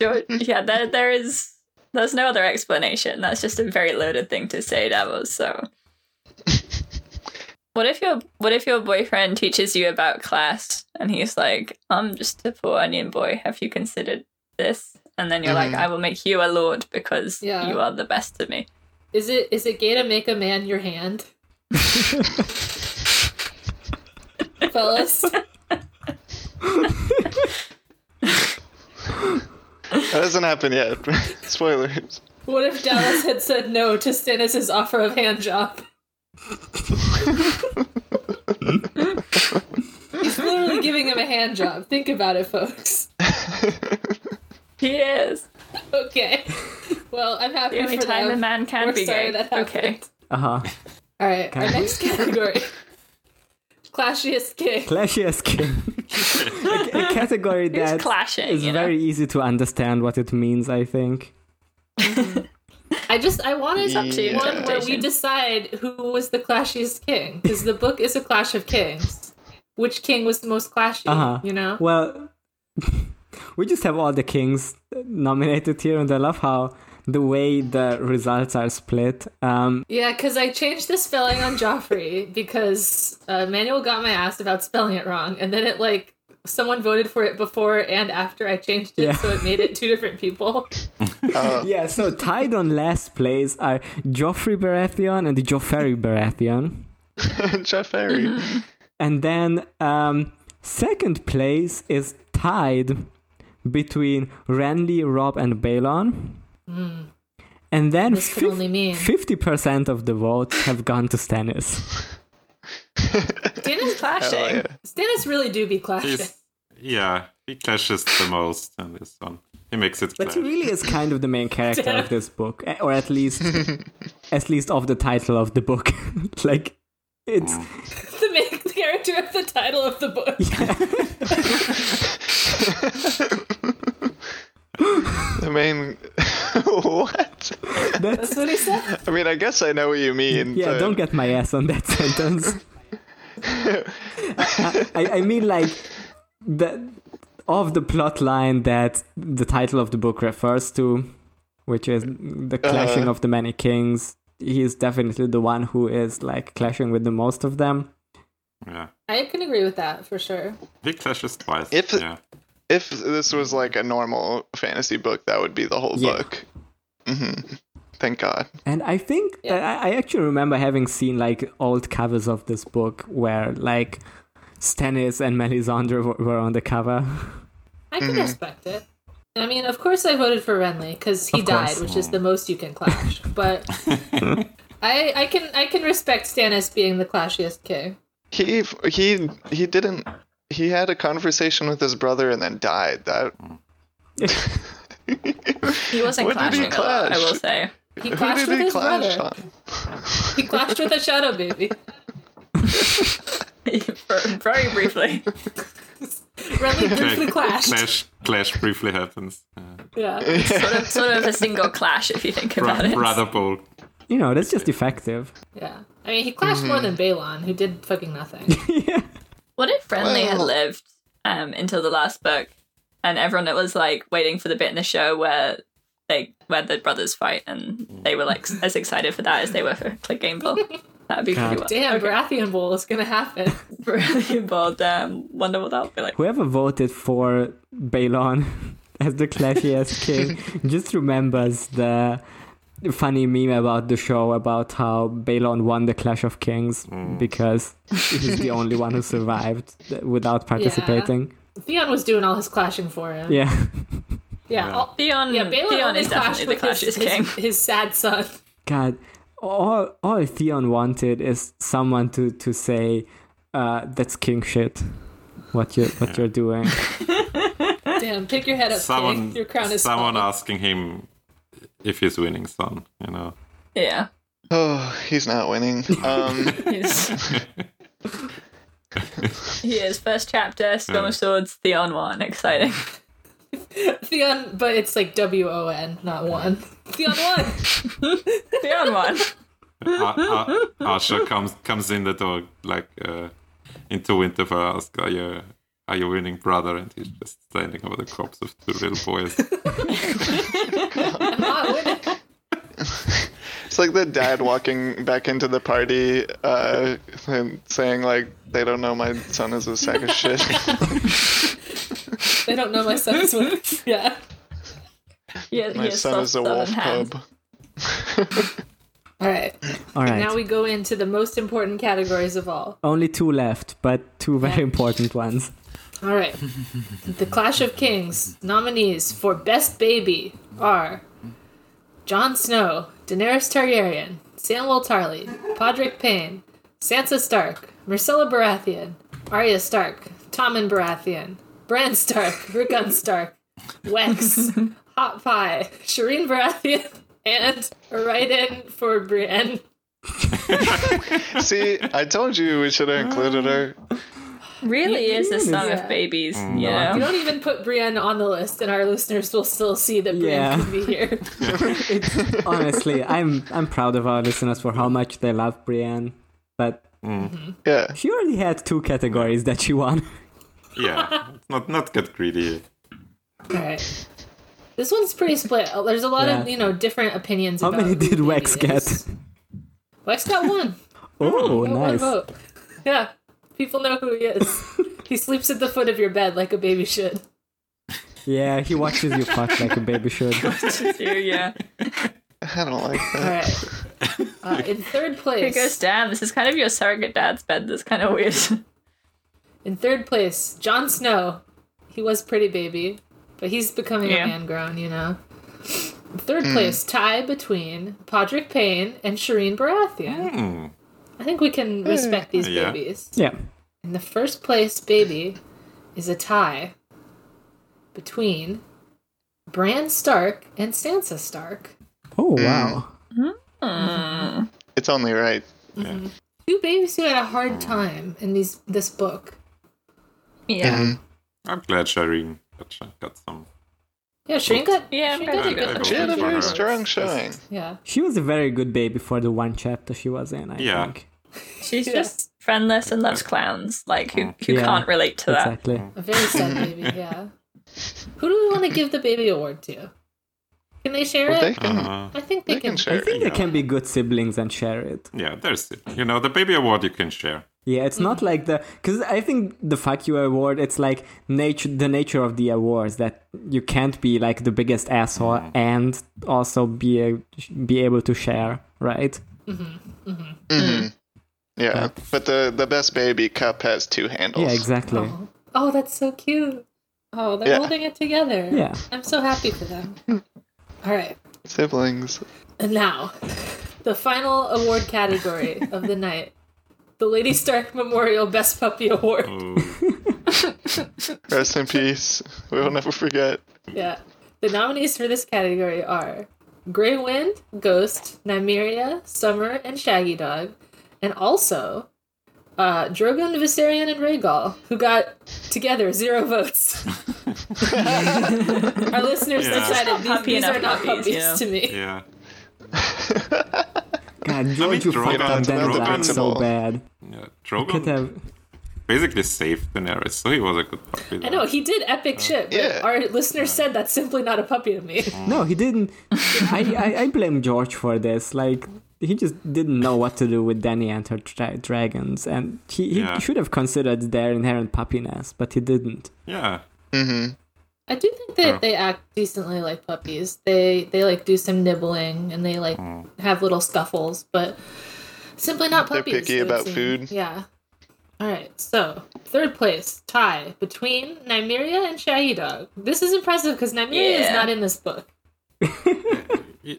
[SPEAKER 6] George, yeah, there, there is. There's no other explanation. That's just a very loaded thing to say, Davos. So, what if your what if your boyfriend teaches you about class and he's like, "I'm just a poor onion boy. Have you considered this?" And then you're like, "I will make you a lord because
[SPEAKER 5] Yeah.
[SPEAKER 6] you are the best of me."
[SPEAKER 5] Is it is it gay to make a man your hand? Fellas,
[SPEAKER 2] that hasn't happened yet spoilers
[SPEAKER 5] what if Dallas had said no to Stannis' offer of hand job? He's literally giving him a hand job. Think about it, folks.
[SPEAKER 6] He is
[SPEAKER 5] Okay. Well, I'm happy
[SPEAKER 6] the only
[SPEAKER 5] for
[SPEAKER 6] time
[SPEAKER 5] them.
[SPEAKER 6] a man can
[SPEAKER 5] We're
[SPEAKER 6] be
[SPEAKER 5] sorry
[SPEAKER 6] gay.
[SPEAKER 5] that happened.
[SPEAKER 6] okay,
[SPEAKER 7] Uh huh.
[SPEAKER 5] All right, our next category: clashiest king.
[SPEAKER 7] Clashiest king. a, a category
[SPEAKER 6] it's
[SPEAKER 7] that
[SPEAKER 6] clashing.
[SPEAKER 7] is
[SPEAKER 6] you know?
[SPEAKER 7] very easy to understand what it means. I think.
[SPEAKER 5] I just I wanted
[SPEAKER 6] It's up to your
[SPEAKER 5] one where we
[SPEAKER 6] interpretation.
[SPEAKER 5] decide who was the clashiest king because the book is a clash of kings which king was the most clashy
[SPEAKER 7] Uh-huh.
[SPEAKER 5] you know
[SPEAKER 7] Well, we just have all the kings nominated here, and I love how the way the results are split. Um,
[SPEAKER 5] yeah because i changed the spelling on joffrey because uh, manuel got my ass about spelling it wrong and then it like someone voted for it before and after i changed it
[SPEAKER 7] Yeah.
[SPEAKER 5] so it made it two different people
[SPEAKER 2] Um,
[SPEAKER 7] yeah, so tied on last place are Joffrey Baratheon and Joffrey Baratheon.
[SPEAKER 2] jeff harry
[SPEAKER 7] And then um, second place is tied between Randy, Rob, and Balon. And then
[SPEAKER 5] Hmm. This could only mean-
[SPEAKER 7] 50% of the votes have gone to Stannis.
[SPEAKER 5] stannis clashing
[SPEAKER 2] Oh, yeah.
[SPEAKER 5] stannis really do be clashing
[SPEAKER 8] He's, yeah, he clashes the most in this one. He makes it
[SPEAKER 7] But
[SPEAKER 8] clash.
[SPEAKER 7] he really is kind of the main character of this book, eh, or at least, at least of the title of the book. like It's
[SPEAKER 8] Mm.
[SPEAKER 5] the main character of the title of the book.
[SPEAKER 2] The main. what?
[SPEAKER 7] that's
[SPEAKER 5] That's what he said.
[SPEAKER 2] I mean, I guess I know what you mean.
[SPEAKER 7] yeah.
[SPEAKER 2] but-
[SPEAKER 7] Don't get my ass on that sentence. I, I, I mean, like the of the plot line that the title of the book refers to, which is the clashing of the many kings. He is definitely the one who is like clashing with the most of them.
[SPEAKER 8] Yeah.
[SPEAKER 5] I can agree with that for sure.
[SPEAKER 8] He clashes twice.
[SPEAKER 2] If-
[SPEAKER 8] yeah.
[SPEAKER 2] If this was like a normal fantasy book, that would be the whole
[SPEAKER 7] Yeah.
[SPEAKER 2] book. hmm Thank God.
[SPEAKER 7] And I think that I, I actually remember having seen like old covers of this book where like Stannis and Melisandre were, were on the cover.
[SPEAKER 5] I
[SPEAKER 2] Mm-hmm.
[SPEAKER 5] can respect it. I mean, of course, I voted for Renly because he
[SPEAKER 7] Of
[SPEAKER 5] died,
[SPEAKER 7] course.
[SPEAKER 5] which is the most you can clash. but I, I can, I can respect Stannis being the clashiest king.
[SPEAKER 2] He he he didn't. He had a conversation with his brother and then died. That
[SPEAKER 6] He wasn't
[SPEAKER 2] What
[SPEAKER 6] clashing
[SPEAKER 2] did he
[SPEAKER 6] a lot, I
[SPEAKER 2] clash?
[SPEAKER 6] will say.
[SPEAKER 5] He
[SPEAKER 2] who
[SPEAKER 5] clashed
[SPEAKER 2] did
[SPEAKER 5] with
[SPEAKER 2] he
[SPEAKER 5] his
[SPEAKER 2] clash
[SPEAKER 5] brother.
[SPEAKER 2] on?
[SPEAKER 5] He clashed with a shadow baby.
[SPEAKER 6] Ver- Very briefly.
[SPEAKER 5] Renly briefly clashed.
[SPEAKER 8] Clash, clash briefly happens. Yeah.
[SPEAKER 5] Yeah.
[SPEAKER 6] sort, of, sort of a single clash, if you think about
[SPEAKER 8] Ra-
[SPEAKER 6] it.
[SPEAKER 8] rather bold.
[SPEAKER 7] You know, that's just effective.
[SPEAKER 5] Yeah. I mean, he clashed more
[SPEAKER 2] Mm-hmm.
[SPEAKER 5] than Balon, who did fucking nothing.
[SPEAKER 6] What if Friendly had
[SPEAKER 2] Well-
[SPEAKER 6] lived um, until the last book, and everyone that was like waiting for the bit in the show where they where the brothers fight, and they were like as excited for that as they were for Click Game Ball? That'd be pretty
[SPEAKER 7] God.
[SPEAKER 6] well.
[SPEAKER 5] Damn, Baratheon Bowl is gonna happen.
[SPEAKER 6] Really bold. Um, wonder what that would be like.
[SPEAKER 7] Whoever voted for Balon as the clashiest king just remembers the funny meme about the show about how Balon won the Clash of Kings because he's the only one who survived without participating.
[SPEAKER 5] Theon was doing all his clashing for him.
[SPEAKER 7] yeah.
[SPEAKER 5] Yeah. all-
[SPEAKER 6] Theon,
[SPEAKER 5] yeah, Balon
[SPEAKER 6] Mm, Theon
[SPEAKER 5] only
[SPEAKER 6] is
[SPEAKER 5] clashed
[SPEAKER 6] definitely the
[SPEAKER 5] with his,
[SPEAKER 6] clashes
[SPEAKER 5] his,
[SPEAKER 6] king.
[SPEAKER 5] his sad son.
[SPEAKER 7] God, all all Theon wanted is someone to to say, uh, "That's king shit." What you what you're doing?
[SPEAKER 5] Damn, pick your head up,
[SPEAKER 8] Someone,
[SPEAKER 5] King. Your crown is
[SPEAKER 8] someone
[SPEAKER 5] falling.
[SPEAKER 8] asking him if he's winning son, you know.
[SPEAKER 6] Yeah.
[SPEAKER 2] Oh, he's not winning. Um,
[SPEAKER 6] He's... he is. First chapter, Storm
[SPEAKER 2] Mm.
[SPEAKER 6] of Swords, Theon 1. Exciting.
[SPEAKER 5] Theon, but it's like W O N, not one. Theon won.
[SPEAKER 6] Theon 1.
[SPEAKER 8] Ar- Ar- Archer comes comes in the door like uh, into Winterfell. Asks, are you are you winning, brother? And he's just standing over the corpse of two little boys.
[SPEAKER 5] Not winning.
[SPEAKER 2] It's like the dad walking back into the party uh, and saying like they don't know my son is a sack of shit.
[SPEAKER 5] They don't know my son's winning. Yeah.
[SPEAKER 6] Yeah, he
[SPEAKER 2] my
[SPEAKER 6] soft-
[SPEAKER 2] son is a
[SPEAKER 6] southern
[SPEAKER 2] wolf
[SPEAKER 6] hand.
[SPEAKER 2] cub.
[SPEAKER 5] All right.
[SPEAKER 7] All right,
[SPEAKER 5] Now we go into the most important categories of all.
[SPEAKER 7] only two left, but two very important ones.
[SPEAKER 5] All right. the Clash of Kings nominees for Best Baby are Jon Snow, Daenerys Targaryen, Samuel Tarly, Podrick Payne, Sansa Stark, Marcella Baratheon, Arya Stark, Tommen Baratheon, Bran Stark, Rickon Stark, Wex, Hot Pie, Shireen Baratheon, and Raiden for Brienne.
[SPEAKER 2] See, I told you we should have
[SPEAKER 5] Uh.
[SPEAKER 2] included her.
[SPEAKER 6] Really is a song
[SPEAKER 5] Yeah.
[SPEAKER 6] of babies,
[SPEAKER 2] Mm,
[SPEAKER 5] We
[SPEAKER 6] you know?
[SPEAKER 5] don't even put Brienne on the list, and our listeners will still see that Brienne
[SPEAKER 7] Yeah.
[SPEAKER 5] could be here.
[SPEAKER 7] Honestly, I'm I'm proud of our listeners for how much they love Brienne, but
[SPEAKER 8] Mm.
[SPEAKER 2] Yeah,
[SPEAKER 7] she already had two categories that she won.
[SPEAKER 8] yeah, not not get greedy.
[SPEAKER 5] Alright. This one's pretty split. Uh, There's a lot of,
[SPEAKER 7] Yeah.
[SPEAKER 5] you know, different opinions
[SPEAKER 7] How
[SPEAKER 5] about
[SPEAKER 7] many
[SPEAKER 5] who
[SPEAKER 7] did
[SPEAKER 5] the
[SPEAKER 7] Wex
[SPEAKER 5] baby
[SPEAKER 7] get?
[SPEAKER 5] is. Wex got one.
[SPEAKER 7] Oh,
[SPEAKER 5] Got One
[SPEAKER 7] nice.
[SPEAKER 5] vote. Yeah. People know who he is. he sleeps at the foot of your bed like a baby should.
[SPEAKER 7] Yeah, he watches you fuck like a baby should.
[SPEAKER 6] Yeah. yeah.
[SPEAKER 2] I don't like that.
[SPEAKER 5] Alright. Uh, in third
[SPEAKER 6] Here goes
[SPEAKER 5] place,
[SPEAKER 6] Dan. This is kind of your surrogate dad's bed. That's kind of weird. Hmm.
[SPEAKER 5] in third place, Jon Snow. He was pretty baby, but he's becoming
[SPEAKER 6] Yeah. Hmm.
[SPEAKER 5] a man grown, you know. In Third place, tie between Podrick Payne and Shireen Baratheon.
[SPEAKER 8] Hmm.
[SPEAKER 5] I think we can respect
[SPEAKER 6] Hmm.
[SPEAKER 5] these
[SPEAKER 8] Yeah.
[SPEAKER 5] babies.
[SPEAKER 7] Yeah,
[SPEAKER 5] And the first place baby is a tie between Bran Stark and Sansa Stark.
[SPEAKER 7] Oh wow.
[SPEAKER 2] It's only right.
[SPEAKER 5] The two babies who had a hard time in these this book.
[SPEAKER 6] Yeah.
[SPEAKER 2] Mm.
[SPEAKER 8] I'm glad Shireen got, sh- got some.
[SPEAKER 5] Yeah, Shireen got
[SPEAKER 6] Yeah,
[SPEAKER 5] Shireen
[SPEAKER 6] I'm
[SPEAKER 5] got a
[SPEAKER 6] pretty
[SPEAKER 5] good
[SPEAKER 6] good.
[SPEAKER 5] one.
[SPEAKER 2] She had a
[SPEAKER 8] Yeah.
[SPEAKER 2] very strong showing.
[SPEAKER 5] Yeah,
[SPEAKER 7] She was a very good baby for the one chapter she was in, I
[SPEAKER 8] Yeah.
[SPEAKER 7] think.
[SPEAKER 6] She's just friendless and loves clowns, like who who
[SPEAKER 7] Yeah,
[SPEAKER 6] can't relate to that.
[SPEAKER 7] Exactly.
[SPEAKER 5] a very sad baby. Yeah. Who do we want to give the baby award to? Can they share
[SPEAKER 2] Well,
[SPEAKER 5] it?
[SPEAKER 2] they can,
[SPEAKER 8] Uh-huh. Uh,
[SPEAKER 5] I think they,
[SPEAKER 2] they can
[SPEAKER 7] I
[SPEAKER 2] share.
[SPEAKER 7] think they can be good siblings and share it.
[SPEAKER 8] Yeah, there's it. You know, the baby award you can share.
[SPEAKER 7] Yeah, it's not like the because I think the fuck you award. It's like nature, the nature of the awards that you can't be like the biggest asshole and also be a, be able to share, right?
[SPEAKER 2] Mm-hmm. Yeah, but the the best baby cup has two handles.
[SPEAKER 7] Yeah, exactly.
[SPEAKER 5] Oh, that's so cute. Oh, they're
[SPEAKER 2] Yeah.
[SPEAKER 5] holding it together.
[SPEAKER 7] Yeah.
[SPEAKER 5] I'm so happy for them. All right.
[SPEAKER 2] Siblings.
[SPEAKER 5] And now, the final award category of the night the Lady Stark Memorial Best Puppy Award.
[SPEAKER 8] Mm. Oh,
[SPEAKER 2] Rest in peace. We will never forget.
[SPEAKER 5] Yeah. The nominees for this category are Grey Wind, Ghost, Nymeria, Summer, and Shaggy Dog, and also uh, Drogon, Viserion, and Rhaegal, who got together zero votes. Our listeners
[SPEAKER 8] Yeah.
[SPEAKER 5] decided these,
[SPEAKER 6] Puppy
[SPEAKER 5] these
[SPEAKER 6] enough
[SPEAKER 5] are not puppies
[SPEAKER 6] puppies, yeah.
[SPEAKER 5] to me.
[SPEAKER 8] Yeah.
[SPEAKER 7] God, George, you
[SPEAKER 8] Drogon-
[SPEAKER 7] fucked up
[SPEAKER 2] Drogon's
[SPEAKER 7] Denzel
[SPEAKER 2] the
[SPEAKER 7] up so
[SPEAKER 2] principal.
[SPEAKER 7] bad.
[SPEAKER 8] Yeah.
[SPEAKER 7] Could
[SPEAKER 8] Drogon
[SPEAKER 7] have-
[SPEAKER 8] basically saved Daenerys, so he was a good puppy.
[SPEAKER 5] I know he did epic shit, but
[SPEAKER 2] Yeah.
[SPEAKER 5] our listeners said that's simply not a puppy to me.
[SPEAKER 7] No, he didn't. I, I I blame George for this. Like he just didn't know what to do with Danny and her dra- dragons, and he, he
[SPEAKER 8] Yeah.
[SPEAKER 7] should have considered their inherent puppiness, but he didn't.
[SPEAKER 8] Yeah.
[SPEAKER 5] I do think that they act decently like puppies. They they like do some nibbling and they like have little scuffles, but simply not
[SPEAKER 2] Hmm. They're
[SPEAKER 5] puppies.
[SPEAKER 2] picky
[SPEAKER 5] it would
[SPEAKER 2] about
[SPEAKER 5] seem.
[SPEAKER 2] food.
[SPEAKER 5] Yeah. All right. So third place tie between Nymeria and Shaggy Dog. This is impressive because Nymeria is
[SPEAKER 6] Yeah.
[SPEAKER 5] not in this book.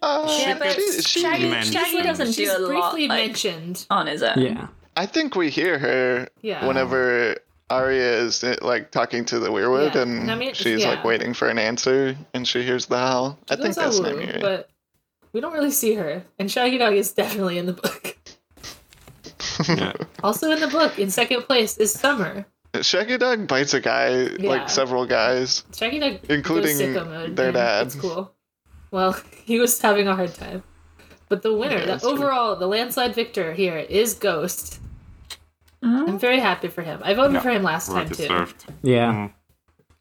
[SPEAKER 2] Uh,
[SPEAKER 6] Yeah, but
[SPEAKER 2] she- she-
[SPEAKER 6] Shaggy,
[SPEAKER 8] meant-
[SPEAKER 6] Shaggy doesn't
[SPEAKER 5] She's
[SPEAKER 6] do a lot
[SPEAKER 5] briefly
[SPEAKER 6] like,
[SPEAKER 5] mentioned.
[SPEAKER 6] on his own.
[SPEAKER 7] Yeah,
[SPEAKER 2] I think we hear her
[SPEAKER 5] Yeah.
[SPEAKER 2] whenever Arya is eh, like talking to the weirwood
[SPEAKER 5] Yeah,
[SPEAKER 2] and
[SPEAKER 5] Namir-
[SPEAKER 2] she's
[SPEAKER 5] yeah.
[SPEAKER 2] like waiting for an answer and she hears the howl. I think
[SPEAKER 5] Goes
[SPEAKER 2] that's
[SPEAKER 5] Awu,
[SPEAKER 2] Namir.
[SPEAKER 5] But we don't really see her, and Shaggy Dog is definitely in the book.
[SPEAKER 8] Yeah.
[SPEAKER 5] Also in the book, in second place is Summer.
[SPEAKER 2] Shaggy Dog bites a guy,
[SPEAKER 5] Yeah.
[SPEAKER 2] like several guys.
[SPEAKER 5] Shaggy Dog goes
[SPEAKER 2] Including
[SPEAKER 5] sicko mode,
[SPEAKER 2] their
[SPEAKER 5] and
[SPEAKER 2] dad.
[SPEAKER 5] It's cool. Well, he was having a hard time. But the winner,
[SPEAKER 2] that's
[SPEAKER 5] the overall, the landslide victor here is Ghost. I'm very happy for him. I voted for him last
[SPEAKER 8] Well
[SPEAKER 5] time too.
[SPEAKER 8] deserved.
[SPEAKER 7] yeah.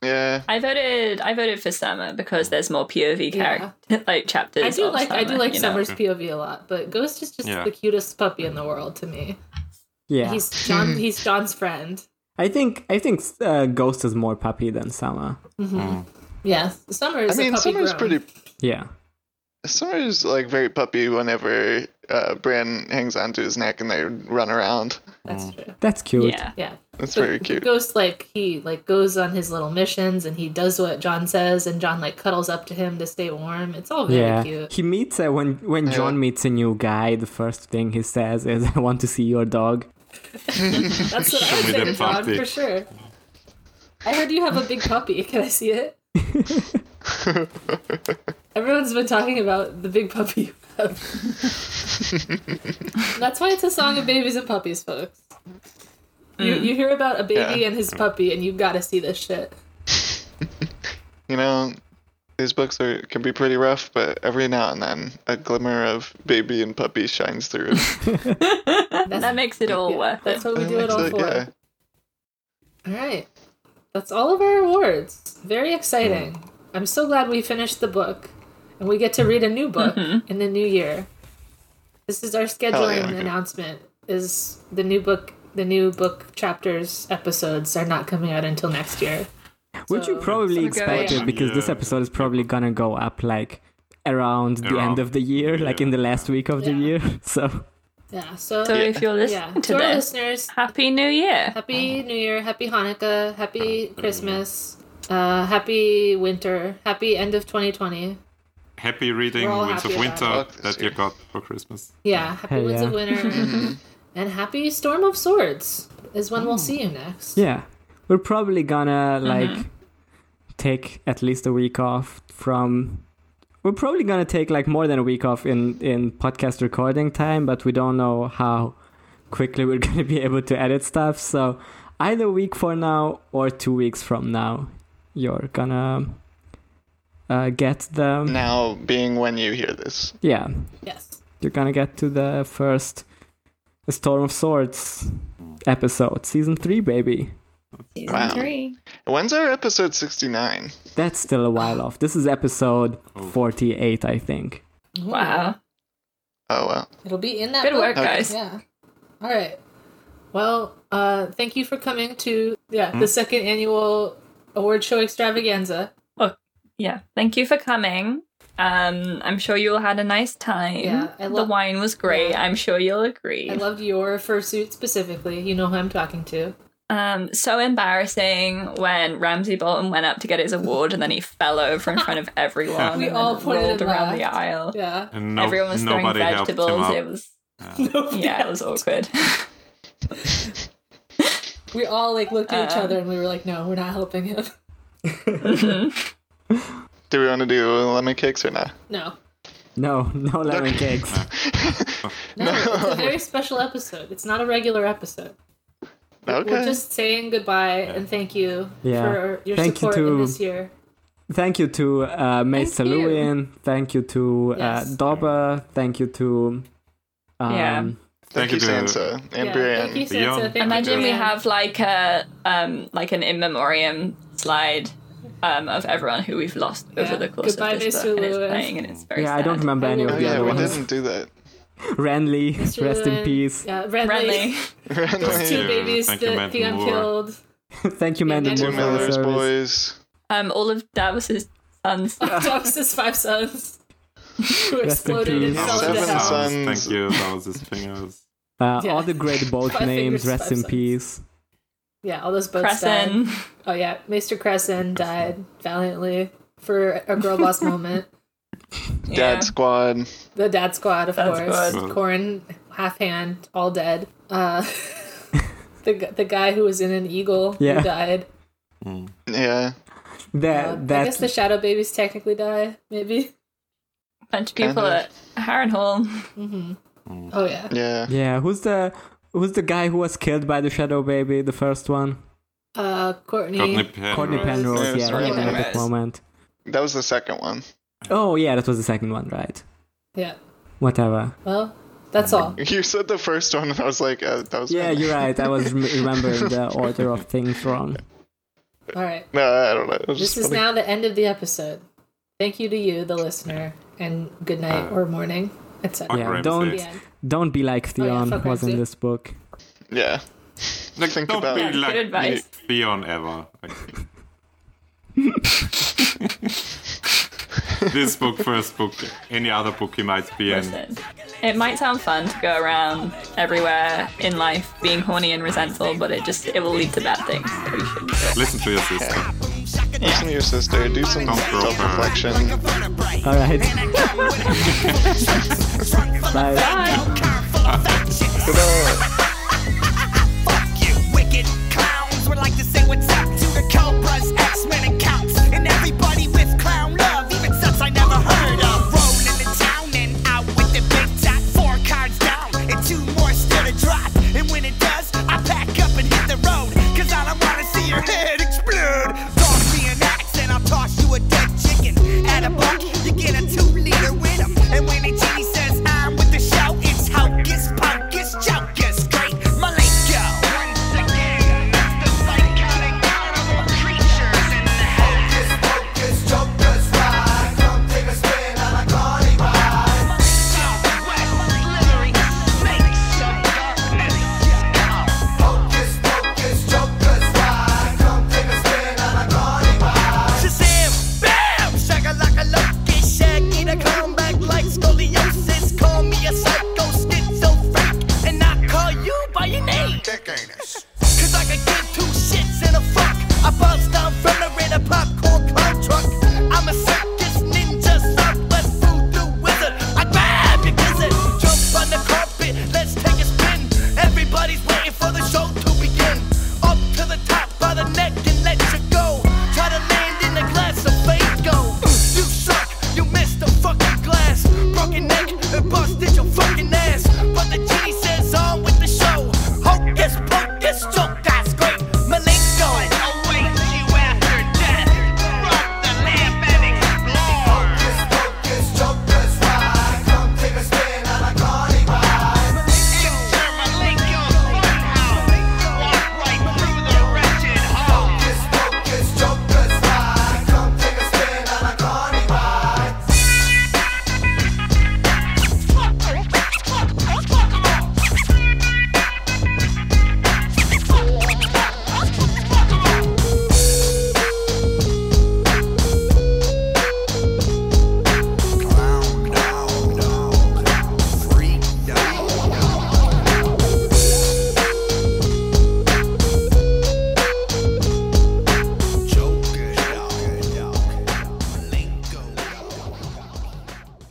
[SPEAKER 2] Yeah.
[SPEAKER 6] I voted. I voted for Summer because there's more POV character like chapters.
[SPEAKER 5] I do
[SPEAKER 6] of
[SPEAKER 5] like I do
[SPEAKER 6] Summer,
[SPEAKER 5] like
[SPEAKER 6] you know?
[SPEAKER 5] Summer's POV a lot, but Ghost is just
[SPEAKER 8] Yeah.
[SPEAKER 5] the cutest puppy in the world to me.
[SPEAKER 7] Yeah,
[SPEAKER 5] He's John. he's John's friend.
[SPEAKER 7] I think I think uh, Ghost is more puppy than Summer.
[SPEAKER 5] Yes, Summer
[SPEAKER 2] I
[SPEAKER 5] is a
[SPEAKER 2] mean,
[SPEAKER 5] puppy
[SPEAKER 2] Summer's
[SPEAKER 5] grown.
[SPEAKER 2] pretty.
[SPEAKER 7] Yeah,
[SPEAKER 2] Summer's like very puppy whenever uh, Bran hangs onto his neck and they run around.
[SPEAKER 5] That's
[SPEAKER 8] Mm.
[SPEAKER 5] true.
[SPEAKER 7] that's cute.
[SPEAKER 6] Yeah.
[SPEAKER 5] Yeah.
[SPEAKER 2] That's
[SPEAKER 5] But
[SPEAKER 2] very cute.
[SPEAKER 5] Ghost like he like goes on his little missions and he does what John says and John like cuddles up to him to stay warm. It's all very
[SPEAKER 7] Yeah,
[SPEAKER 5] cute.
[SPEAKER 7] he meets uh, when when John meets a new guy. The first thing he says is, "I want to see your dog."
[SPEAKER 5] That's what I
[SPEAKER 8] me
[SPEAKER 5] would say
[SPEAKER 8] the
[SPEAKER 5] to John
[SPEAKER 8] puppy.
[SPEAKER 5] for sure. I heard you have a big puppy. Can I see it? Everyone's been talking about the big puppy you have. That's why it's a song of babies and puppies, folks. You, you hear about a baby
[SPEAKER 2] Hmm. Yeah.
[SPEAKER 5] and his puppy, and you've got to see this shit.
[SPEAKER 2] You know, these books are can be pretty rough, but every now and then a glimmer of baby and puppy shines through.
[SPEAKER 6] That makes it all
[SPEAKER 5] Yeah,
[SPEAKER 6] worth it.
[SPEAKER 5] that's what we do it all
[SPEAKER 2] So,
[SPEAKER 5] for.
[SPEAKER 2] yeah.
[SPEAKER 5] All right. That's all of our awards. Very exciting. I'm so glad we finished the book and we get to read a new book in the new year. This is our scheduling
[SPEAKER 2] yeah.
[SPEAKER 5] announcement is the new book the new book chapters episodes are not coming out until next year.
[SPEAKER 7] Which you
[SPEAKER 5] So-
[SPEAKER 7] probably
[SPEAKER 6] So go-
[SPEAKER 7] expected
[SPEAKER 8] Yeah.
[SPEAKER 7] because this
[SPEAKER 8] Yeah.
[SPEAKER 7] episode is probably gonna go up like around the
[SPEAKER 8] Around.
[SPEAKER 7] end of the year, like in the last week of the
[SPEAKER 5] Yeah.
[SPEAKER 7] year. So
[SPEAKER 5] Yeah. So
[SPEAKER 6] So if you're listening
[SPEAKER 5] yeah,
[SPEAKER 6] to
[SPEAKER 5] to our
[SPEAKER 6] this,
[SPEAKER 5] listeners,
[SPEAKER 6] Happy New Year.
[SPEAKER 5] happy New Year, happy Hanukkah, happy Christmas, uh, happy winter, happy end of 2020.
[SPEAKER 8] Happy reading
[SPEAKER 5] We're all
[SPEAKER 8] Winds
[SPEAKER 5] happy
[SPEAKER 8] of Winter
[SPEAKER 5] about
[SPEAKER 2] it.
[SPEAKER 8] that you got for Christmas.
[SPEAKER 5] Yeah, happy
[SPEAKER 7] Hell
[SPEAKER 5] Winds
[SPEAKER 7] yeah.
[SPEAKER 5] of
[SPEAKER 6] Mm-hmm.
[SPEAKER 5] Winter and happy Storm of Swords is when
[SPEAKER 6] Mm.
[SPEAKER 5] we'll see you next.
[SPEAKER 7] yeah, we're probably gonna
[SPEAKER 5] Mm-hmm.
[SPEAKER 7] like take at least a week off from. We're probably gonna take like more than a week off in in podcast recording time, but we don't know how quickly we're gonna be able to edit stuff. So either week for now or two weeks from now, you're gonna uh, get the
[SPEAKER 2] Now being when you hear this.
[SPEAKER 7] yeah,
[SPEAKER 5] Yes.
[SPEAKER 7] you're gonna get to the first Storm of Swords episode, season three, baby.
[SPEAKER 6] Season
[SPEAKER 2] Wow.
[SPEAKER 6] three.
[SPEAKER 2] When's our episode 69?
[SPEAKER 7] That's still a while off. This is episode forty-eight, I think.
[SPEAKER 6] Wow.
[SPEAKER 2] Oh, well.
[SPEAKER 5] It'll be in that
[SPEAKER 6] Good
[SPEAKER 5] book.
[SPEAKER 6] work, guys.
[SPEAKER 5] Yeah. All right. Well, uh, thank you for coming to yeah
[SPEAKER 7] Mm.
[SPEAKER 5] the second annual award show extravaganza.
[SPEAKER 6] Yeah. Thank you for coming. Um, I'm sure you all had a nice time.
[SPEAKER 5] Yeah, I
[SPEAKER 6] the
[SPEAKER 5] lo-
[SPEAKER 6] wine was great. I'm sure you'll agree.
[SPEAKER 5] I loved your fursuit specifically. You know who I'm talking to.
[SPEAKER 6] um, so embarrassing when Ramsey Bolton went up to get his award and then he fell over in front of everyone.
[SPEAKER 5] We
[SPEAKER 6] and
[SPEAKER 5] all
[SPEAKER 6] then
[SPEAKER 5] pointed
[SPEAKER 6] rolled
[SPEAKER 5] and
[SPEAKER 6] around the
[SPEAKER 5] laughed.
[SPEAKER 6] aisle.
[SPEAKER 5] Yeah.
[SPEAKER 8] And no,
[SPEAKER 6] Everyone was throwing
[SPEAKER 8] nobody helped him
[SPEAKER 6] vegetables.
[SPEAKER 8] up.
[SPEAKER 6] It was
[SPEAKER 5] yeah.
[SPEAKER 6] yeah, it was awkward.
[SPEAKER 5] We all like looked at each
[SPEAKER 6] Uh,
[SPEAKER 5] other and we were like, no, we're not helping him.
[SPEAKER 2] Do we want to do lemon cakes or not?
[SPEAKER 5] No.
[SPEAKER 7] No, no lemon cakes.
[SPEAKER 5] No, it's a very special episode. It's not a regular episode. We're
[SPEAKER 2] Okay.
[SPEAKER 5] just saying goodbye and thank you
[SPEAKER 7] Yeah.
[SPEAKER 5] for your
[SPEAKER 7] Thank you
[SPEAKER 5] support in
[SPEAKER 7] to-
[SPEAKER 5] this year.
[SPEAKER 7] Thank you to uh, Mesa
[SPEAKER 6] Thank you.
[SPEAKER 7] Lewin. Thank you to
[SPEAKER 5] Yes.
[SPEAKER 7] uh, Doba. Thank you to. Um,
[SPEAKER 6] Yeah.
[SPEAKER 2] Thank,
[SPEAKER 8] Thank
[SPEAKER 2] you,
[SPEAKER 8] you to-
[SPEAKER 2] Sansa. And
[SPEAKER 5] Yeah,
[SPEAKER 2] Brienne.
[SPEAKER 5] Thank you,
[SPEAKER 8] Beyond.
[SPEAKER 5] Sansa. Thank you,
[SPEAKER 6] Imagine we
[SPEAKER 5] Brienne.
[SPEAKER 6] have like a um like an in memoriam slide um of everyone who we've lost over
[SPEAKER 5] Yeah.
[SPEAKER 6] the course
[SPEAKER 5] Goodbye,
[SPEAKER 6] of this
[SPEAKER 5] Mr.
[SPEAKER 6] book, and it's
[SPEAKER 5] Lewis.
[SPEAKER 6] playing and it's very
[SPEAKER 7] Yeah, I don't
[SPEAKER 6] sad.
[SPEAKER 7] remember any
[SPEAKER 5] I
[SPEAKER 7] of
[SPEAKER 2] Oh,
[SPEAKER 7] the
[SPEAKER 2] yeah,
[SPEAKER 7] other
[SPEAKER 2] we
[SPEAKER 7] ones.
[SPEAKER 2] didn't do that.
[SPEAKER 7] Renly, rest
[SPEAKER 5] Mr.
[SPEAKER 7] in
[SPEAKER 5] Lewin.
[SPEAKER 7] peace.
[SPEAKER 5] Yeah, Renly.
[SPEAKER 6] Renly.
[SPEAKER 5] Those two
[SPEAKER 8] you.
[SPEAKER 5] babies
[SPEAKER 8] Thank you,
[SPEAKER 5] that
[SPEAKER 8] Matt
[SPEAKER 5] Theon
[SPEAKER 8] Moore.
[SPEAKER 5] killed.
[SPEAKER 7] Thank you, man.
[SPEAKER 5] Yeah,
[SPEAKER 7] the
[SPEAKER 5] Two
[SPEAKER 2] Two
[SPEAKER 7] Moore, for the
[SPEAKER 2] Miller's
[SPEAKER 7] service.
[SPEAKER 2] boys.
[SPEAKER 6] Um all of Davis's sons.
[SPEAKER 5] Dogs his five sons. Who
[SPEAKER 7] Rest in
[SPEAKER 5] exploded and
[SPEAKER 7] peace.
[SPEAKER 5] fell
[SPEAKER 2] Seven
[SPEAKER 5] into
[SPEAKER 8] That was-
[SPEAKER 5] hell.
[SPEAKER 2] sons.
[SPEAKER 8] Thank you. That was his fingers.
[SPEAKER 7] Uh,
[SPEAKER 5] Yeah.
[SPEAKER 7] All the great boat
[SPEAKER 5] Five
[SPEAKER 7] names,
[SPEAKER 5] fingers,
[SPEAKER 7] rest
[SPEAKER 5] five
[SPEAKER 7] in
[SPEAKER 5] sons.
[SPEAKER 7] peace.
[SPEAKER 5] Yeah, all those boats died.
[SPEAKER 6] Crescent.
[SPEAKER 5] Oh yeah, Mr. Crescent died valiantly for a girl boss moment.
[SPEAKER 6] Yeah.
[SPEAKER 2] Dad Squad.
[SPEAKER 5] The dad squad, of
[SPEAKER 6] Dad
[SPEAKER 5] course.
[SPEAKER 6] squad.
[SPEAKER 5] Corin, half hand, all dead. Uh, the gu- the guy who was in an eagle
[SPEAKER 7] Yeah.
[SPEAKER 5] who died.
[SPEAKER 7] Mm.
[SPEAKER 2] Yeah.
[SPEAKER 7] That,
[SPEAKER 5] Uh, I
[SPEAKER 7] that,
[SPEAKER 5] guess the shadow babies technically die. Maybe.
[SPEAKER 6] bunch of people
[SPEAKER 2] Kind
[SPEAKER 6] at Harrenhal.
[SPEAKER 8] Mm.
[SPEAKER 5] Oh yeah.
[SPEAKER 2] Yeah.
[SPEAKER 7] yeah, who's the who's the guy who was killed by the Shadow Baby, the first one?
[SPEAKER 5] Uh, Courtney.
[SPEAKER 8] Courtney Penrose.
[SPEAKER 7] Courtney Penrose,
[SPEAKER 2] Yes,
[SPEAKER 7] yeah,
[SPEAKER 2] Courtney
[SPEAKER 7] that dramatic
[SPEAKER 6] Penrose.
[SPEAKER 7] moment.
[SPEAKER 2] That was the second one.
[SPEAKER 7] Oh, yeah, that was the second one, right?
[SPEAKER 5] Yeah.
[SPEAKER 7] Whatever.
[SPEAKER 5] Well, that's all.
[SPEAKER 2] You said the first one, and I was like, uh, that was.
[SPEAKER 7] Yeah,
[SPEAKER 2] funny.
[SPEAKER 7] you're right. I was rem- remembering the order of things wrong.
[SPEAKER 5] All right.
[SPEAKER 2] No, I don't know. It was
[SPEAKER 5] This
[SPEAKER 2] just
[SPEAKER 5] is
[SPEAKER 2] funny.
[SPEAKER 5] now the end of the episode. Thank you to you, the listener, and good night or morning, etc.
[SPEAKER 7] Yeah,
[SPEAKER 8] Ramsay.
[SPEAKER 7] don't
[SPEAKER 5] The end.
[SPEAKER 7] don't be like Theon
[SPEAKER 5] Oh, fuck
[SPEAKER 7] was in
[SPEAKER 5] Ramsay.
[SPEAKER 7] this book.
[SPEAKER 2] Yeah.
[SPEAKER 8] Like,
[SPEAKER 2] Think
[SPEAKER 8] don't
[SPEAKER 2] about
[SPEAKER 8] be
[SPEAKER 2] it.
[SPEAKER 8] like
[SPEAKER 6] Good advice.
[SPEAKER 8] Theon ever. Like- this book, first book, any other book he might be in.
[SPEAKER 6] Listen, It might sound fun to go around everywhere in life being horny and resentful, but it just it will lead to bad things. So you shouldn't do it.
[SPEAKER 8] Listen to your sister.
[SPEAKER 2] Listen to your sister. Do some
[SPEAKER 8] Don't throw
[SPEAKER 2] self reflection.
[SPEAKER 7] All right. Bye.
[SPEAKER 2] Goodbye.